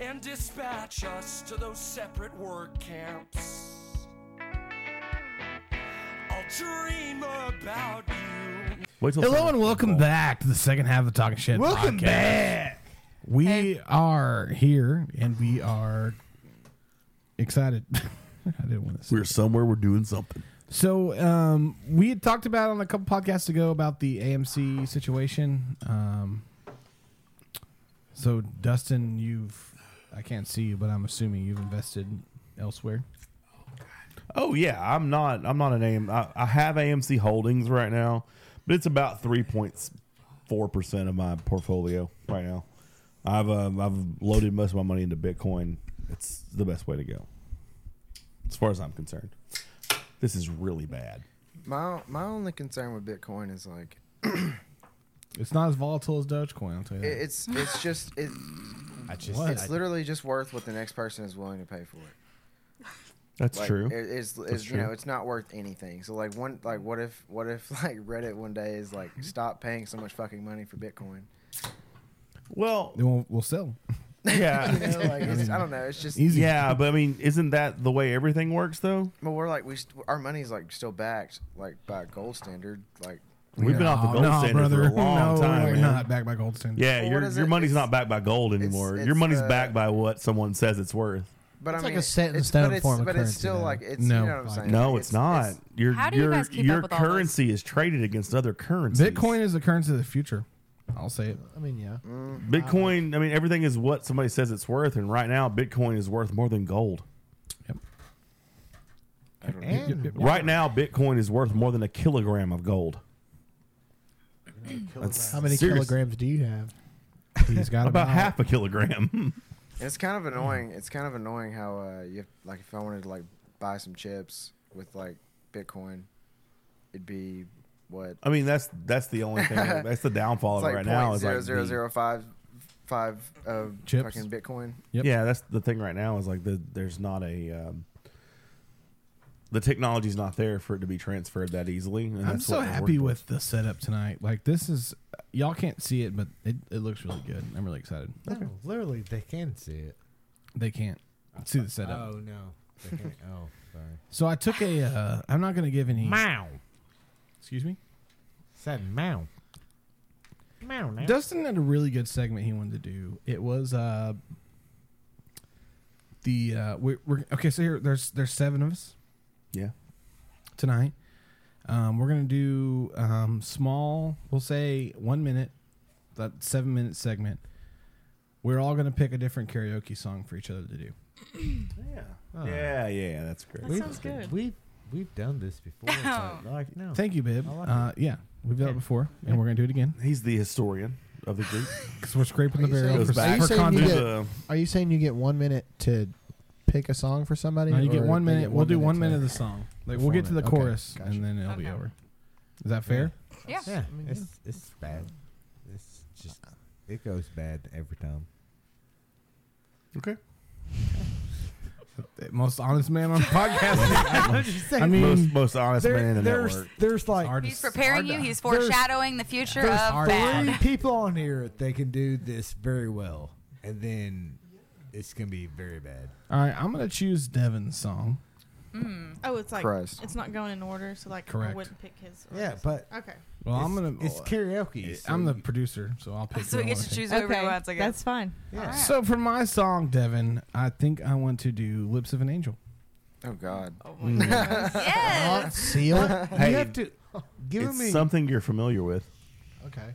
and dispatch us to those separate work camps. I'll dream about you. Wait till Hello and welcome back to the second half of Talking Shit. Welcome podcast. back. We are here and we are excited. I didn't want to We're somewhere. We're doing something. So um, we had talked about on a couple podcasts ago about the AMC situation. Um, so Dustin, you've I can't see you, but I'm assuming you've invested elsewhere. Oh yeah, I'm not. I'm not an AM. I, I have AMC Holdings right now, but it's about three point four percent of my portfolio right now. I've uh, I've loaded most of my money into Bitcoin. It's the best way to go, as far as I'm concerned. This is really bad. My my only concern with Bitcoin is like It's not as volatile as Dogecoin. I'll tell you. it, That. it's it's just it. I just- it's I- literally just worth what the next person is willing to pay for it. That's Like, true. It, it's, That's it's you know true. it's not worth anything. So like one like what if what if like Reddit one day is Mm-hmm. like stop paying so much fucking money for Bitcoin. Well, then we'll, we'll sell. Yeah, You know, like, it's- I don't know. It's just Yeah, but I mean, isn't that the way everything works though? But we're like we st- our money's like still backed like by a gold standard like. We've been off the gold no, standard brother. for a long No, time. we're man. not backed by gold standard. Yeah, Well, your, what is your it? money's It's- not backed by gold anymore. it's, your money's uh, backed by what someone says it's worth. But It's I like mean, a set in it's, stone but it's, form of but it's currency, still though. like it's No, you know what I'm fuck saying. No, it's, not. your How do you your guys keep up your with all this? currency is traded against other currencies. Bitcoin is the currency of the future. I'll say it. Uh, I mean, yeah. Bitcoin, I mean, everything is what somebody says it's worth, and right now, Bitcoin is worth more than gold. And- Right now, Bitcoin is worth more than a kilogram of gold. That's How many serious. kilograms do you have? He's got About half a kilogram. And It's kind of annoying. It's kind of annoying how uh, you have, like if I wanted to like buy some chips with like Bitcoin, it'd be what? I mean, that's that's the only thing. That's the downfall it's of it like right now. point Is like zero zero the- zero five five of Chips. fucking Bitcoin. Yeah, that's the thing right now is like the there's not a um, the technology's not there for it to be transferred that easily. And I'm that's so what we're happy working with the setup tonight. Like this is y'all can't see it, but it, it looks really good. I'm really excited. No, literally, they can see it. They can't see the setup. Oh no, they can't. oh, sorry. So I took a. Uh, I'm not going to give any. Wow. Excuse me. Said mow. Mow now. Dustin had a really good segment he wanted to do. It was uh the uh we, we're okay. So here there's there's seven of us. Yeah. Tonight, um, we're gonna do um small. We'll say one minute, that seven minute segment. We're all gonna pick a different karaoke song for each other to do. Yeah. Yeah, yeah, that's great. That we've, sounds good. We've we've done this before. Oh. so, like no. Thank you, babe. Oh. I like uh, it. yeah, we've done it before, and we're gonna do it again. He's the historian of the group. Because we're scraping the Are you barrel for, for saying- Are you saying you content. get- Uh, Are you saying you get one minute to pick a song for somebody? No, you get or one they minute. get we'll do one to minute of the song. Like we'll get to perform the it? Okay, chorus gotcha. and then it'll be over. Is that fair? Yeah. Yeah. I mean, it's it's bad. It's just it goes bad every time. Okay. The Most honest man on podcast. I mean, Most- most honest there- man in the there's- network. There's like He's preparing you. He's foreshadowing the future of There's three bad. people on here that can do this very well, and then it's gonna be very bad. All right, I'm gonna choose Devin's song. Mm. Oh, it's like Christ. it's not going in order, so like I Correct. wouldn't pick his. or Yeah, his. but okay. Well, I'm It's- gonna. it's karaoke, so I'm the you- producer, so I'll pick. So who we I get wanna to choose pick. over Okay, once again. that's fine. Yeah. So for my song, Devin, I think I want to do "Lips of an Angel." Oh God. Mm. Yes. Hey, you have to give it's me something you're familiar with. Okay.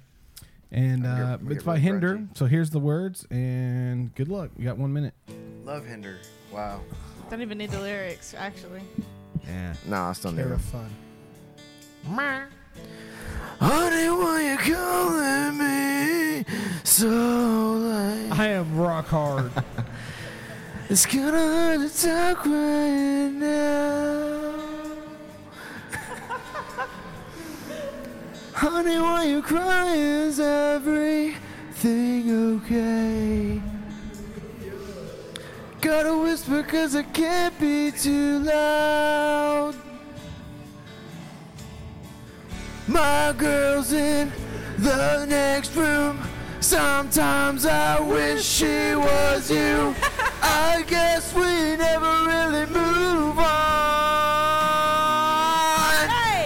And I'm uh, gonna- I'm it's gonna by get Hinder. So here's the words, and good luck. You got one minute. Love Hinder. Wow. Don't even need the lyrics actually. Yeah. Nah, I still need it. fun. Honey, why you calling me so late? I am rock hard. it's kinda hard to talk right now. Honey, why you crying? Is everything okay? Gotta whisper cause I can't be too loud. My girl's in the next room. Sometimes I wish she was you. I guess we never really move on.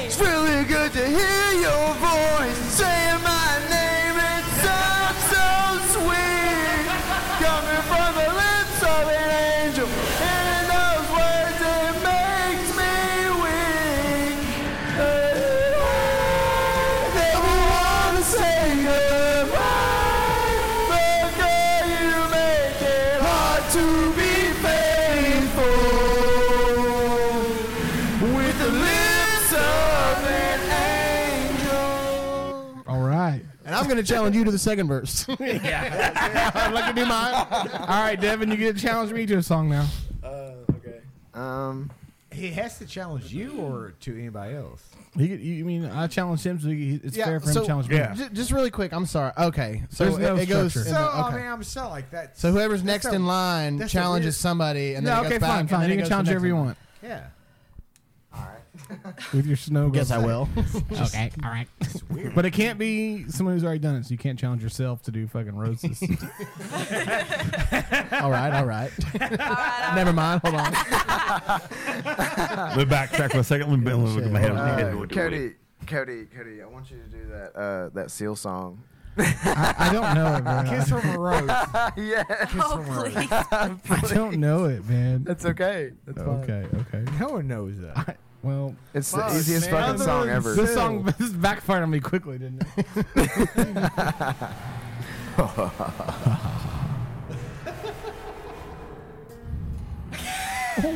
It's really good to hear your voice saying my name. It sounds so sweet. Coming from the lips of an angel. And in those words, it makes me weak. I never want to say goodbye. But girl, you make it hard to be faithful with the lips of an angel. All right. And I'm going to challenge you to the second verse. I'd like to do mine. All right, Devin, you get to challenge me to a song now. Um, he has to challenge you or to anybody else. He, could- you mean I challenged him, so he, it's Yeah, fair for him so- to challenge me. yeah. J- just really quick. I'm sorry. Okay. So There's it, no it goes. structure. Oh, in So the- I okay. mean, I'm so like that. So whoever's that's next a- in line that's a challenges weird- somebody, and then No, it okay, goes back, fine, and fine. then it You can goes to challenge the next everyone. one. Yeah. with your snow. Guess I will. okay, all right. But it can't be someone who's already done it, so you can't challenge yourself to do fucking roses. all right, all right. Never mind. Hold on. Let me back, back for a second. Let me look at my head. Let me head Uh, over to it. Cody, Cody, Cody, I want you to do that uh, that Seal song. I don't know it, man. Kiss from a rose. yeah. Oh, please. I don't know it, man. That's okay. That's fine. okay, okay. No one knows that. Well, It's the Fuck, easiest man. fucking song ever. This song this backfired on me quickly, didn't it?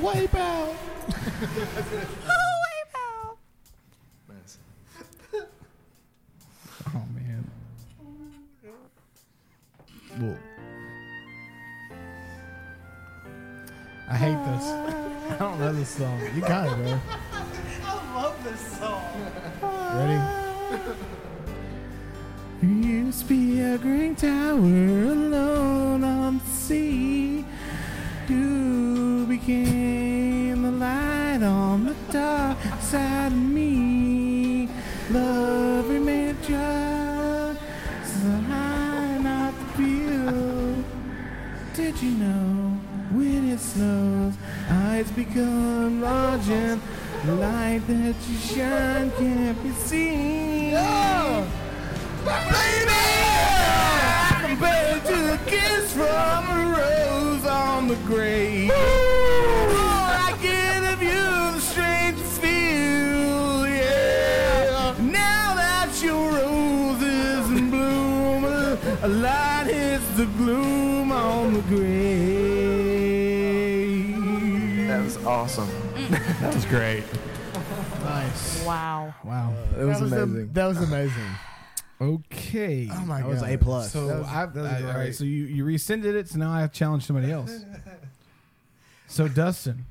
Wipe out. Oh man. Well, I hate this. I don't know this song. You got it, bro. I love this song. Ready? There used to be a green tower alone on the sea. You became the light on the dark side of me. Love remained just the line of the field. Did you know when it snows, eyes become large and the light that you shine can't be seen? Compared to the kiss from a rose on the grave. All I get of you, the strangest feel, yeah. Now that your rose is in bloom, a light hits the gloom on the grave. That was awesome. That was great. Nice. Wow. Wow. That was amazing. that was amazing. Okay. Oh my That was God. A plus. So That was- I, that was I- all right. great. So you you rescinded it. So now I have challenged somebody else. So Dustin,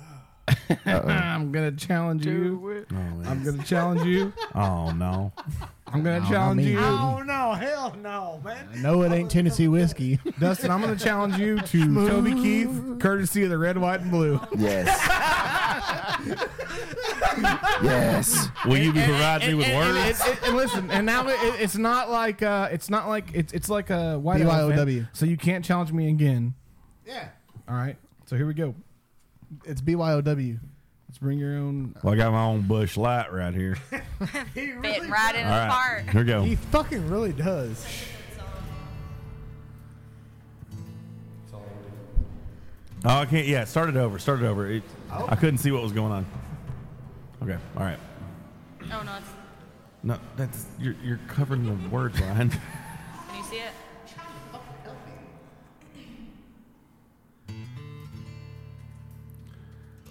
I'm gonna challenge you. Oh. I'm gonna challenge you. Oh no. I'm gonna No, not challenge me. you. Oh, no, hell no, man. No, it ain't Tennessee whiskey. Dustin, I'm gonna challenge you to Toby Keith, courtesy of the red, white, and blue. Yes. yes. Will you be providing me with and, words? and- and- and listen, and now it, it- it's not like uh, it's not like it's it's like a white elephant, BYOW. So you can't challenge me again. Yeah. All right. So here we go. It's BYOW. Let's bring your own. Well, I got my own bush light right here. Fitting right in All the right. park. Here we go. He fucking really does. Oh, I can't. Yeah, start it over. Start it over. It, Oh. I couldn't see what was going on. Okay. All right. Oh no, it's, No, that's you're you're covering the word line. can you see it?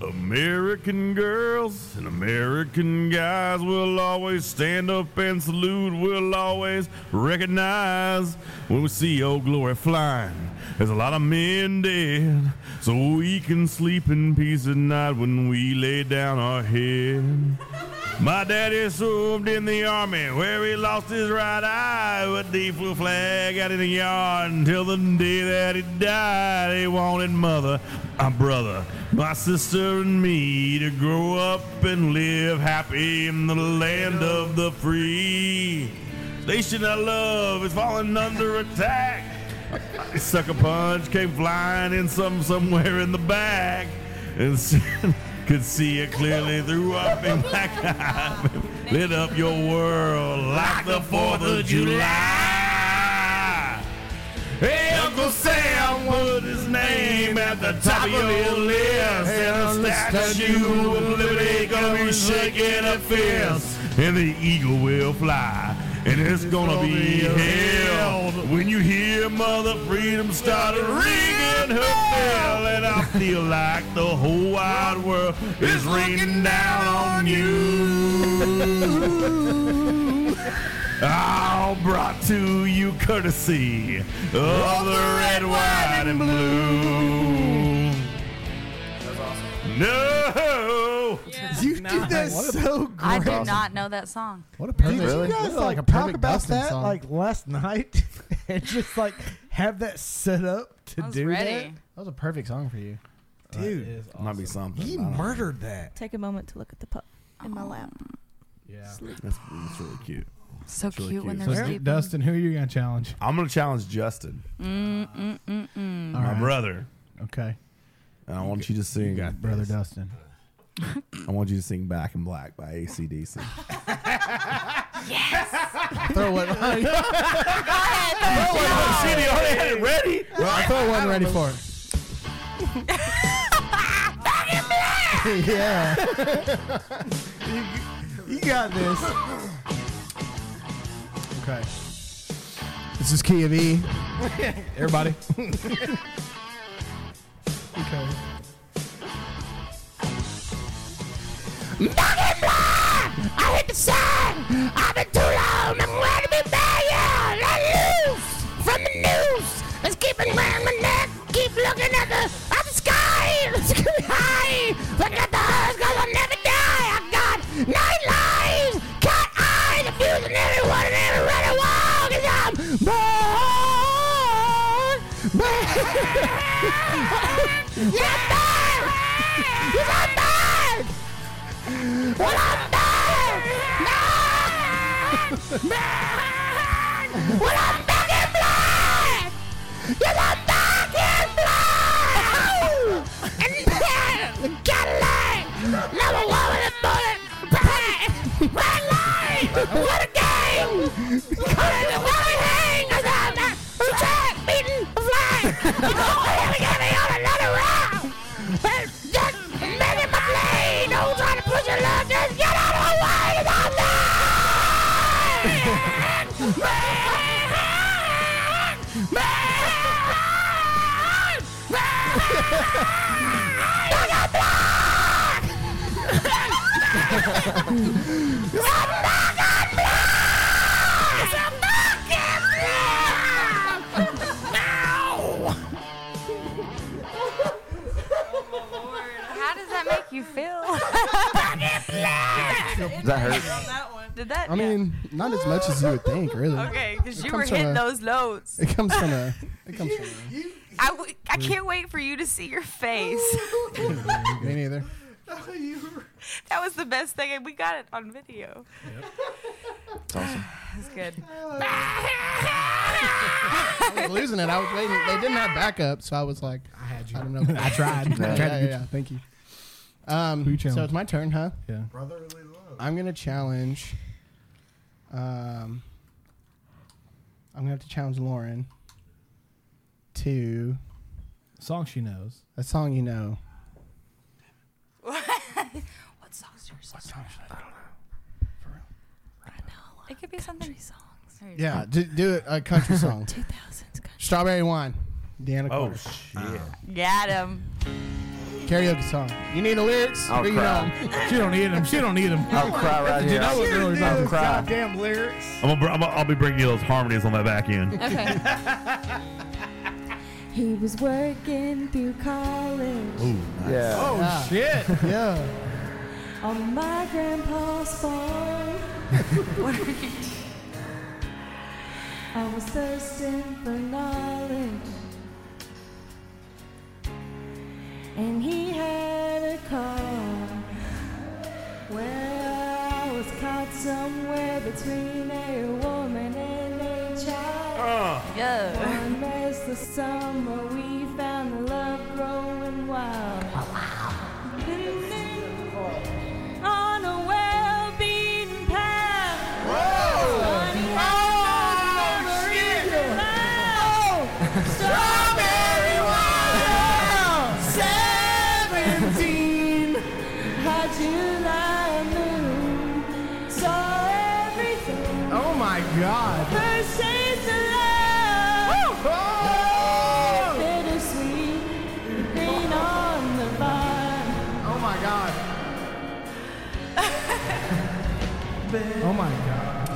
American girls and American guys will always stand up and salute. We'll always recognize when we see old glory flying. There's a lot of men dead, so we can sleep in peace at night when we lay down our head. My daddy served in the army where he lost his right eye. But the flew flag out in the yard until the day that he died. He wanted mother, my brother, my sister, and me to grow up and live happy in the land of the free. Nation I love is falling under attack. Sucker Punch came flying in some somewhere in the back and s- could see it clearly through up in black eye. Lit up your world like the 4th of July. Hey, Uncle Sam, put his name at the top of your list. And the statue of liberty gonna be shaking a fist. And the eagle will fly. And it's gonna be held when you hear Mother Freedom start ringing her bell. And I feel like the whole wide world is raining down on you. All brought to you courtesy of the red, white, and blue. No! You did that so great. I did not know that song. What a perfect- Did Really? you guys What a, like, like, a talk perfect about Dustin that song. like last night and just like have that set up to do That was a perfect song for you. that? Dude, Might be something. he I don't know. murdered that. Take a moment to look at the pup in Oh, my lap. Yeah. That's, that's really cute. So It's really cute when So, they're Dustin, sleeping. Dustin, who are you gonna challenge? I'm gonna challenge Justin. Mm, mm, mm, mm. my brother. Okay. And I want you to sing. brother Dustin. I want you to sing Back in Black by ACDC. Yes. Throw one- Go ahead. Throw one on Shitty, I already had it ready. I throw one ready for it. yeah. You got this. Okay. This is Key of E. Everybody. okay. Back in black. I hit the side. I've been too long. I'm glad to be back. Yeah. Let loose from the news. Let's keep it round my neck. Keep looking at the, at the sky. Let's keep high. Look at the earth because I'll never die. I got nine lives. Cat eyes. Abusing everyone and every red and wild. Because I'm born. born. You're born. You're born. Well, I'm back! Man! Man! Well, I'm back in black! Yes, I'm back in black! And then, Cadillac! Number one with a bullet! Bang! Red light! What a game! Cut it to where we hang! 'Cause I'm not- I'm track beating the flag! You won't ever get me on another round! And just making my play! Don't try to push your luck! Just get out of the way! 'Cause I'm How does that make you feel? Does that hurt? Did that? I mean, not as much as you would think, really. Okay, because It you were comes from hitting a- those notes. It comes from a. It comes from. I, w- I can't wait for you to see your face. A, me neither. that was the best thing, and we got it on video. It's awesome. That's good. I was losing it. I was waiting. They didn't have backup, so I was like, I had you. I don't know. I tried. I tried to yeah, yeah, get yeah, you. Thank you. Um, Who you so challenge? it's my turn, huh? Yeah. Brotherly love. I'm gonna challenge. Um, I'm gonna have to challenge Lauren to song she knows. A song you know. what songs are What songs I don't know. For real. I know It could be something. Songs. Yeah, Uh, do, do it a country song. 2000s country. Strawberry wine. Deanna Oh, Carter. shit. Got him. Karaoke song. You need the lyrics. I'll Bring cry. it on. She don't need them. She don't need them. I'll cry right You here. know what Sure really do. matters. I'll cry. Goddamn lyrics. I'm gonna, br- I'm gonna, I'll be bringing you those harmonies on that back end. Okay. he was working through college Ooh, nice. Yeah. Oh, Yeah. shit. Ah. yeah. on my grandpa's farm. what are you? I was thirsting for knowledge. And he had a car. Well, I was caught somewhere between a woman and a child. Uh. Yeah. One raised the the summer we found the love growing wild. On a well-beaten path. Whoa! Funny how those memories evolve. Strawberry wine. Seventeen. How July moon saw everything. Oh my God. First taste of love. Oh! Bittersweet. Green on the vine. Oh my God. Oh my god.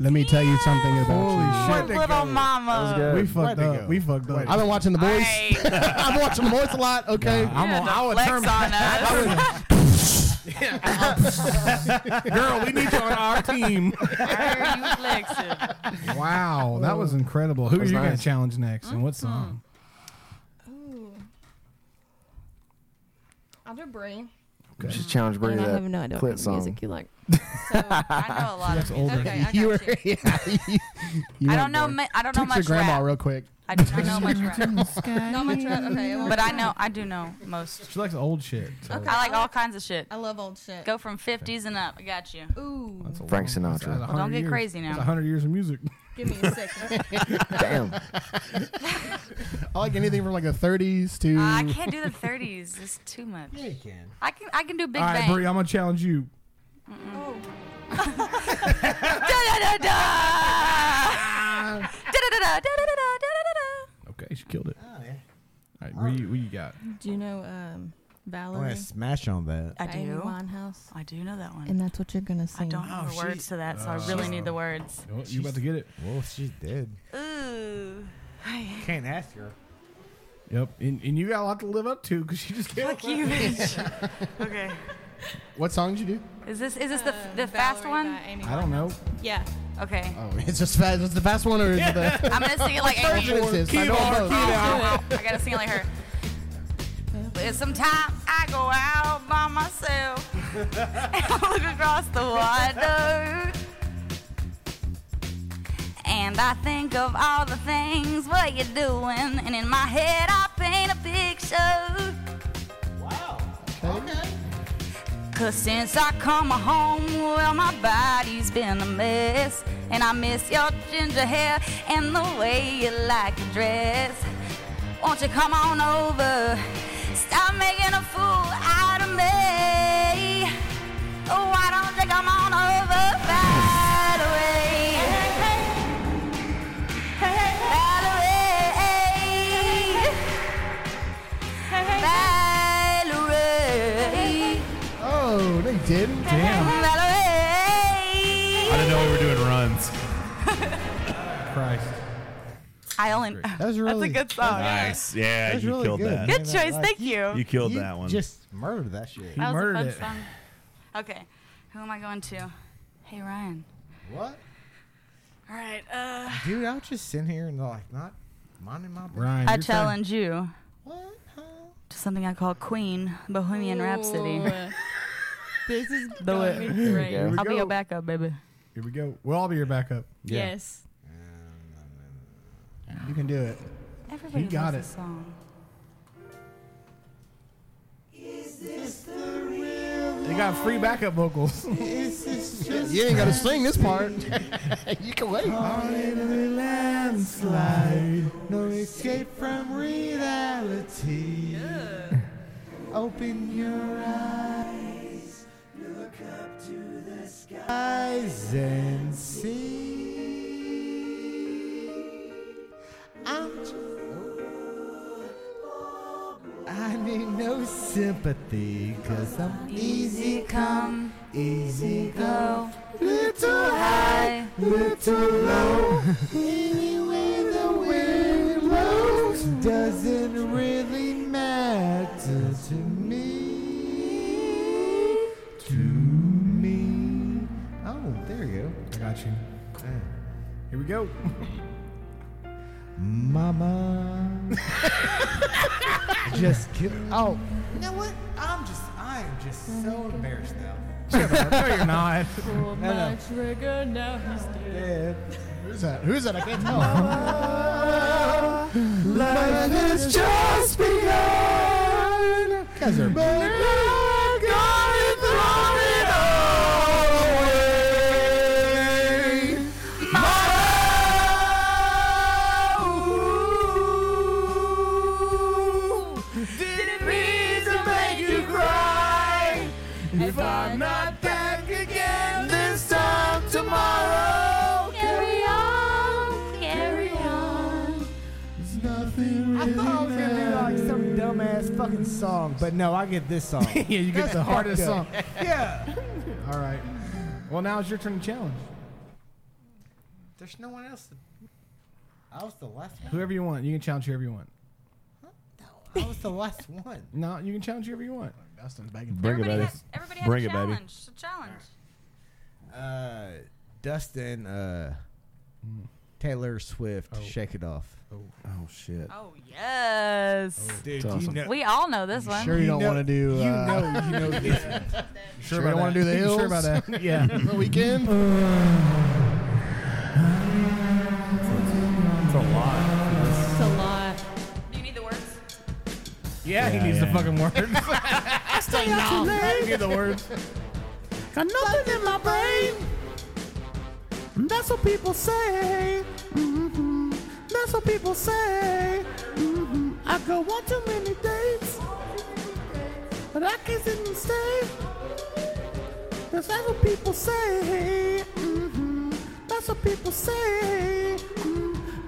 Let me tell you something about you. What little mama. We fucked up. We fucked up. I've been watching The Boys. I've been watching The Boys a lot. Okay, I'm on- I would turn Girl, we need you on our team. Wow, that was incredible. Who That are was you going nice. to challenge next, and what song? I'll do Brie. You should challenge Brady And I that have no idea what kind clit of song. music you like. I know a lot That's of older. music. Okay, I got you you. were, yeah, you, you I were don't know. good. Ma- I don't know Text much your grandma rap. real quick. I do not know much rap. Not much rap. Okay. well, but I know. I do know most. She likes old shit. so- I like all kinds of shit. I love old shit. Go from 50s and up. I got you. Ooh. That's a Frank long- that's Sinatra. a Well, don't hundred get years. crazy That's now. a hundred years of music. Give me a second. Damn. I like anything from like the 30s to. Uh, I can't do the 30s. It's too much. Yeah, you can. I can. I can do Big all right, Bang. Bree, I'm gonna challenge you. Oh. Ah! Da-da-da-da! Da-da-da-da-da-da-da-da-da-da. Okay, she killed it. Oh, yeah. All right, what you, what you got? Do you know um, I'm gonna Valerie? smash on that. I Amy do. Winehouse. I do know that one. And that's what you're gonna sing. I don't know the words to that, so I really need the words. Oh, Uh, you about to get it? Well, she's dead. Ooh. Can't ask her. Yep, and, and you got a lot to live up to because she just killed. Fuck you, bitch. okay. What song did you do? Is this is this the the fast one? I don't know. Yeah. Okay. Oh, it's just fast. It's the fast one or is it the. I'm gonna sing it like Which Amy. version is this? I know both. I gotta sing it like her. But sometimes I go out by myself and I look across the water. And I think of all the things what you're doing, and in my head I paint a picture. Cause since I come home, well, my body's been a mess. And I miss your ginger hair and the way you like to dress. Won't you come on over? Stop making a fool out of me. Oh, why don't you come on over right away? Valerie. Valerie. Oh, they didn't. Valerie. I didn't know we were doing runs. Christ. I only. That was really That's a good song. Nice. Yeah, That's you really killed good. that. Good choice. Thank you. You killed that one. Just murdered that shit. That was a fun song. Okay, who am I going to? Hey Ryan. What? All right. Uh, Dude, I'll just sit here and like not minding my business. Ryan, I you're fine. challenge you. To something I call Queen Bohemian Rhapsody. This is Do going be it. great. Here we I'll be your go. backup, baby. Here we go. We'll all be your backup. Yes. You can do it. Everybody You got it. loves this song. They got free backup vocals. You ain't got to sing this part. you can wait. landslide, no escape from reality. Open your eyes, look up to the skies and see. I'm just, I need no sympathy, cause I'm easy come, easy go. Little high, little low. Any way the wind blows doesn't really matter to me. To me. Oh, there you I got you. go. Here we go. Mama. just kidding. Oh, you know what? I'm just, I I am just so embarrassed now. no, you're not. Pull my trigger, now he's dead. Who's that? Who's that? I can't tell. Life has just begun. Guys are- But now God has thrown it all away. Mama, ooh, did it mean to make you cry? If I'm not back again this time tomorrow, carry on, carry on. There's nothing I thought I was gonna do like some dumbass fucking song, but no, I get this song. yeah, you get That's the hardest song. fucked up. Yeah. All right. Well, now it's your turn to challenge. There's no one else. that- I was the last one. Whoever you want, you can challenge whoever you want. I was the last one. No, you can challenge whoever you want. Dustin's begging. Bring it, Everybody baby. has- Everybody had Bring a it, baby. challenge. It's a challenge. Uh, Dustin, uh, Hmm. Taylor Swift, Shake It Off. Oh, shit. Oh yes. Oh, Dude, That's you awesome. know- we all know this one. Sure, you don't want to do. You uh, know, you know this one. You sure, you don't want to do the hills. Sure about that? Yeah. Uh, the weekend. It's a lot. It's a lot. Do you need the words? Yeah, he needs the fucking words. I stayed out too late. He needs the words. Got nothing in my brain. Mm, That's what people say. hmm That's what people say. hmm I go on too many dates, but I can't sit and stay. 'Cause that's what people say. hmm That's what people say.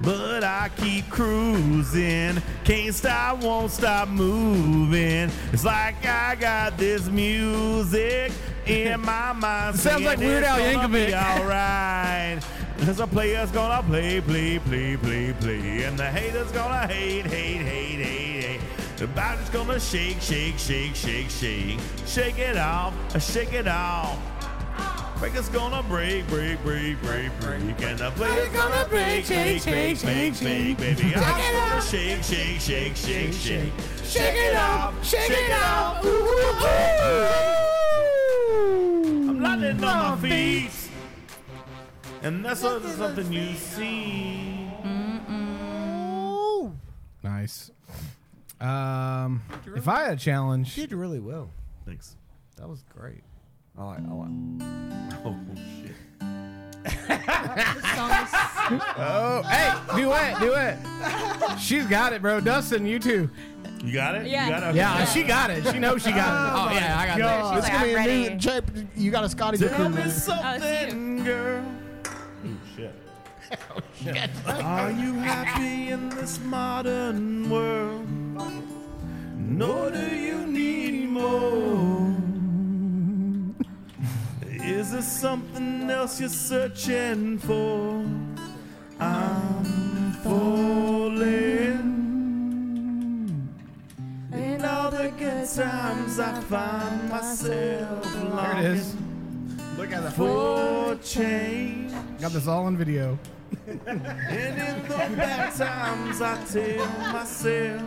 But I keep cruising. Can't stop, won't stop moving. It's like I got this music in my mind. Sounds saying like Weird it's Al gonna be Yankovic. Alright. Cause the player's gonna play, play, play, play, play. And the hater's gonna hate, hate, hate, hate, hate. The body's gonna shake, shake, shake, shake, shake. Shake it off, shake it off. Breaker's gonna break, break, break, break, break. And the player's gonna break, shake, shake, shake, shake, baby. I'm gonna shake, shake, shake, shake, shake. Shake it off, shake it off. Ooh, I'm landing on my feet. And that's what- something you see. Nice. Um, if I had a challenge, You did really well. Thanks. That was great. I like. I like. Oh shit. oh, hey, do it, do it. She's got it, bro. Dustin, you too. You got it? Yeah. You got it? Yeah, she got it. She knows she got it. Oh, yeah, I got God. it. It's gonna be a new. Jake, you got a Scotty Tell Pippen Oh, me record. something, girl. Oh shit. Are you happy in this modern world? Nor do you need more. Is there something else you're searching for? I'm falling. In all the good times, I find myself There it longing is. Look at for change. Got this all on video. And in the bad times, I tell myself.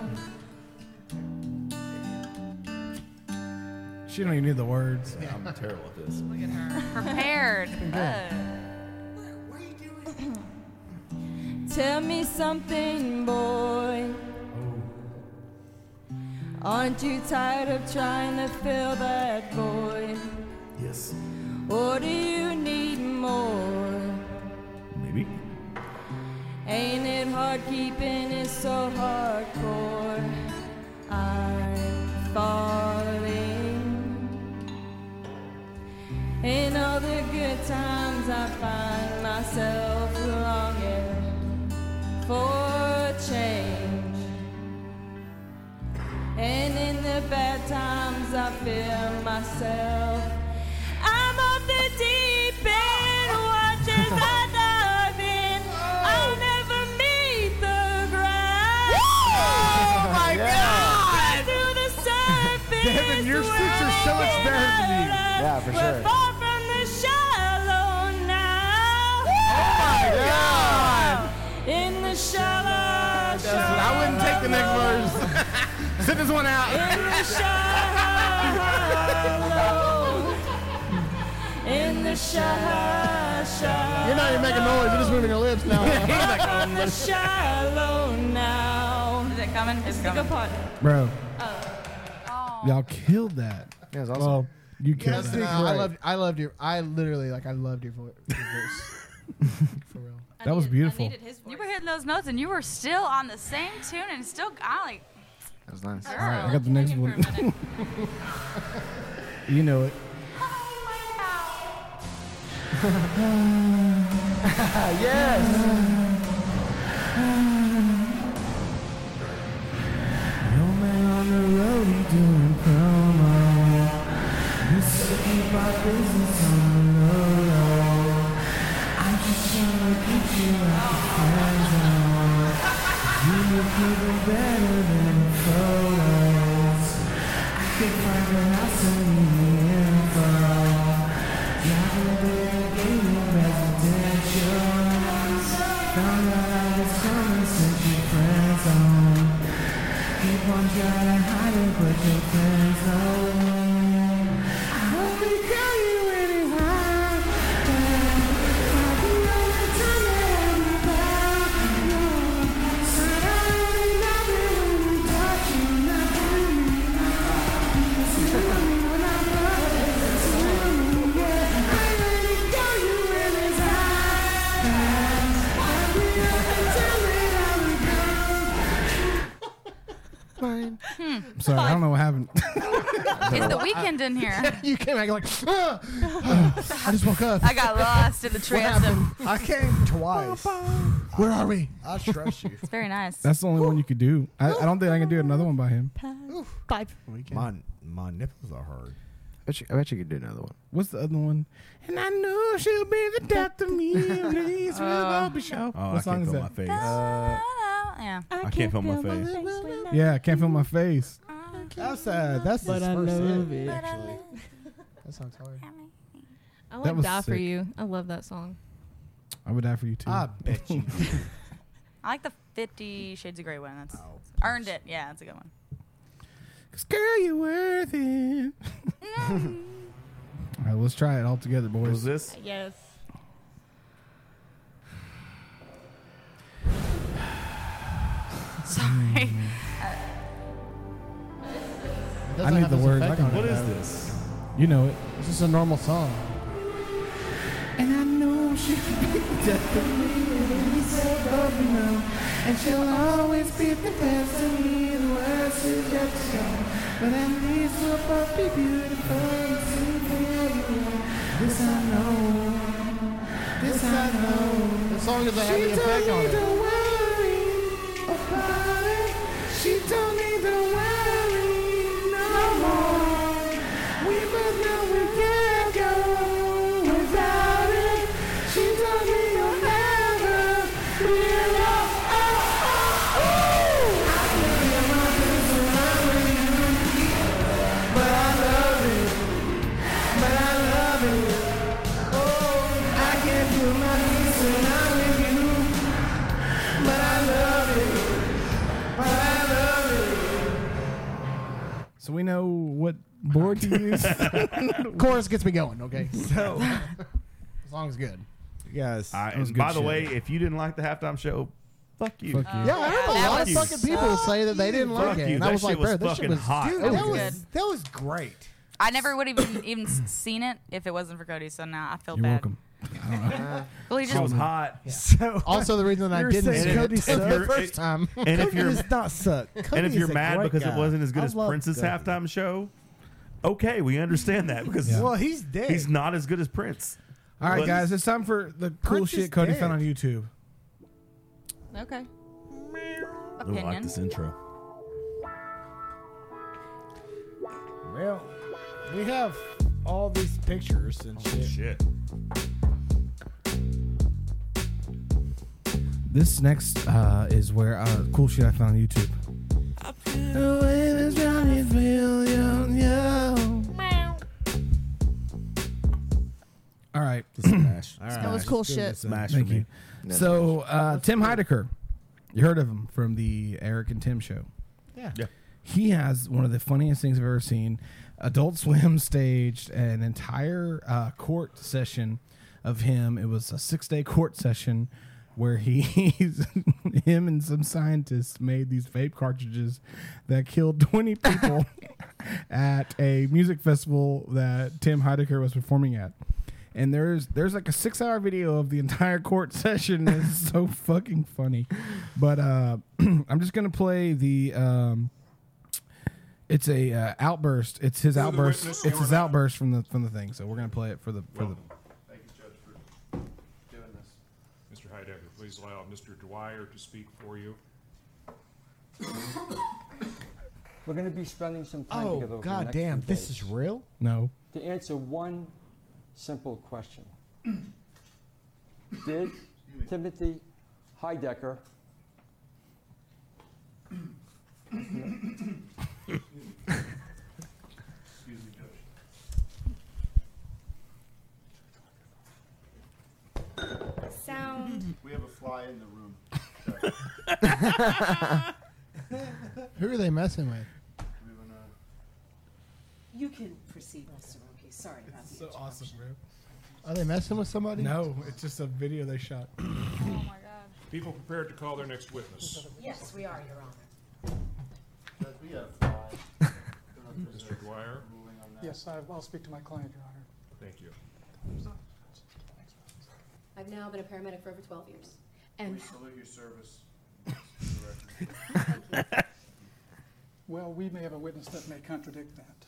She don't even need the words. I'm terrible at this. Look at her. Prepared. Tell me something, boy. Aren't you tired of trying to fill that void? Yes. Or do you need more? Maybe. Ain't it hard keeping it so hardcore? I'm falling. In all the good times, I find myself longing for change. And in the bad times, I feel myself. I'm off the deep end, watch as I dive in. I'll never meet the ground. Oh my God! To the surface. Devin, your where suits are so much I better than belong. you. Yeah, for We're sure. far from the shallow now. Oh my God. In the shallow, I wouldn't take the next shallow. verse. Sit this one out. In the shallow, shallow. In the shallow, shallow. You're not even making noise. You're just moving your lips now. In the shallow now. Is it coming? It's, coming. Bro. Oh, Y'all killed that. Yeah, awesome. Well, you killed Yes, that. no, I loved. I loved your. I literally like. I loved your vo- your voice. For real. That was beautiful. You were hitting those notes and you were still on the same tune and still, I like, That was nice. All right, I got the next one. you know it. yes. No man on the road, he doing promo. You see my business on the low low. I'm just trying to keep you like a friend zone. You look even better than the photos. I can find your house and leave the info. Driving there, gave you residentials. Found out I was coming, sent your friends home. Keep on trying to hide it, but your friends know. I hope we got you anyhow. I'll be on the time that I'm about. No, said I ain't nothing when you touch you, nothing. It's really when I love it, it's really, yeah. I really got you anyhow. I'll be on the time that I'm about. Fine. I'm sorry, I don't know what happened. Hmm. It's the weekend in here. you came back like, "Ah, ah, I just woke up. I got lost in the transom. I came twice. Where are we? I trust you. It's very nice. That's the only one you could do. I, I don't think I can do another one by him. Five. My my nipples are hard. I bet, you, I bet you could do another one. What's the other one? And I know she'll be the death of me. Please, we'll all be sure. Uh, Oh, I what song can't is feel that? my face. Uh, Oh, yeah. I can't, feel my face. Yeah, I can't feel my face. That's uh, that's But his I first love hit, it. actually. That sounds hard. I That want was to die for sick. you. I love that song. I would die for you too. I bet you. I like the Fifty Shades of Grey one. That's Oh, earned it. Yeah, that's a good one. Cause girl, you're worth it. all right, let's try it all together, boys. Was this? Yes. Sorry. I need the words. I can- What is this? You know it. It's just a normal song. And I know she'll be the death of me. And we said love you know. And she'll always be the best of me. The worst is yet to come. But at least we'll both be beautiful and simple. This I know. This I know. As long as I have She the don't effect on need to it. worry about it. She don't need to worry no more. We both know we can't go without it. She told me you'll never be enough. Oh, oh, ooh. I feel your love is around you. But I love it. But I love it. Oh, I can't feel my peace when I'm with you. But I love it. But I love it. So we know what board to use. Chorus gets me going. Okay. So, As long as good. yes. I, that was and by good the shit. way, if you didn't like the halftime show, fuck you. Fuck you. Yeah, I heard a lot of fucking people say that they didn't like Fuck it, you. and That I was shit like, bro, was this shit fucking was hot. Dude, It that was was good. that was great. I never would have even, even s- seen it if it wasn't for Cody. So now I feel You're bad. welcome. Well, he She just was hot. So Also, the reason that I you're didn't saying see Cody it sucked. the first time. And if Cody you're does not suck. and Cody if you're is a mad great because guy. it wasn't as good I as love Prince's Cody. halftime show, okay, we understand that because Well, he's dead. he's not as good as Prince. All right, But- guys, it's time for the cool Prince is shit Cody dead. found on YouTube. Okay. I like this intro. Well, we have all these pictures and shit. Shit. This next uh, is where uh, cool shit I found on YouTube. The way this Johnny feel, young, young. All right, smash. That was cool shit. Smash Thank for me. you. So uh, Tim Heidecker, you heard of him from the Eric and Tim show. Yeah. Yeah. He has one of the funniest things I've ever seen. Adult Swim staged an entire uh, court session of him. It was a six day court session where he, he's, him and some scientists made these vape cartridges that killed 20 people at a music festival that Tim Heidecker was performing at. And there's there's like a six hour video of the entire court session. It's so fucking funny, but uh, I'm just gonna play the. Um, it's a uh, outburst. It's his You're the outburst. witness, you It's are his not. outburst from the from the thing. So we're gonna play it for the for the. Mr. Heidecker, please allow Mr. Dwyer to speak for you. We're going to be spending some time Oh, together. over the next goddamn, few this days is real? No. To answer one simple question Did Timothy Heidecker Sound. We have a fly in the room. Who are they messing with? You can proceed, Mr. Roki. Sorry about the So awesome, bro. Are they messing with somebody? No, it's just a video they shot. People prepared to call their next witness. Yes, we are, Your Honor. We have a fly. Mr. Dwyer, Yes, I will speak to my client, Your Honor. thank you. I've now been a paramedic for over 12 years. We And salute your service. well, we may have a witness that may contradict that.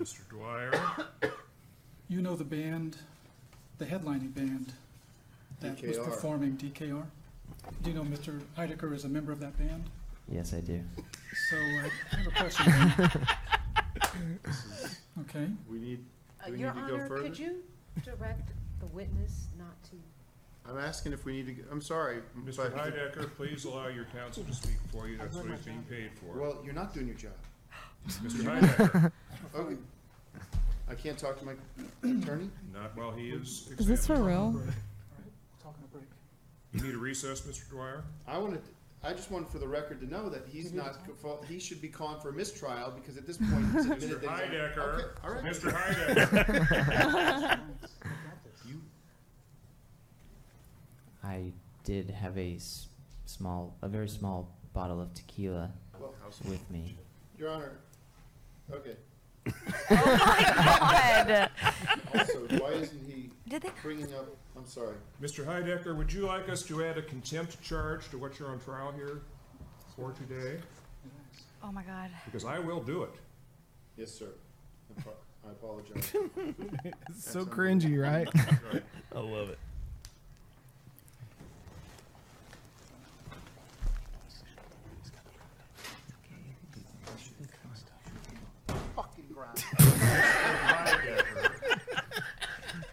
Mr. Dwyer, You know the band, the headlining band that was DKR. performing DKR? Do you know Mr. Heidecker is a member of that band? Yes, I do. So uh, I have a question. okay. We need, do we need Uh, Your to go Honor, further? could you direct the witness not to? I'm asking if we need to, go- I'm sorry. Mr. but- Heidecker, please allow your counsel to speak for you. That's what he's being paid for. Well, you're not doing your job. Mr. Heidecker, Okay. Oh, I can't talk to my attorney? not while he is. Is this for examined. real? Talking a break. You need a recess, Mr. Dwyer? I wanted, I just want for the record to know that he's not, fa- he should be calling for mistrial because at this point, he's admitted Mr. that he's. Heidecker, Okay, all right. Mr. Heidecker. You I did have a s- small, a very small bottle of tequila Well- with me. Your Honor, okay. God. Also, why isn't he Did they- bringing up, I'm sorry. Mr. Heidecker, would you like us to add a contempt charge to what you're on trial here for today? Oh my God. Because I will do it. Yes, sir. I'm pro- I apologize. It's so cringy, right? I love it. Fucking ground. Is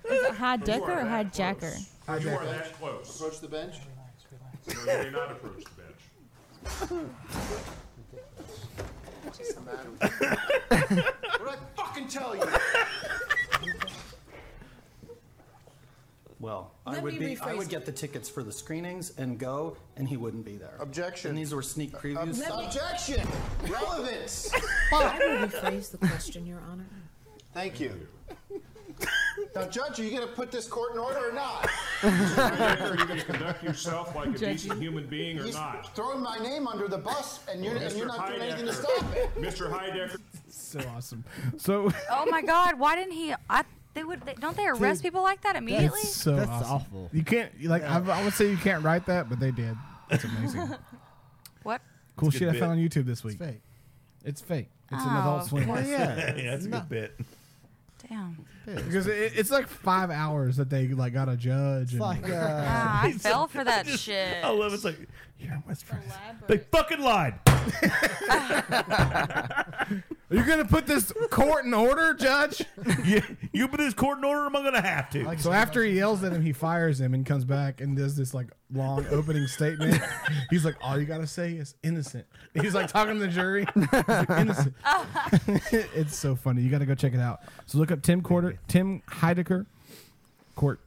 it high You decker are or high that jacker? close. You are that close. Approach the bench. No, you may not approach the bench. What's the matter with you? What did I fucking tell you? Well, I Let would me be, I rephrase would it. get the tickets for the screenings and go, and he wouldn't be there. Objection. Uh, And these were sneak previews. Objection. Relevance. I will rephrase the question, Your Honor. Thank you. Now, Judge, are you going to put this court in order or not? Mr. Heidecker, Are you going to conduct yourself like a decent human being or He's not? throwing my name under the bus, and you're, and you're Mr. not doing anything to Heidecker. stop it. Mr. Heidecker. So awesome. So Oh my God! Why didn't he? I they would they, don't they arrest people like that immediately? It's so awesome. You can't you like I, I would say you can't write that, but they did. That's amazing. what? cool It's a shit good I found on bit. YouTube this week. It's fake. It's fake. It's an Oh, adult of swim. course. yeah, that's a good bit. Damn. Because it, it's like five hours that they like got a judge. and, like, uh, Ah, I fell for that Just- shit. I love it. It's like you're in West Virginia. They fucking lied. Are you gonna put this court in order, Judge? you, you put this court in order. Am I gonna have to? so after he yells at him, he fires him and comes back and does this like long opening statement. He's like, "All you gotta say is innocent." He's like talking to the jury, He's like, innocent. it's so funny. You gotta go check it out. So look up Tim Quarter, Tim Heidecker, court,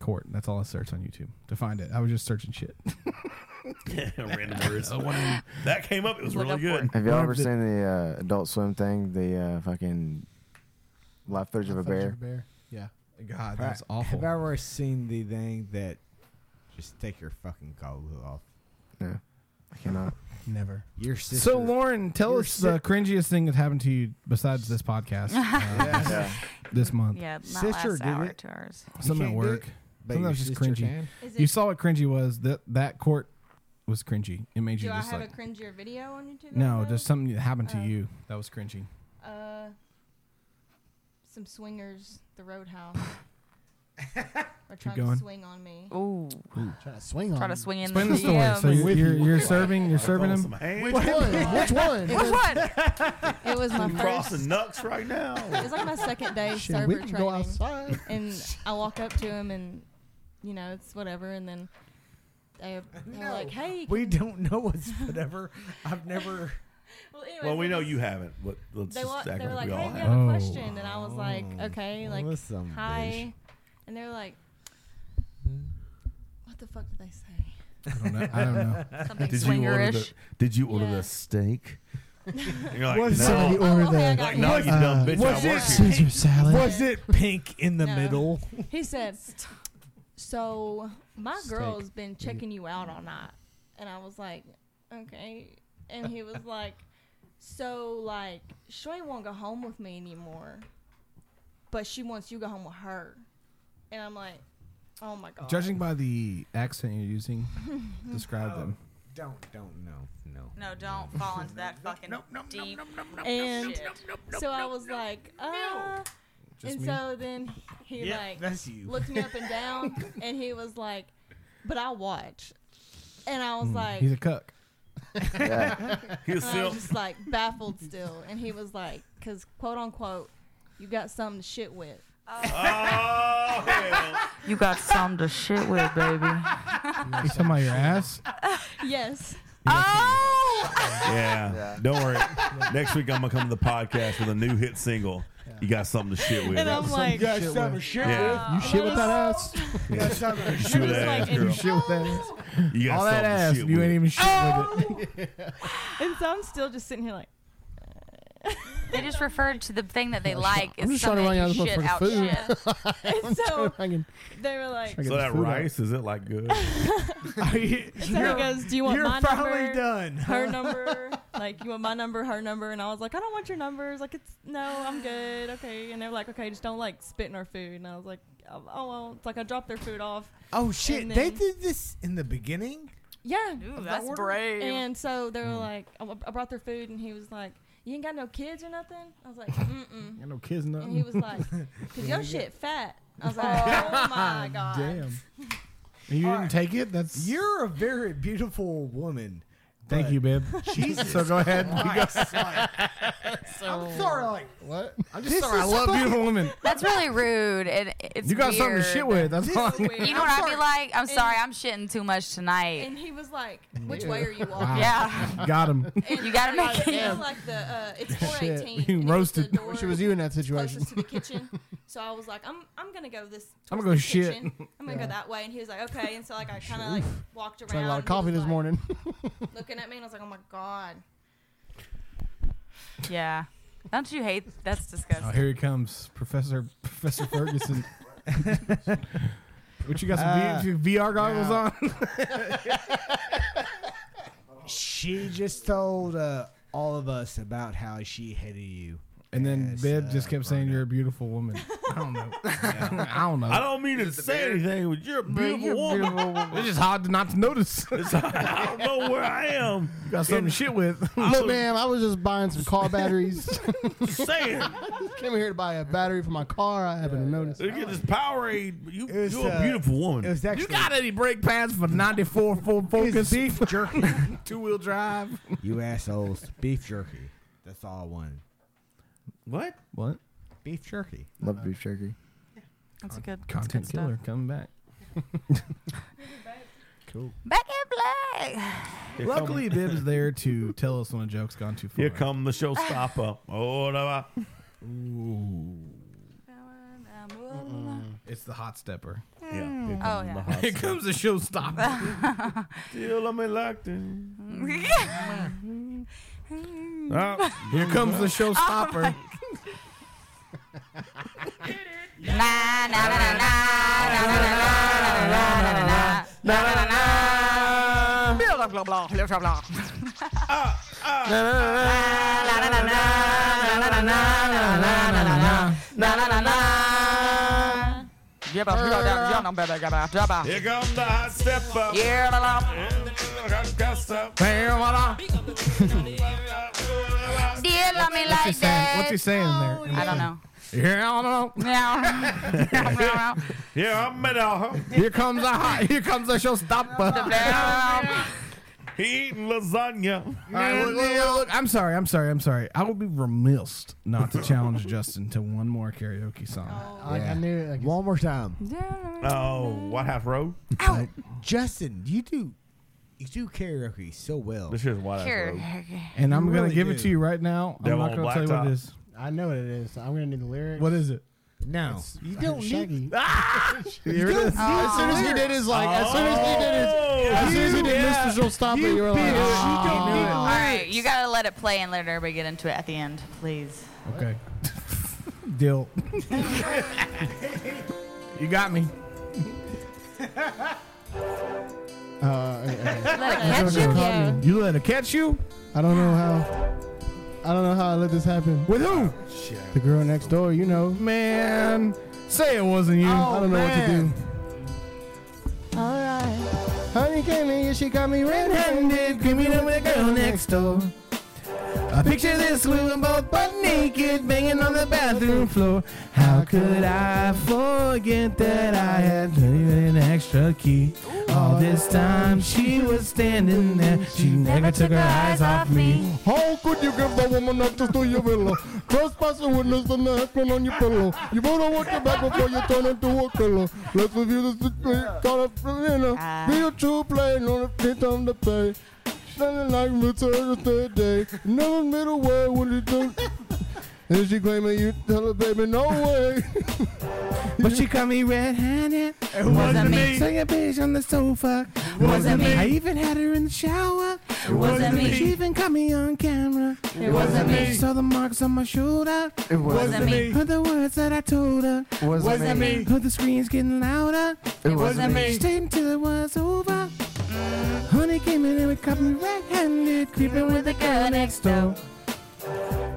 court. That's all I searched on YouTube to find it. I was just searching shit. Random words. that came up. It was really good. Have y'all ever seen the uh, Adult Swim thing? The uh, fucking live footage of a footage of bear. a bear. Yeah. God, Right. that's awful. Have I ever seen the thing that just take your fucking clothes off? No, I cannot. Never. Your sister. So Lauren, tell your us si- the cringiest thing that happened to you besides this podcast uh, Yeah. Yeah. this month. Yeah, not Sister last did hour, it. two hours. You Something at can't do work. it, but Something that your was just sister cringy. can. Is You it- saw what cringy was. That that court was cringy. It made Do you I just have like a cringier video on YouTube? no, just something that happened Oh. to you that was cringy. Uh, some swingers, the Roadhouse. are trying going. to swing on me. Ooh. Trying to swing on Trying to him. swing in Explain the story. So you're, you're, you're serving. You're serving him. Which one? Which one? Which one? it was my I'm first. crossing nuts right now. It was like my second day Shit, server we training, can go and I walk up to him, and you know it's whatever, and then they, they're like, "Hey, we don't know what's whatever. I've never. Well, anyway, Well, we know you haven't, but let's they, just wa- act they were like, we all "Hey, we have. have a question," and I was like, "Okay, Oh, like, that's some hi," and they were like, "What the fuck did they say?" I don't know. I don't know. Something did you order the, swingerish. Did you order the steak? And you're like, Was no. it- Oh, okay, I got like, it. no, you Uh, dumb bitch. was I it work here. Caesar salad? Was it pink in the No. middle? He said, "So my Steak. girl's been checking you out all night," and I was like, "Okay," and he was like, "So like, she ain't want to go home with me anymore, but she wants you to go home with her," and I'm like, "Oh my god!" Judging by the accent you're using, describe them. Don't, don't, no, no. No, don't fall into that fucking deep And shit. so I was like, uh. Just and me? so then he Yep, like that's you. looked me up and down, and he was like, "But I watch," and I was Mm, like, he's a cuck. and He's I still- was just like baffled still, and he was like, "Cause quote unquote, you got something to shit with." You got some to shit with, You baby. talking about your ass? yes. Oh! Yeah. Don't worry. Next week I'm gonna come to the podcast with a new hit single. You got something to shit with. And I'm Something like- you got something to shit Yeah. You shit with that ass? You got something to You shit with that ass, girl. You shit with that ass. You got All that something to ass, shit you with. ain't even shit Oh! with it. And so I'm still just sitting here like, They just referred to the thing that they like. I'm is just trying to something run you out of shit out motherfucking shit. and so they were like, So that rice is it like good? And so he goes, "Do you want you're my finally number? done." Her number? Like you want my number? Her number?" And I was like, "I don't want your numbers. Like it's no, I'm good. Okay." And they're like, "Okay, just don't like spit in our food." And I was like, "Oh, oh well." It's like I dropped their food off. Oh and shit! then- They did this in the beginning. yeah, Ooh, that's brave. And so they were like, I I brought their food, and he was like, "You ain't got no kids or nothing?" I was like, "Mm-mm." Got no kids, nothing. And he was like, "Cause your shit fat." I was like, "Oh my god." Damn. You didn't take it? That's You're a very beautiful woman. Thank but you, babe. Jesus. So go ahead. You go- Christ, like, I'm sorry. Like what? I'm just sorry. I love beautiful women. That's really rude. and it's You got something to weird. shit with. That's all. I- You know what I'd be like? I'm sorry, I'm shitting too much tonight. And he was like, "Which way are you Wow. walking?" Yeah. Got him. You gotta like, make you know, it. like the uh, it's Shit. 418 You roasted. door Wish it was you in that situation. closest to the kitchen. So I was like, I'm I'm gonna go this. I'm towards gonna go the shit. kitchen. I'm gonna Yeah. go that way, and he was like, okay. And so like I kind of like Shit. walked around, Drank a lot of and he coffee was, this like, morning. looking at me, and I was like, oh my god. Yeah. Don't you hate? That's disgusting. Oh, here he comes, Professor Professor Ferguson. what you got some Uh, V- VR goggles no. on? She just told uh, all of us about how she hated you. And then uh, Bib just kept saying you're a beautiful woman. I don't know. I don't know. I don't mean to say anything, but you're a beautiful woman. It's just hard to not to notice. I don't know where I am. You got something to shit with. Look, man, I was just buying some car batteries. Saying. Came here to buy a battery for my car. I haven't noticed. Look at this Powerade. but You, was, you're a uh, beautiful woman. it was actually- You got any brake pads for 94 full focus? beef jerky. Two wheel drive. You assholes. Beef jerky. That's all I wanted. What? What? Beef jerky. Love beef jerky. That's a good Content that's good killer coming back. cool. Back in black. Here Luckily, come- Bib's there to tell us when a joke's gone too far. Here come the showstopper. Oh, no. Ooh. Um, It's the hot stepper. Yeah. Here Oh, yeah. Here comes the showstopper. Still, I'm elected. Oh, here comes the showstopper. Blah, blah, blah, blah, blah, Uh, blah. Here comes the hot step up. Yeah, blah, blah. Dear, love me What's he like saying? What's that. he saying there? I don't know. Yeah, I don't know. Yeah, I'm at all. Here comes the hot. Here comes the showstopper. He eating lasagna. All right, look, look, look, look, I'm sorry. I'm sorry. I'm sorry. I would be remiss not to challenge Justin to one more karaoke song. I, I knew it. Like, One more time. Oh, White House Road. Uh, Justin, you do you do karaoke so well. This is White And I'm You gonna really give it do. to you right now. Devil I'm not gonna on tell you what blacktop. it is. I know what it is. I'm gonna need the lyrics. What is it? No, you don't need. Ah! Here it is. As soon as he did his like, as soon as he did Oh! his, as soon as Oh. he did Mr. She'll stop it. You were like, oh, All right, you gotta let it play and let everybody get into it at the end, please. Okay. Dill. you got me. Uh, okay. Let it I don't catch know you? what Yeah. happened. You let it catch you? I don't know how. I don't know how I let this happen. With who? The girl next door, you know. Man, say it wasn't you. Oh, I don't know man. what to do. All right. Honey came in, yeah, she got me red-handed, creeping up with the girl next door. I picture this, we were both butt naked, banging on the bathroom floor. How could I forget that I had an extra key? All this time she was standing there, she never took her eyes off me. How could you give the woman access to your villa? Trespassing witness and the headpin on your pillow. You better watch your back before you turn into a killer. Let's review this kind of dinner. Be a true player, no need time to pay. Shining like materials today. Never made a way when you do. And she claiming you tell her, baby, no way. But she caught me red-handed. It wasn't me. Took a bitch on the sofa. It wasn't me. I even had her in the shower. It wasn't me. She even caught me on camera. It wasn't me. Saw the marks on my shoulder. It wasn't me. Heard the words that I told her. It wasn't Wasn't me. me. Heard the screams getting louder. It wasn't me. Stayed until it was over. Honey came in and we caught me red-handed, creeping with the girl next door.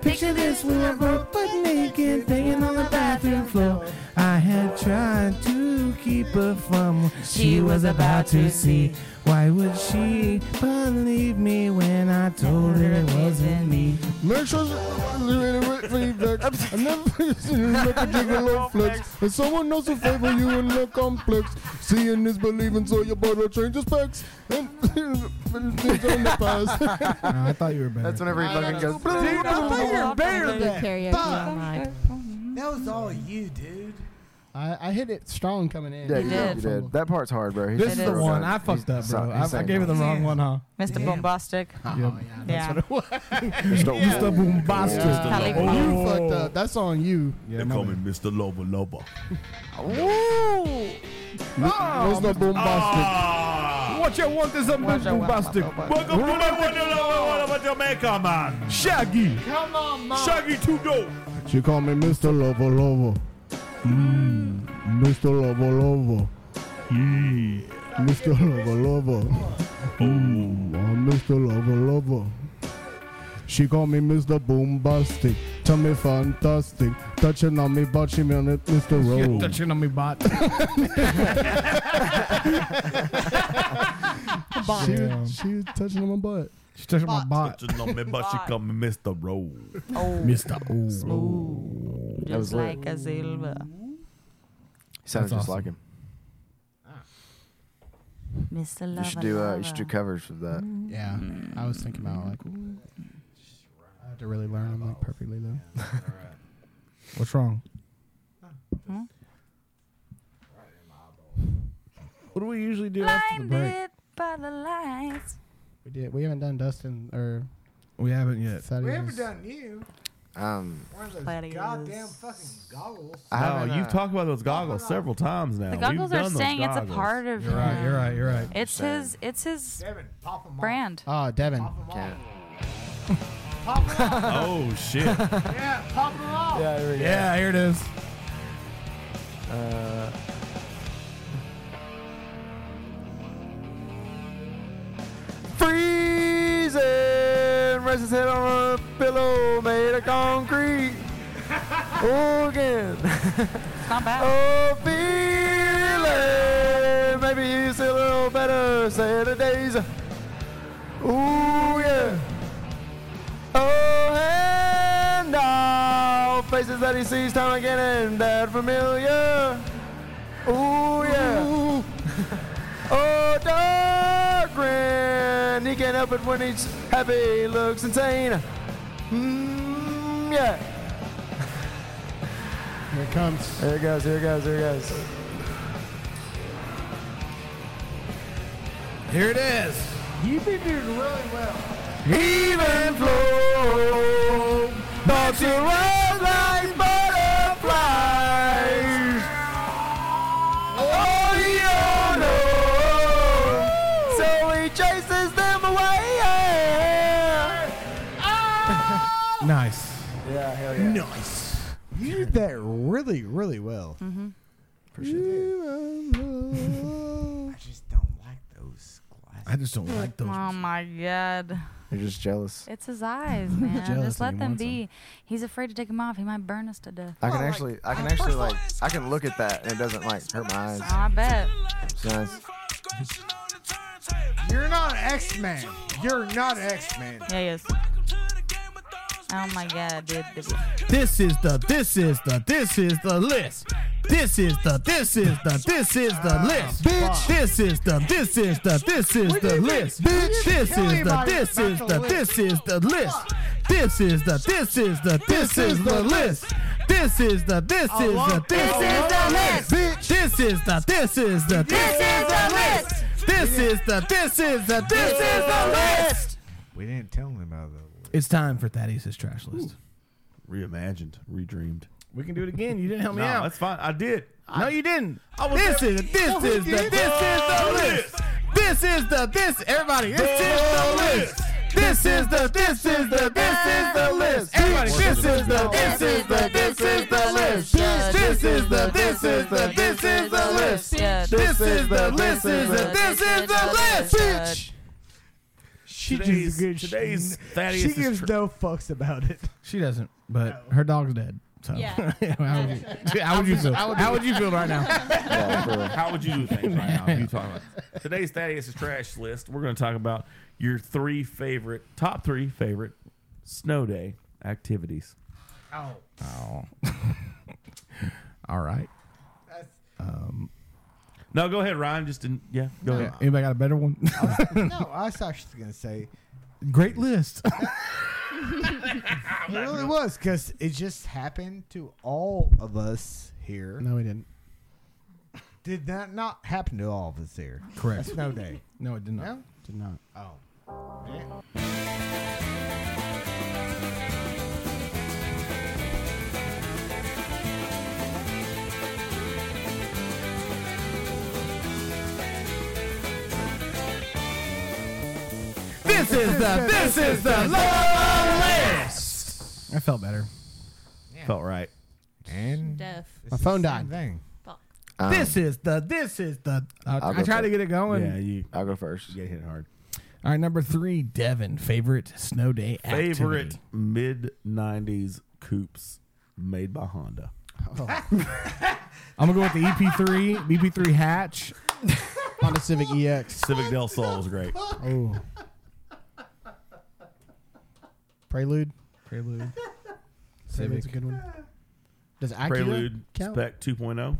Picture this, we were both butt naked, banging on the bathroom floor. I had tried to keep her from what she was about to see. Why would she believe me when I told her it wasn't me? Make sure feedback. I never seen you make a jiggle flex. And someone else will favor you in the complex. Seeing is believing, so your brother changes specs. And things on the past. I thought you were better. That's whenever he fucking goes. Dude, I think you're better than that. Fuck. That was all you, dude. I, I hit it strong coming in. Yeah, you did. You did. That part's hard, bro. He This just is the broke one up. I He's fucked up, suck- bro. he's I, I saying gave it the no. wrong one, huh? Mr. Bombastic. yeah, yeah. Mr. Mr. Bombastic. Mr. Oh, You fucked up. That's on you. They call me Mr. Loba Loba. Ooh. What's the boom What you want is a bit bombastic. Welcome to the one you love, one of Jamaica, man. Shaggy. Come on, Shaggy two dope. She called me Mr. Lovo Lovo. Mm, Mr. Lovo Lovo. Yeah. Mr. Lovo Lovo. Mm, I'm Mr. Lovo Lovo. She called me Mr. Boombastic. Tell me fantastic. Touching on me, but she meant it Mr. You're Rowe. touching on me, bot. She, was- she was touching on my butt. She touching my bot. Just know me, but she call me Mr. Roll. Mr. O. Oh. Smooth. That was Just lit. like a silver. He sounded That's just like him. Mr. Lover. You should do uh, you should do covers of that. Yeah, Mm-hmm. I was thinking about like. I had to really learn them like perfectly though. What's wrong? What do we usually do after the break? Blinded by the lights. We did. We haven't done Dustin or We haven't yet. Thaddeus. We haven't done you. Um, Where's those Platyus. goddamn fucking goggles? Oh, haven't, you've uh, talked about those goggles several times now. The We've goggles done are those saying it's a goggles. part of. You're right, you're right, you're right. It's Same. his. It's his brand. Oh, Devin. oh shit. Yeah, pop them off. Yeah, here we go. Yeah, here it is. Uh, Freezing! Rests his head on a pillow made of concrete. Oh, again. It's not bad. Oh, feeling. Maybe you feel a little better. Say the days. Ooh, yeah. Oh, and now faces that he sees time and again and that familiar. Ooh, yeah. oh, dark grin. He can't help it when he's happy. Looks insane. Mm, yeah. Here it comes. Here it goes. Here it goes. Here it goes. Here it is. You've been doing really well. Even flow, thoughts you run like butterflies. Oh, you know. So he chases them away. Ah! Oh! Nice. Yeah, hell yeah. Nice. You did that really, really well. Mm-hmm. Appreciate it. I just don't like those glasses. I just don't like those. Oh my god. You're just jealous. It's his eyes, man. jealous Just that let he them wants 'em. be. He's afraid to take them off. He might burn us to death. Oh I can actually, I can actually like, I can look at that and it doesn't like hurt my eyes. I bet. It's nice. You're not X Man. You're not X Man. Yeah, yes. Oh my god, dude. This is the, this is the, this is the list. This is the, this is the, this is the list. Bitch. This is the, this is the, this is the list. Bitch. This is the, this is the, this is the list. This is the, this is the, this is the list. This is the, this is the, this is the list. Bitch. This is the, this is the, this is the list. This is the, this is the, this is the list. We didn't tell him about that. It's time for Thaddeus's trash list. Reimagined, redreamed. We can do it again. You didn't help me No, out. that's fine. I did. No, you didn't. I was this there. is this Oh, is we the did. this is the The list. This is the this everybody. This is the list. This is the this is the this is the list. Everybody, this is the this is the this is the list. This is the this is the this is the list. This is the this is the this is the list. Bitch. She Today's- just gives- today's she- Thaddeus She is gives tr- no fucks about it. She doesn't, but her dog's dead. So Yeah. how would you how would you feel? How would you feel right now? How would you do things right now? You talking about today's Thaddeus' trash list? We're going to talk about your three favorite, top three favorite snow day activities. Ow. Oh. All right. Um, No, go ahead, Ryan. Just in, yeah, go ahead. Anybody got a better one? no, I was actually gonna say Great list. it really was because it just happened to all of us here. No, it didn't. Did that not happen to all of us here? Correct. A snow day. No, it did not. No? Did not. Oh. This is the this is the love list. I felt better. Felt right. And Deaf. my phone died. Fuck. Um, this is the this is the. I- I'll I go tried to first. get it going. Yeah, you. I'll go first. You get hit hard. All right, number three, Devin. Favorite snow day activity. Favorite mid '90s coupes made by Honda. I'm gonna Oh. go with the E EP3, EP3 hatch, Honda Civic EX. Civic Del Sol was great. Oh. Prelude. Prelude. Civic. Civic. a good one. Does Acura Prelude count? Spec oh. 2.0.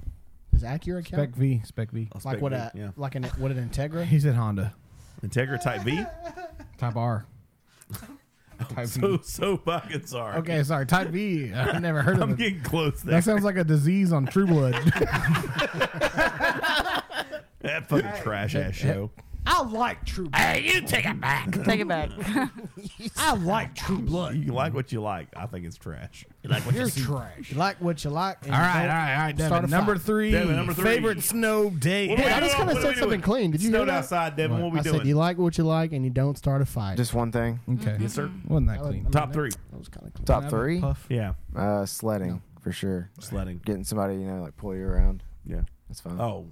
Does Acura count? Spec V, Spec V. Oh, like Spec what V, a yeah. like an what an Integra? He said Honda. Integra Type V. Type R. Type E. So so fucking sorry. Okay, sorry. Type V. I've never heard of I'm it. getting close there. That sounds like a disease on True Blood. That fucking trash ass show. I like True Blood. Hey, you take it back. Take it back. I like True Blood. You like what you like. I think it's trash. You like what You're see. trash. You like what you like. All right, all right, all right, Devin. Number three, Devin, number three. favorite snow day. What are we I doing? just kind What of are we said something doing? clean. Did you Snowed hear that? outside, Devin. What are we I doing? said you like what you like and you don't start a fight. Just one thing. Okay. Yes, sir. Wasn't that clean? Top three. Top three? Yeah. Uh, sledding for sure. Sledding. Getting somebody you know like pull you around. Yeah, that's fine. Oh,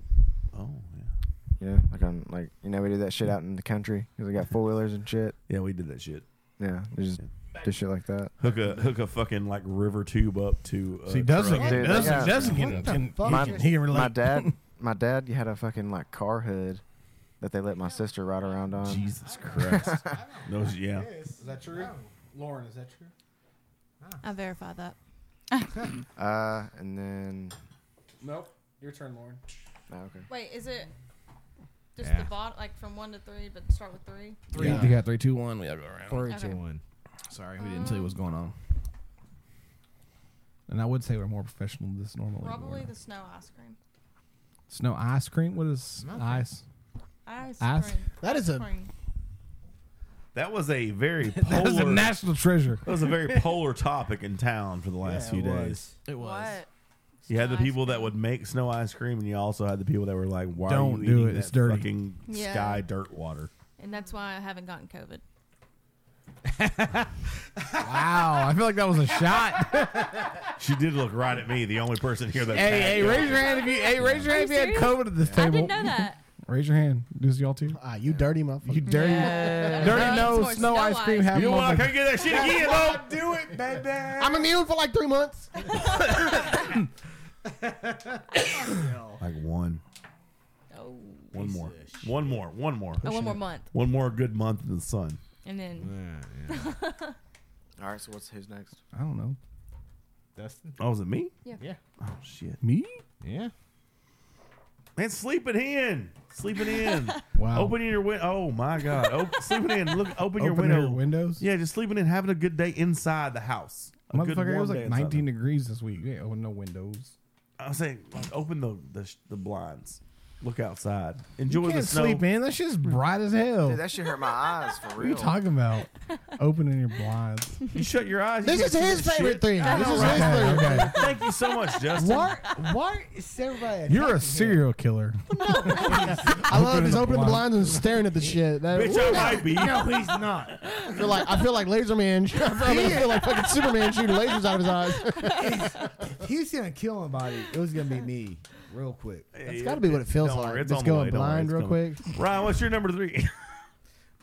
oh yeah. Yeah, like on like you know we do that shit out in the country because we got four wheelers and shit. Yeah, we did that shit. Yeah, we just do shit like that. Hook a hook a fucking like river tube up to. Uh, See, doesn't- truck. Dude, they doesn't- got- doesn't get- What the can- fuck? my, can he relate? my dad, my dad, you had a fucking like car hood that they let my sister ride around on. Jesus Christ. Those- yeah. Is that true? Lauren, is that true? Ah. I verify that. Uh, and then Nope. Your turn, Lauren. oh, okay. Wait, is it just Yeah. the bot like from one to three, but start with three? Three. You got three, two, one. We gotta go around. Three, Three, two, two, Okay. one. Sorry, we didn't tell you what's going on. And I would say we're more professional than this normally. Probably the snow ice cream. Snow ice cream. What is ice? Ice, Ice- cream. That is a- Cream. That was a very polar. That was a national treasure. That was a very polar topic in town for the last Yeah, few it was. days. It was. You had the people that would make snow ice cream, and you also had the people that were like, "Why Don't are you do eating it, that it's dirty. fucking Yeah. sky dirt water?" And that's why I haven't gotten COVID. Wow, I feel like that was a shot. She did look right at me, the only person here that. hey, had hey, it. raise your hand if you. Hey, raise your Are hand if you you had serious? COVID at this I table. didn't know that. Raise your hand. Does y'all too? Ah, you dirty motherfucker. You dirty, Yeah. dirty Yeah. no It's more snow, ice cream. snow having ice. You wanna motherfucker- come get that shit again, That's Lo? why I Do it, baby. I'm immune for like three months. Like one. Oh. One more. One more. One more. Oh, one more month. One more good month in the sun. And then. All right, so what's who's next? I don't know. Dustin. Oh, is it me? Yeah. Yeah. Oh shit. Me? Yeah. Man, sleep it in. Sleep it in. Wow. Open your window. Oh my God. Oh, sleep it in. Look. Open, your Open window. your windows? Yeah, just sleeping in, having a good day inside the house. A good Motherfucker, it warm was day like inside the- 19 degrees this week. Yeah, oh, no windows. I was saying, like, open the the, sh- the blinds. Look outside. Enjoy you can't the snow. sleep, man. That shit's bright as hell. Dude, that shit hurt my eyes for what are you real. talking about? Opening your blinds. You shut your eyes. This you is can't see his the favorite shit. thing. I This know, is right? his favorite Okay, okay. Thank you so much, Justin. Why, why is everybody. You're a serial killer. I love just opening the blinds and staring at the shit. That, Bitch, I might be. No, he's not. I feel like I feel like Laserman. I mean, I feel like fucking Superman shooting lasers out of his eyes. If he's gonna kill somebody, it was gonna be me, real quick. That's gotta be what it feels Don't like. worry, it's Just on the going way, don't worry, blind it's real coming. quick. Ryan, what's your number three?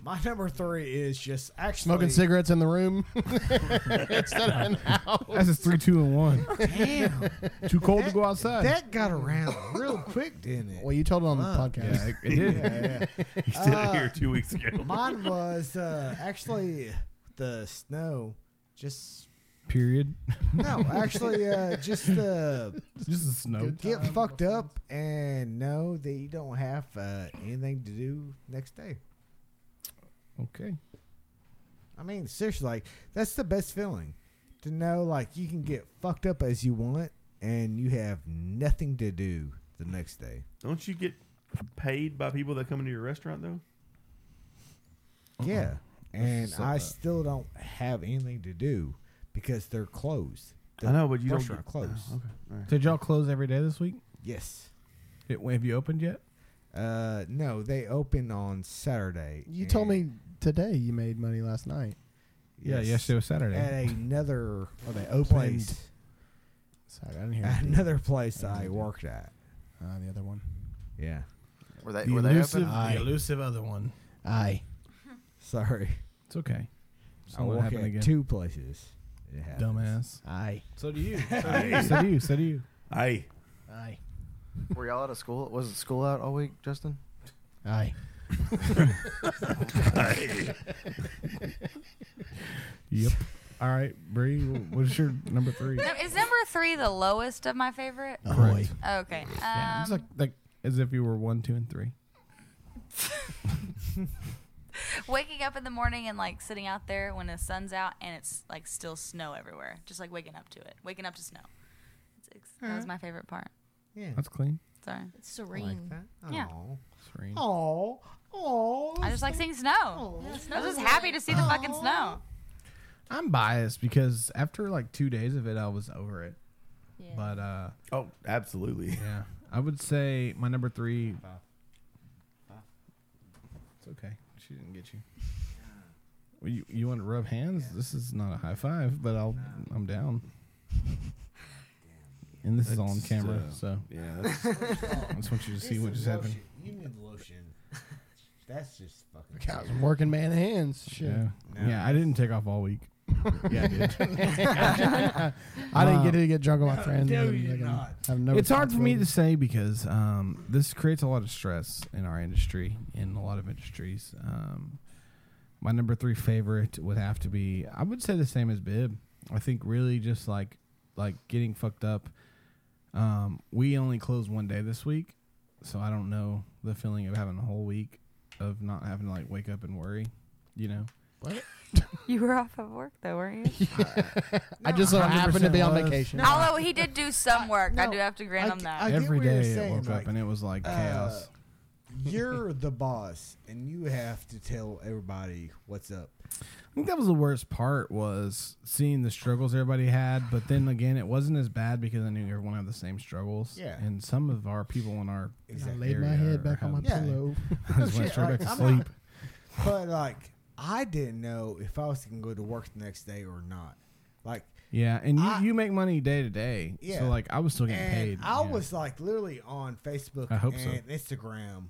My number three is just actually Smoking cigarettes in the room instead of in the house. That's just three, two, and one. Damn. Too cold to That- go outside. That got around real quick, didn't it? Well, you told it on the Fuck. podcast. Yeah, it- it did. Yeah, yeah. Uh, He said it Uh, here two weeks ago. Mine was uh, actually the snow, just Period. no, actually uh, just the just the snow. Get fucked up and know that you don't have uh, anything to do next day. Okay. I mean, seriously, like that's the best feeling to know like you can get fucked up as you want and you have nothing to do the next day. Don't you get paid by people that come into your restaurant though? Uh-uh. Yeah. And So I bad. still don't have anything to do because they're closed. I know, but you don't restaurant get- closed. oh, okay. All right. Did y'all close every day this week? Yes. It, have you opened yet? Uh, no, they open on Saturday. You told me today you made money last night. Yeah, yesterday was Saturday. at another Oh, they place. opened. Sorry, I didn't hear At it. another place I didn't I hear it. worked at. Uh, the other one. Yeah. Were they The were they elusive, open? the elusive other one. Aye. Sorry. It's okay. I So what work at happened again? two places. It happens. Dumbass. Aye. So do you. Aye. So do you. So do you. Aye. Aye. Were y'all out of school? Was it school out all week, Justin? Aye. Aye. Yep. All right, Bree. wh- What is your number three? No, is number three the lowest of my favorite? Correct. Okay. Yeah, Um, it's like, like as if you were one, two, and three. um, waking up in the morning and like sitting out there when the sun's out and it's like still snow everywhere. Just like waking up to it. Waking up to snow. It's, it's, That was Mhm. my favorite part. Yeah. That's clean. Sorry. It's serene. Yeah. Aw. Serene. Aw. I just like seeing snow. I was just happy to see the fucking snow. I'm biased because after like two days of it, I was over it. But uh oh, absolutely. Yeah, I would say my number three. It's okay. She didn't get you. Well, you you want to rub hands? This is not a high five, but I'll I'm down. And this is all on That's, camera, uh, so yeah, I just want you to see what just happened. You need lotion. That's just fucking. Guys, working man hands. Shit. Yeah. yeah, I didn't take off all week. yeah, I did. I didn't get to get drunk with my friends. no, and you fucking did not. have no it's hard for me to responsibilities. say because um, this creates a lot of stress in our industry, in a lot of industries. Um, my number three favorite would have to be, I would say the same as Bib. I think really just like like getting fucked up. Um, we only closed one day this week, so I don't know the feeling of having a whole week of not having to like wake up and worry, you know. What? You were off of work though, weren't you? I just so happened to be on 100% was. vacation. Although he did do some work, I do have to grant him that. I get Every what you're day I saying, woke like, up and it was like uh, chaos. Uh, You're the boss, and you have to tell everybody what's up. I think that was the worst part was seeing the struggles everybody had, but then again, it wasn't as bad because I knew everyone had the same struggles. Yeah. and some of our people in our I laid my area head are back on my having- pillow. I just went straight back to I'm sleep. not- but like, I didn't know if I was going to go to work the next day or not. Like, yeah, and you, you make money day to day, yeah. so like I was still getting And paid. I yeah. was like literally on Facebook I hope so. and Instagram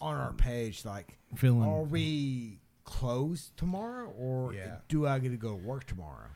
on our page, like, Feeling- are we closed tomorrow or do I get to go to work tomorrow?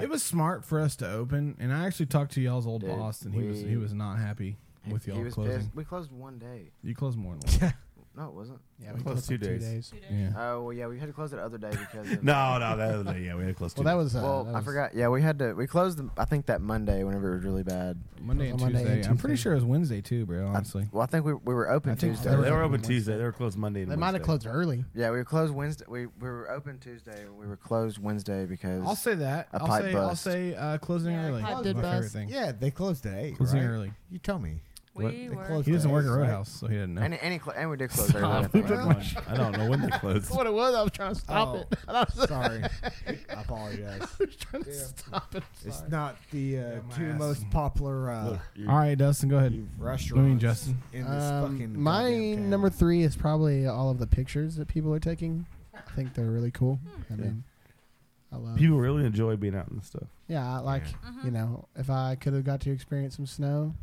it was smart for us to open, and I actually talked to y'all's old Dude, boss, and he was he we- was not happy with y'all he was closing. pissed. We closed one day. You closed more than one. No, it wasn't. Yeah, we We closed closed on two two days. days. Two days. Oh well, yeah, we had to close it other day because. Of No, no, the other day, yeah, we had to close Well, two that days. was, uh, well, that I was- forgot. Yeah, we had to. We closed. The, I think that Monday, whenever it was really bad. Monday and Tuesday. I'm pretty sure it was Wednesday too, bro. Honestly, Well, I think we, we were open I think Tuesday. they were They were open open Tuesday. They were closed Monday. And They might have Wednesday. closed early. Yeah, we were closed Wednesday. We, we were open Tuesday. We were closed Wednesday because I'll say that. a I'll pipe say bust. I'll say uh, closing early. pipe is did my bust. favorite thing. Yeah, they closed at eight. Closing right? early. You tell me. We What? They were- closed He doesn't at work eight, at right? Roadhouse, so he didn't know. And, and, he cl- and we did close early. I think. I don't know when they closed. That's what it was. I was trying to stop Oh, it. I was- sorry. I apologize. I was trying to stop it. It's Sorry. not the uh, two ass. most popular uh, All right, Dustin, go ahead. I mean, restaurants Justin. in this Um, fucking. my number three is probably all of the pictures that people are taking. I think they're really cool. Hmm. I mean, I love. People really enjoy being out and stuff. yeah, I like you know, if I could have got to experience some snow,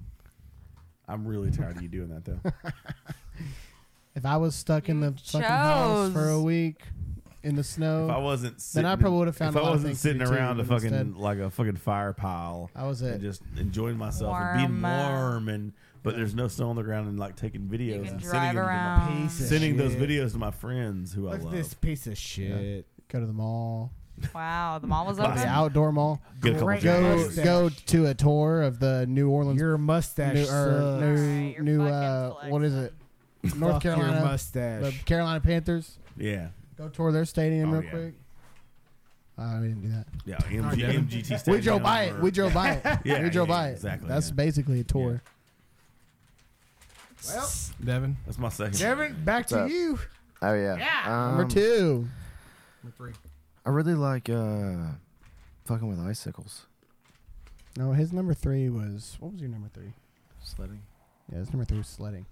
I'm really tired of you doing that though. if I was stuck in the fucking house for a chose. week in the snow, If I wasn't, sitting, then I probably would have found. If a I lot of wasn't things to do sitting too, around a but fucking instead- like a fucking fire pile, I was and it. just enjoying myself and being Warm up. warm, and but there's no snow on the ground, and like taking videos, and drive sending, them to around. my, Piece of sending those shit. videos to my friends who Look I at love. this piece of shit. Go to the mall. Wow, the mall was Like open. the outdoor mall. Get a couple Go Great go, mustache. to a tour of the New Orleans. Your mustache New, or sucks. new, new uh, what is it? North Fuck your Carolina mustache. The Carolina Panthers. Yeah. Go tour their stadium Oh, real yeah. quick. Uh, we didn't do that. Yeah, All Oh, right, MG, Devin. MGT We drove Stadium by it. or- We drove by it. yeah, we drove yeah, by it. Exactly. That's yeah. basically a tour. Well, Devin. That's my second. Devin, back What's to up? you. Oh yeah. Yeah. Um, Number two. Number three. I really like uh, fucking with icicles. No, his number three was what was your number three? Sledding. Yeah, his number three was sledding.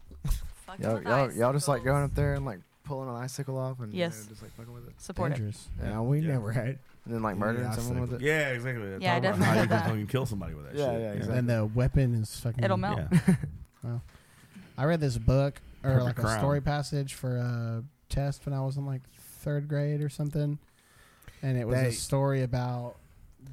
Y'all, y'all, y'all just like going up there and like pulling an icicle off and you Yes. know, just like fucking with it. Support it. Dangerous. Yeah. No, we never had. And then like murdering someone with it. Yeah, exactly. Yeah, I Talk about definitely how did you can that. fucking kill somebody with that Yeah, shit. yeah, And then the weapon is fucking. It'll melt. Wow. I read this book or Perfect like a crime. story passage for a test when I was in like third grade or something, and it was They- a story about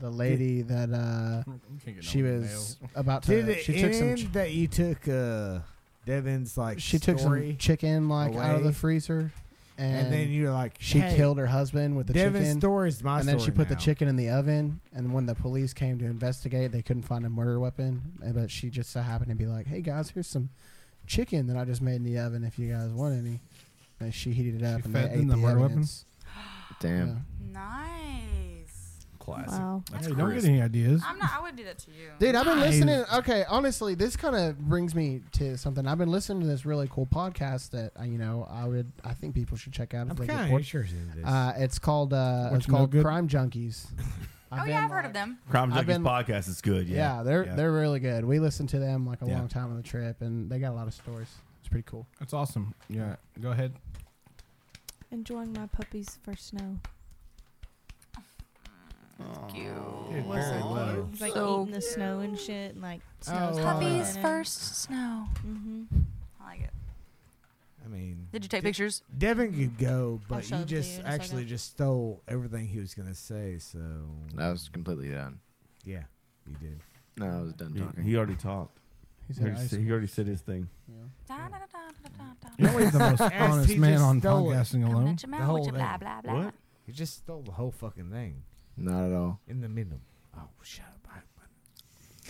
the lady that uh, can't get no she was about to. Did it she took some. end that you took uh, Devin's like she took story some chicken like out of away? the freezer, and, And then you're like, she "Hey, killed her husband with the Devin's chicken. story's my and then she story put the now. chicken in the oven. And when the police came to investigate, they couldn't find a murder weapon. and- But she just so happened to be like, "Hey guys, here's some chicken that I just made in the oven. If you guys want any." And she heated it up and they fed ate them the the murder weapon? evidence. Damn. Yeah. Nice. Classic. Wow. That's Hey, don't crisp. get any ideas. I'm not. I would do that to you. Dude, I've been listening. Okay, honestly, this kind of brings me to something. I've been listening to this really cool podcast that uh, you know I would I think people should check out. If I'm they get kinda bored. sure it is. Uh, it's called uh, What it's you know called good? Crime Junkies. oh yeah, I've heard of them. Crime I've Junkies been- podcast is good. Yeah, Yeah, they're they're really good. We listened to them like a Yeah. long time on the trip, and they got a lot of stories. It's pretty cool. That's awesome. Yeah, go ahead. Enjoying my puppy's first snow. Dude, very low. He's like So eating the snow and shit, and like snow's Oh, coming Puppy's in and- first snow. Mm-hmm. I like it. I mean, Did you take De- pictures? Devin could go, I'll but show you them to you just in a actually second. just stole everything he was gonna say. So I was completely done. yeah, you did. No, I was done He, talking. he already talked. He, said already ice said, he already said his thing. You're always the most As honest he man just on stole it. podcasting Coming alone. at you, man, The whole with your blah, blah thing. blah blah. blah. He just stole the whole fucking thing Not at all. in the middle. Oh, shut up!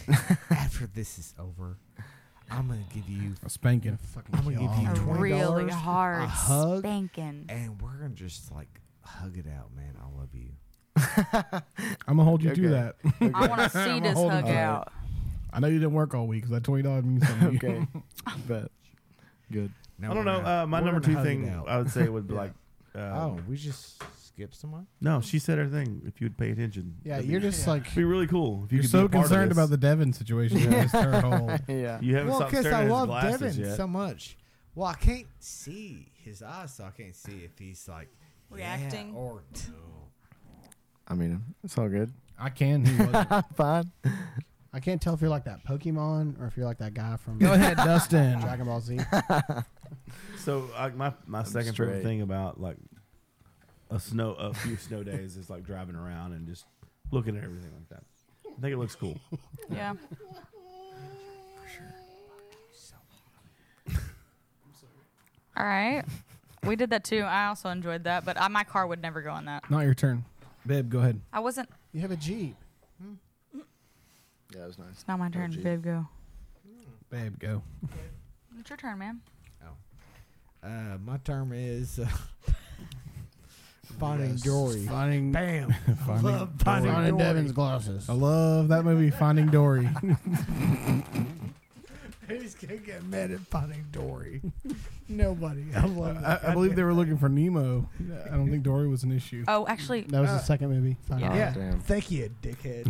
I- After this is over, I'm gonna give you a spanking. I'm gonna give you A twenty really hard a hug, spanking. and we're gonna just like hug it out, man. I love you. I'm gonna hold you to Okay. that. I Okay. wanna see I'ma this hold hug you to it. out. I know you didn't work all week because that twenty dollars means something. to you. but good. Now I don't we're know. gonna- Uh, my we're number gonna two hug it thing out. I would say would be Yeah. like. Uh, oh, we just skipped someone. No, she said her thing. If you'd pay attention. Yeah, That'd be- you're just like It'd be really cool. If you You're could be so a part of concerned this. about the Devin situation. Yeah. Yeah. This her whole. Yeah. You haven't well, stopped because staring I at his love glasses Devin yet. so much. Well, I can't see his eyes, so I can't see if he's like yeah Reacting. or I mean, it's all good. I can. He wasn't. Fine. I can't tell if you're like that Pokemon or if you're like that guy from Go ahead, Dustin. Dragon Ball Z. So I, my my second straight. favorite thing about like a snow a few snow days is like driving around and just looking at everything like that. I think it looks cool. Yeah. All right. We did that too. I also enjoyed that, but I, my car would never go in that. Not your turn, babe. Go ahead. I wasn't. Hmm. You have a Jeep. Yeah, it was nice. It's not my turn, babe. Go. Babe, go. It's your turn, man. Uh, my term is uh, finding Yes. Dory. Finding Bam. Finding Love finding Dory. Dory. Devin's glasses. I love that movie, Finding Dory. Who's gonna get mad at finding Dory? Nobody. I love I, that. I believe they were looking for Nemo. I don't think Dory was an issue. Oh, actually. That was the second movie. Finding Uh, Yeah. Dory. Thank you, dickhead.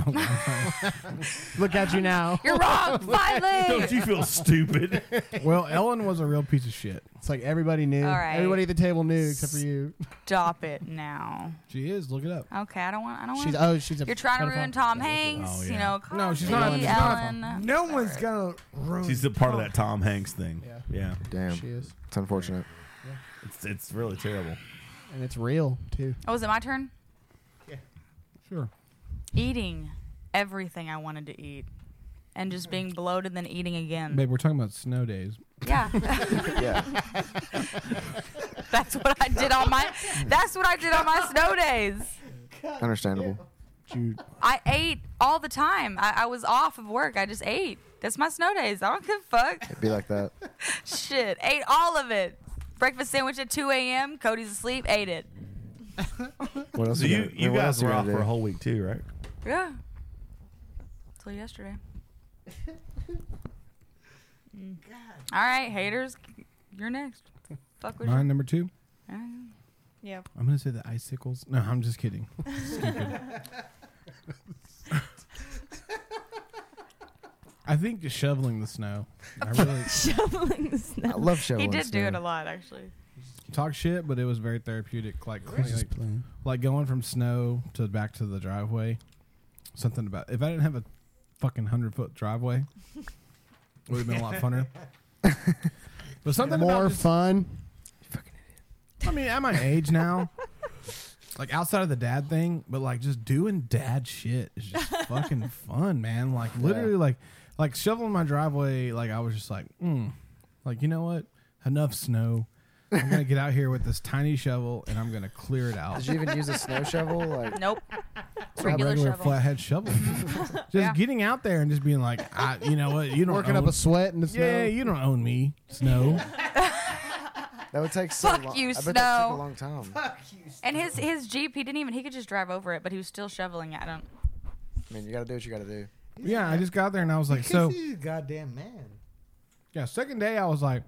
Look at you now. You're wrong, Don't finally. you feel stupid? Well, Ellen was a real piece of shit. It's like everybody knew. All right. Everybody at the table knew except for you. Stop it now. She is. Look it up. Okay, I don't want. I don't She's want. oh she's a You're trying to pedophile. ruin Tom Hanks. Oh, You yeah. know, No, she's not. Cosby, She's not. Ellen. no one's gonna ruin. She's a part of that Tom Hanks thing. Yeah. Yeah, Damn. She is, It's unfortunate. it's it's really terrible. and it's real too. Oh, is it my turn? Sure. Eating everything I wanted to eat, and just being bloated, then eating again. Babe, we're talking about snow days. Yeah. That's what I did on my. That's what I did on my snow days. Understandable. Dude, I ate all the time. I, I was off of work. I just ate. That's my snow days. I don't give a fuck. It'd be like that. Shit, ate all of it. Breakfast sandwich at 2 a.m. Cody's asleep. Ate it. What else? So you gonna- you what guys else were gonna off for do? a whole week too, right? Yeah. Till yesterday. All right, haters, you're next. Fuck with Mine number two. you. Yeah. I'm gonna say the icicles. No, I'm just kidding. Stupid. I think just shoveling the snow. I really Shoveling the snow. I love He shoveling. did do it snow. a lot, actually. talk shit, but it was very therapeutic. Like, just like, playing. like going from snow to back to the driveway. Something about if I didn't have a fucking hundred foot driveway, it would have been a lot funner. but something about More just- fun. I mean, at my age now, like outside of the dad thing, but like just doing dad shit is just fucking fun, man. Like literally, like like shoveling my driveway. Like I was just like, mm, like you know what? Enough snow. I'm gonna get out here with this tiny shovel and I'm gonna clear it out. Did you even use a snow shovel? Like Nope. It's not Regular, regular shovel. flathead shovel. just Yeah. getting out there and just being like, I, you know what? You don't Working own, up a sweat in the snow. Yeah, you don't own me, snow. That would take so Fuck long. you, I Snow. bet that took a long time. Fuck you, And his his Jeep, he didn't even. He could just drive over it, but he was still shoveling. it. I don't. I mean, you gotta do what you gotta do. Yeah, I just got there and I was like, so he's a goddamn man. yeah. Second day, I was like,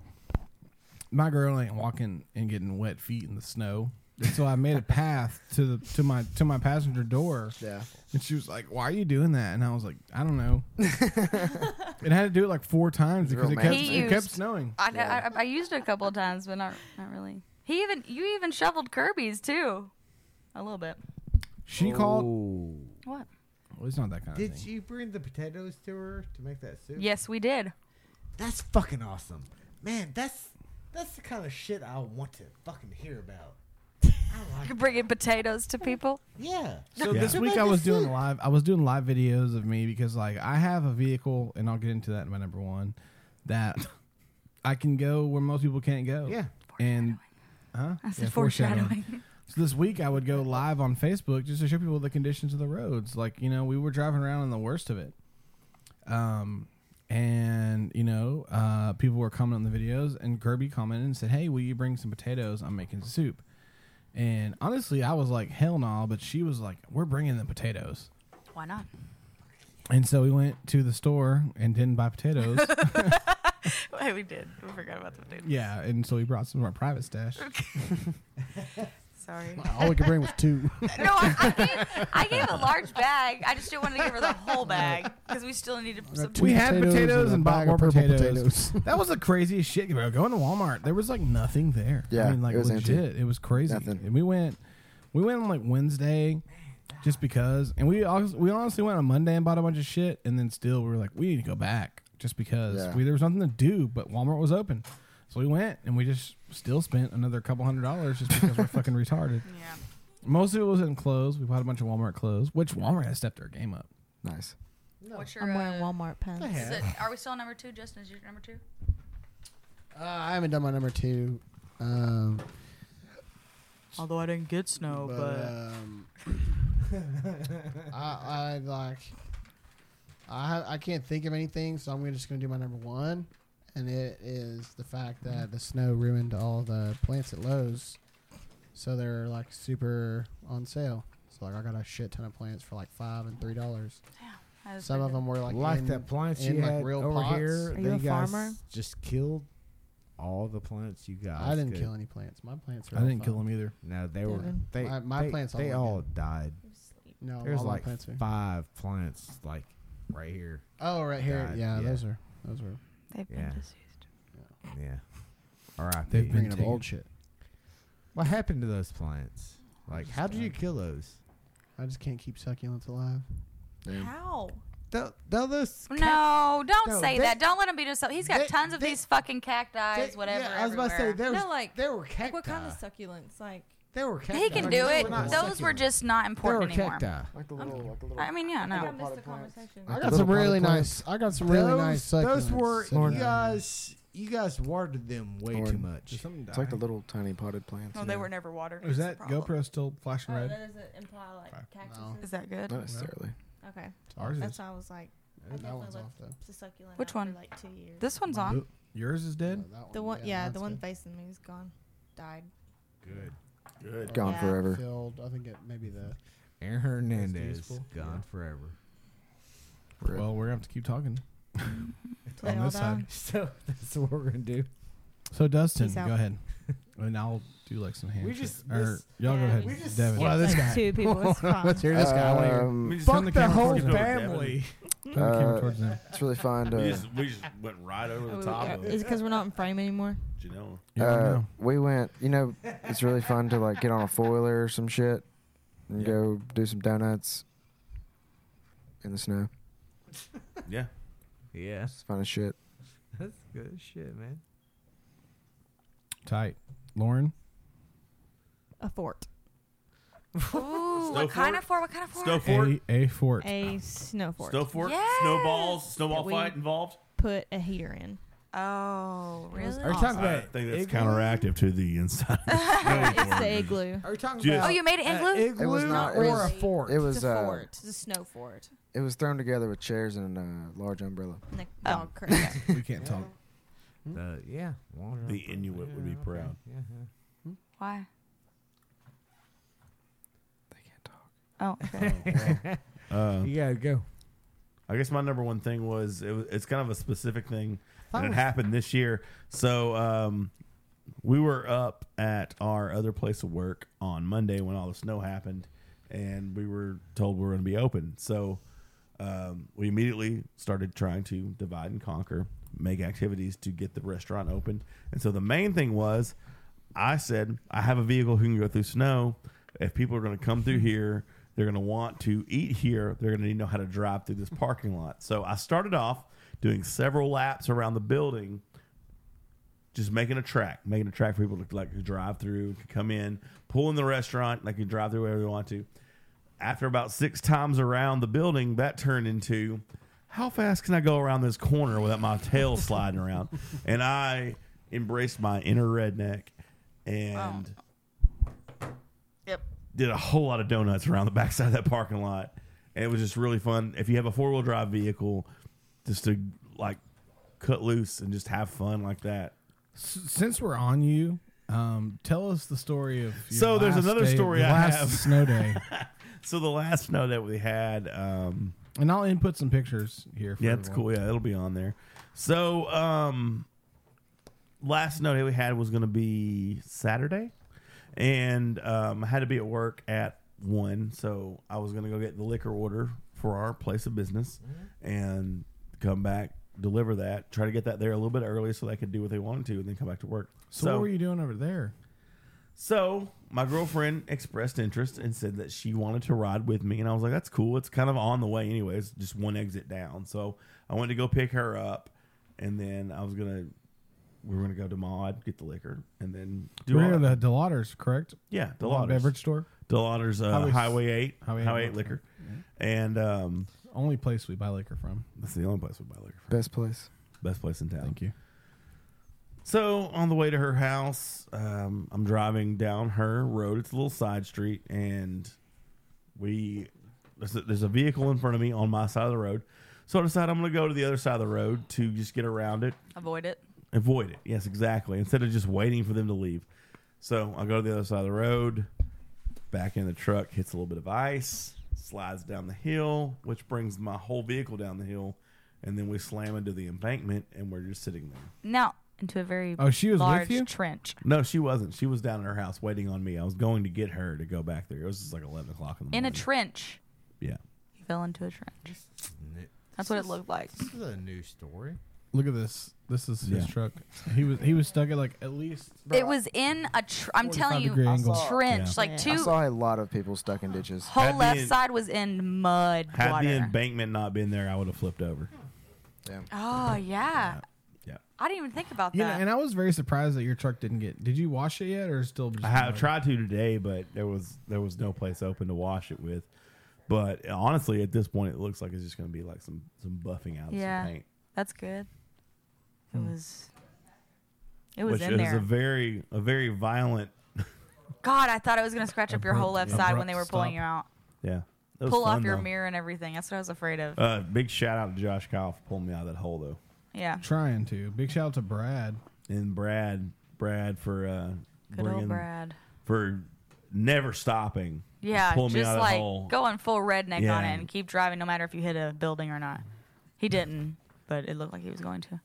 my girl ain't walking and getting wet feet in the snow. And so I made a path to the to my to my passenger door. Yeah. And she was like, "Why are you doing that?" And I was like, "I don't know." it had to do it like four times because it kept, He it kept used- snowing. I, I, I used it a couple of times, but not not really. He even you even shoveled Kirby's too, a little bit. She called. What? Well, it's not that kind of Did thing. you bring the potatoes to her to make that soup? Yes, we did. That's fucking awesome, man. That's that's the kind of shit I want to fucking hear about. Bringing potatoes to people. Yeah. So this week I was doing live. I was doing live videos of me because like I have a vehicle, and I'll get into that in my number one. That I can go where most people can't go. Yeah. And huh? I said foreshadowing. So this week I would go live on Facebook just to show people the conditions of the roads. Like you know we were driving around in the worst of it. Um. And you know, uh, people were commenting on the videos, and Kirby commented and said, "Hey, will you bring some potatoes? I'm making soup." And honestly, I was like, hell no. But she was like, we're bringing the potatoes. Why not? And so we went to the store and didn't buy potatoes. Wait, we did. We forgot about the potatoes. yeah. And so we brought some of our private stash. Sorry. All we could bring was two. No, I, I, gave, I gave a large bag. I just didn't want to give her the whole bag because we still needed some. we had potatoes potatoes and a and bought bag more of purple potatoes. that was the craziest shit, bro. Going to Walmart, there was like nothing there. Yeah, I mean, like it was legit, empty. it was crazy. And we went, we went on like Wednesday, just because. And we also, we honestly went on Monday and bought a bunch of shit, and then still we were like, we need to go back just because Yeah. we, there was nothing to do. But Walmart was open, so we went and we just still spent another couple hundred dollars just because we're fucking retarded. Yeah. Most of it was in clothes. We bought a bunch of Walmart clothes, which Walmart has stepped their game up. Nice. What's your? I'm wearing uh, Walmart pants. Go ahead. is it- are we still on number two? Justin, is your number two? Uh, I haven't done my number two. Um, Although I didn't get snow, um, I, I like. I ha- I can't think of anything, so I'm just gonna do my number one, and it is the fact that the snow ruined all the plants at Lowe's, so they're like super on sale. So like I got a shit ton of plants for like five and three dollars. that is Some pretty of them were like like in, that plants in you like had real over pots. here. Are you they a guys farmer? Just killed all the plants you got. I didn't kill any plants. My plants are. I all didn't kill fine. them either. No, they were. Devin? They, My- my they- plants all They went all died. No, There's all my like plants are. five plants, like right here. Oh, right here. died. Yeah, those are those are. They've been Yeah. diseased. Yeah. All right. They've been Bringing up old shit. What happened to those plants? Like, how did you kill those? I just can't keep succulents alive. How? Th- th- those No, don't No, say they- that. Don't let him beat himself. He's got they- tons of they- these fucking cacti, they- whatever. yeah, I was about to say, everywhere. there was, No, like there were cacti. What kind of succulents? Like They were cacti. he can do They it. were not Those were succulents. just not They were important anymore. cacti. Like the little, like the little. I mean, yeah, like the no. little potted plants. I Like got the some little really potted plants. nice. I got some really nice. uh, Those succulents were sitting you down guys. You guys watered them way Lord. too much. It's like the little tiny potted plants. No, they were never watered. Is That's that the problem. GoPro still flashing oh, that red? doesn't imply like cactuses. Is that good? Not necessarily. Okay. Ours That's is. why I was like, I that definitely one's left off, though. the succulent Which out one? For like two years. This one's on. Yours is dead. there. That the one, yeah, the that's one good. facing me is gone, died. Good. Good. Gone Yeah. forever. Filled. I think it maybe the. Aaron Hernandez useful. gone forever. Rip. Well, we're gonna have to keep talking. Play On all this that. side. So that's what we're gonna do. So Dustin, Peace go out. ahead, and I'll do like some hands. just- or this- y'all go Yeah, ahead. we just- Devin. Well, this Like guy. two people. It's fine. Let's hear this guy. I wanna hear- Um, Turn the camera towards Devin. Turn the camera Uh, towards them. it's really fun We to. just, we just went right over Oh, the we- top yeah. of Is it. it because we're not in frame anymore? You know, You don't Uh, know. we went. You know, it's really fun to like get on a foiler or some shit and Yeah. go do some donuts in the snow. yeah. Yeah, It's fun as shit. that's good shit, man. Tight, Lauren. A fort. Ooh, Snow what kind fort? of fort? What kind of fort? Snow fort, A a fort. A snow fort. snow fort, Yes. snowballs, snowball That we- fight involved. Put a heater in. Oh, really? Are you talking I about? think that's igloo? counteractive to the inside. it's the igloo. Are you talking Just- about? Oh, you made an a igloo? igloo It was not- it or was- a fort. It It's was a uh, fort. It's a snow fort. it was thrown together with chairs and a large uh, umbrella. And a dog crate. we can't talk. Oh. The, yeah. Walter- Hmm? The Inuit would be yeah, okay, proud. Yeah, yeah. Why? Hmm? They can't talk. Oh. okay. Uh, you gotta go. I guess my number one thing was, it was it's kind of a specific thing, thought and it it was- happened this year. So um, we were up at our other place of work on Monday when all the snow happened, and we were told we were going to be open. So um, we immediately started trying to divide and conquer, make activities to get the restaurant open. And so the main thing was, I said, I have a vehicle who can go through snow. If people are going to come through here, they're going to want to eat here. They're going to need to know how to drive through this parking lot. So I started off doing several laps around the building, just making a track, making a track for people to like to drive through, to come in, pull in the restaurant, like you drive through wherever they want to. After about six times around the building, that turned into how fast can I go around this corner without my tail sliding around? And I embraced my inner redneck and did a whole lot of donuts around the backside of that parking lot. And it was just really fun. If you have a four wheel drive vehicle, just to like cut loose and just have fun like that. S- since we're on you, um, tell us the story of. Your so there's last another day- story the I last have. Snow day, so the last snow that we had. Um, and I'll input some pictures here. For yeah, it's everyone. cool. Yeah, it'll be on there. So um, last snow day we had was going to be Saturday, and um, I had to be at work at one, so I was going to go get the liquor order for our place of business, and come back deliver that. Try to get that there a little bit early so they could do what they wanted to, and then come back to work. So, what were you doing over there? So my girlfriend expressed interest and said that she wanted to ride with me, and I was like, "That's cool. It's kind of on the way, anyways. Just one exit down." So I went to go pick her up, and then I was gonna we were gonna go to Maud get the liquor, and then do all we're that. at the Delauders, correct? Yeah, The Delauders beverage store. Delauders uh, Highway Highway, s- Eight, Highway Highway, Eight Eight liquor, and um, only place we buy liquor from. That's the only place we buy liquor. Best place. Best place in town. Thank you. So on the way to her house, um, I'm driving down her road. It's a little side street, and we there's a, there's a vehicle in front of me on my side of the road. So I decide I'm going to go to the other side of the road to just get around it, Avoid it. avoid it. Yes, exactly. Instead of just waiting for them to leave. So I go to the other side of the road, back in the truck, hits a little bit of ice, slides down the hill, which brings my whole vehicle down the hill, and then we slam into the embankment, and we're just sitting there. Now into a very Oh, she was with large you? trench. No, she wasn't. She was down at her house waiting on me. I was going to get her to go back there. It was just like eleven o'clock in the In a morning. trench. Yeah. You fell into a trench. That's what it looked like. This is a new story. Look at this. This is his Yeah. truck. He was he was stuck at like at least. It was in a. Tr- I'm telling you, degree angle. a trench. Like I two saw a lot of people stuck in ditches. whole Had left the- side was in mud Had water. the embankment not been there, I would have flipped over. Damn. oh yeah. Yeah. I didn't even think about You know, that. and I was very surprised that your truck didn't get. Did you wash it yet, or is it still? Just I have mud? tried to today, but there was there was no place open to wash it with. But honestly, at this point, it looks like it's just going to be like some some buffing out of yeah, some paint. that's good. It was. It was which in is there. a very a very violent. God, I thought I was gonna scratch up your whole left abrupt side when they were pulling stop. you out. Yeah, It was Pull off fun, your though. mirror and everything. That's what I was afraid of. Uh, big shout out to Josh Kyle for pulling me out of that hole though. yeah. Trying to. Big shout out to Brad. and Brad, Brad for uh, Good old Brad. for never stopping. Yeah, pulling me out just of the like hole. going full redneck Yeah. on it and keep driving no matter if you hit a building or not. He didn't, but it looked like he was going to.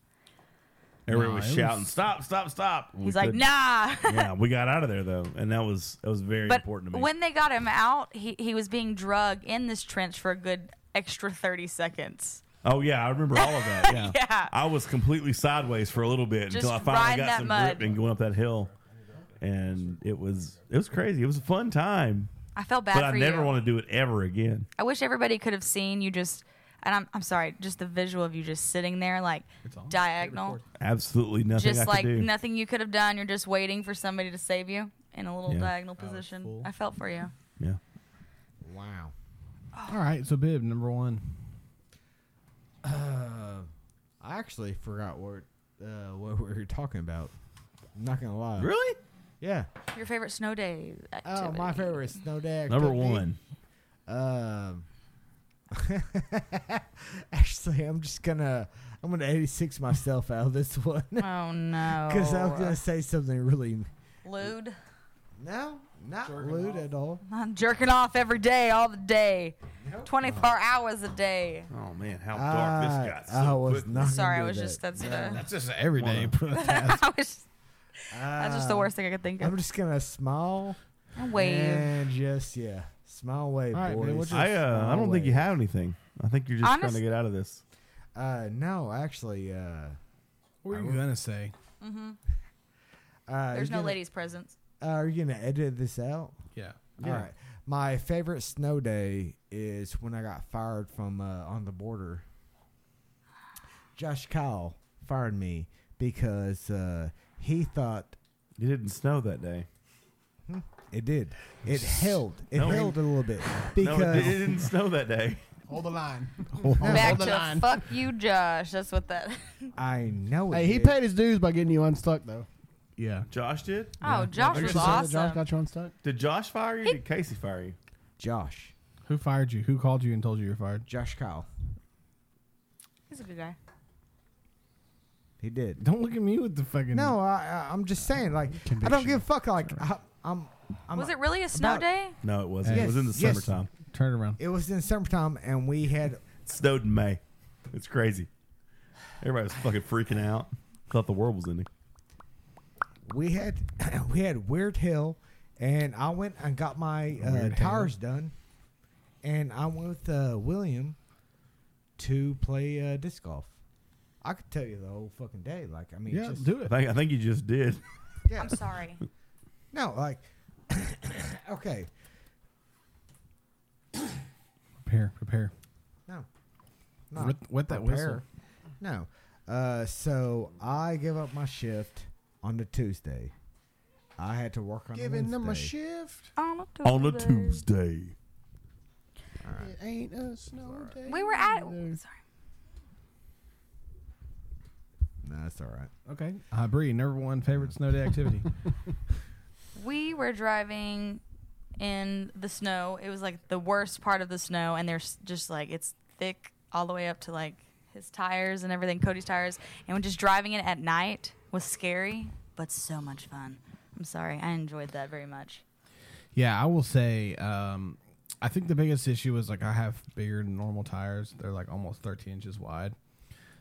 Everybody Nah, was it shouting, was- "Stop! Stop! Stop!" We He's like, couldn't. nah. yeah, we got out of there though, and that was that was very but important to me. when they got him out, he, he was being drugged in this trench for a good extra 30 seconds. oh yeah, I remember all of that. Yeah, Yeah. I was completely sideways for a little bit Just until I riding finally that got some mud. grip and going up that hill, and it was it was crazy. It was a fun time. I felt bad but for I never you. want to do it ever again. I wish everybody could have seen you just, and I'm, I'm sorry, just the visual of you just sitting there like diagonal. Absolutely nothing. I just could like do. nothing you could have done. You're just waiting for somebody to save you in a little Yeah. diagonal position. I felt for you. Wow. All right, so Bib number one. Uh, I actually forgot what uh, what we were talking about. I'm not gonna lie. Really? Yeah. Your favorite snow day activity. Oh, my favorite snow day. Number activity. one. Um. actually, I'm just gonna. I'm gonna 86 myself out of this one. Oh, no. Because I was gonna say something really Lewd. No, not lewd at all. I'm jerking off every day, all the day. 24 hours a day. Oh man, how dark I- this got! So I was quick. not Sorry, I was just, that's what I- That's just an everyday protest. I was, that's just the worst thing I could think of. Uh, I'm just gonna smile And wave. and just yeah, smile wave. All right, boys. man, I, uh, I don't think you have anything. I think you're just trying to get out of this. Uh, no, actually. Uh, What I were you will- gonna say? Mm-hmm. Uh, There's you no gonna- ladies' presence. Uh, are you gonna edit this out? Yeah. All Yeah. right. My favorite snow day is when I got fired from uh, on the border. Josh Kyle fired me because uh, he thought Hmm. it didn't snow that day. It did. It held. It No, it- held a little bit No, because it, it didn't snow that day. Hold the line. Back Hold the to line. fuck you, Josh. That's what that. I know it. Hey, he did. paid his dues by getting you unstuck though. Yeah. Josh did. Oh, Yeah. Josh Are you was saying that awesome. Josh got you unstuck. Did Josh fire you? Did Casey fire you? Josh. Who fired you? Who called you and told you you're fired? Josh Kyle. He's a good guy. He did. Don't look at me with the fucking. No, I, I, I'm just saying. Like, I don't give a fuck. Like, I, I'm. I'm was it really a snow about- day? No, it wasn't. it was in the Yes, yes. summertime. Turn around. It was in summertime, and we had It snowed in May. It's crazy. Everybody was fucking freaking out. Thought the world was ending. we had we had Weird Hill, and I went and got my uh, Weird Hill. tires done, and I went with uh, William to play uh, disc golf. I could tell you the whole fucking day. Like, I mean, just, I think, I think you just did. I'm sorry. No, like, okay, Prepare. Prepare. no, Wet- wet that prepare. whistle. No, uh, so I give up my shift on the Tuesday. I had to work on the Giving them a Wednesday. shift. On a On a Tuesday. It ain't a snow day. We were at. Sorry. No, that's all right. Okay. Uh, Bree, number one favorite snow day activity. We were driving in the snow. It was like the worst part of the snow, and there's just like it's thick all the way up to like his tires and everything, Cody's tires. And when just driving it at night was scary, but so much fun. I'm sorry, I enjoyed that very much. Yeah, I will say. Um, I think the biggest issue is like I have bigger than normal tires. They're like almost 13 inches wide.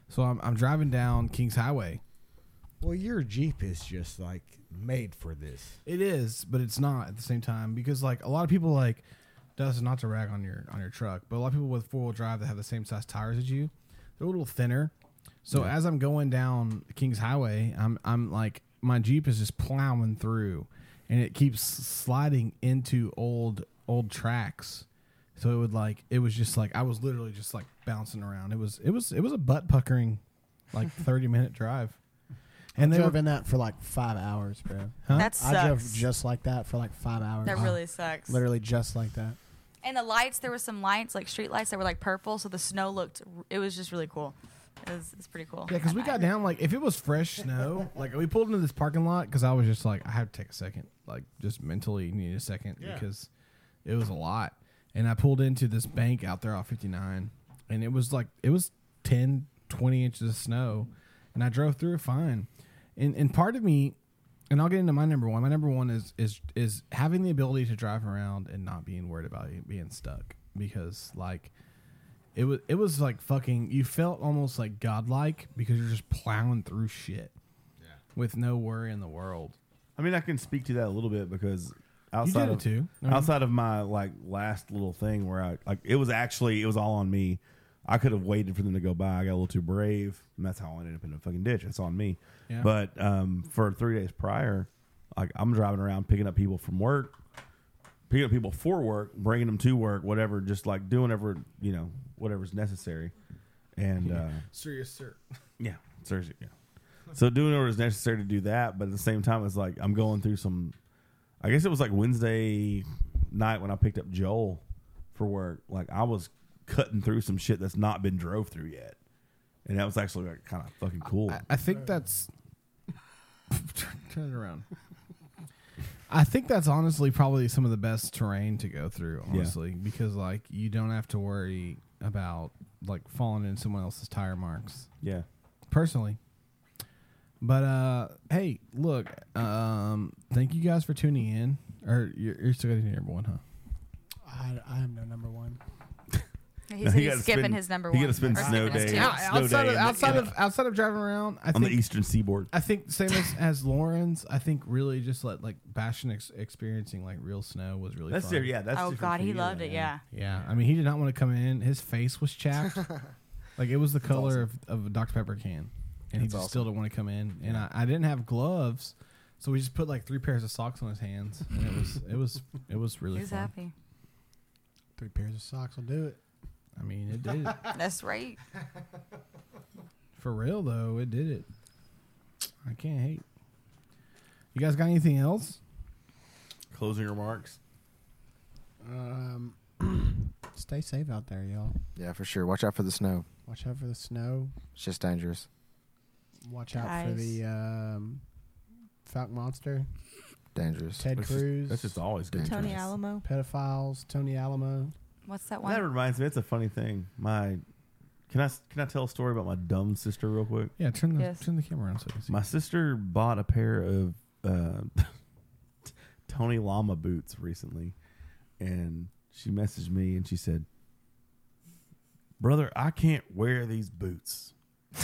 So I'm, I'm driving down Kings Highway. Well, your Jeep is just like made for this. It is, but it's not at the same time because like a lot of people like does not to rag on your on your truck, but a lot of people with four wheel drive that have the same size tires as you, they're a little thinner. So Yeah. as I'm going down Kings Highway, I'm I'm like my Jeep is just plowing through, and it keeps sliding into old old tracks. So it would like it was just like I was literally just like bouncing around. It was it was it was a butt puckering, like thirty minute drive. And And I they drove were- in that for like five hours, bro. Huh? That I drove sucks. just like that for like five hours. That really sucks. Literally just like that. And the lights, there were some lights, like street lights that were like purple, so the snow looked. It was just really cool. It was, it's pretty cool. Yeah, because we got down like if it was fresh snow, like we pulled into this parking lot because I was just like I had to take a second, like just mentally needed a second Yeah. because it was a lot. And I pulled into this bank out there off 59, and it was like it was 10, 20 inches of snow, and I drove through it fine. And and part of me, and I'll get into my number one. My number one is is is having the ability to drive around and not being worried about you being stuck because like it was it was like fucking you felt almost like godlike because you're just plowing through shit with no worry in the world I mean, I can speak to that a little bit because did outside it of too. Uh-huh. I mean- outside of my like last little thing where I like it was actually it was all on me. I could have waited for them to go by. I got a little too brave, and that's how I ended up in a fucking ditch. That's on me. Yeah. But um, for three days prior, like I'm driving around picking up people from work, picking up people for work, bringing them to work, whatever, just like doing whatever you know whatever's necessary. And uh, serious sir yeah, seriously. Yeah. So doing it was necessary to do that, but at the same time, it's like I'm going through some. I guess it was like Wednesday night when I picked up Joel for work. Like I was cutting through some shit that's not been drove through yet, and that was actually like kind of fucking cool. I think that's turn it around. I think that's honestly probably some of the best terrain to go through, Yeah. honestly, because like you don't have to worry about like falling in someone else's tire marks. Yeah. Personally. But uh hey, look, um thank you guys for tuning in. Or you're, you're still gonna be number one, huh? I, I am no number one. He No, said he he's gotta skipping spend- his number he one. gotta spend Or snow skipping his day- two. Yeah, outside of- outside of- outside of driving around, I on the think- eastern seaboard. I think same as, as Lauren's. I think really just let like bashing ex- experiencing like real snow was really. That's fun. there- yeah, that's Oh, different God, for he you, loved it, yeah. Yeah, I mean he did not want to come in. His face was chapped, like it was the color of, of a Dr Pepper can, and he That's just still didn't want to come in. And I, I didn't have gloves, so we just put like three pairs of socks on his hands, and it was it was it was really. He was fun. happy. Three pairs of socks will do it. I mean, it did it. That's right. for real though. It did it. I can't hate. You guys got anything else? Closing remarks. Um, stay safe out there, y'all. Yeah, for sure. Watch out for the snow. Watch out for the snow. It's just dangerous. Watch out for Guys. the um, Falcon Monster. Dangerous. Ted That's just- Cruz. that's just always Tony dangerous. Alamo. Pedophiles. Tony Alamo. What's that That reminds me. It's a funny thing. My, can I can I tell a story about my dumb sister real quick? Yeah, turn the Yes. turn the camera on so I can see. My sister bought a pair of uh, Tony Llama boots recently, and she messaged me and she said, "Brother, I can't wear these boots."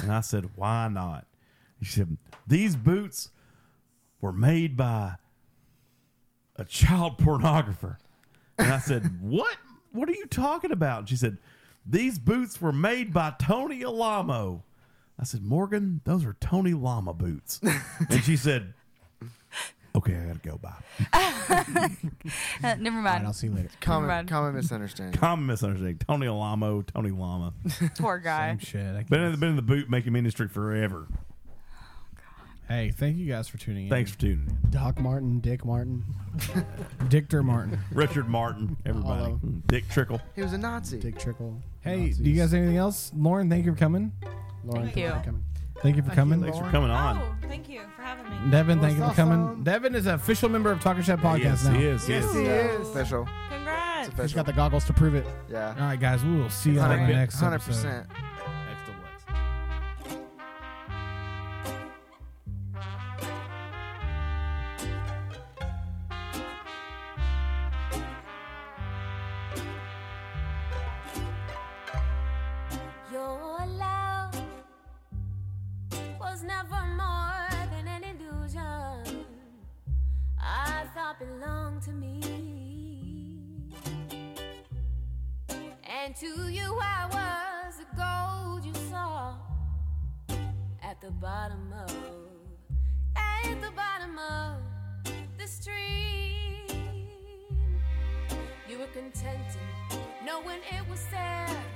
And I said, "Why not?" And she said, "These boots were made by a child pornographer." And I said, "What? What are you talking about?" And she said, "These boots were made by Tony Alamo." I said, "Morgan, those are Tony Llama boots." and she said, "Okay, I gotta go. Bye." Uh, never mind. Common, Never mind. common misunderstanding. Common misunderstanding. Tony Alamo, Tony Llama. Poor guy. Been in, been in the boot making industry forever. Hey, thank you guys for tuning in. Thanks for tuning in. Doc Martin. Dick Martin. Dictor Martin. Richard Martin, everybody. Dick Trickle. He was a Nazi. Dick Trickle. Hey, do you guys have anything else? Lauren, thank you for coming. Lauren, thank you for coming. Thank you for Thank you, coming. Lauren. Thanks for coming on. Oh, thank you for having me. Devin, thank you for coming. Devin is an official member of Talking Shop Podcast Yes, now. he is. Yes, he is. Special. Congrats. He's got the goggles to prove it. Yeah. All right, guys, we will see you on the next episode. 100%. Next to Lex. Your love was never more than an illusion. I thought belonged to me. And to you I was the gold you saw at the bottom of, at the bottom of the stream. You were content in knowing it was there. Oh,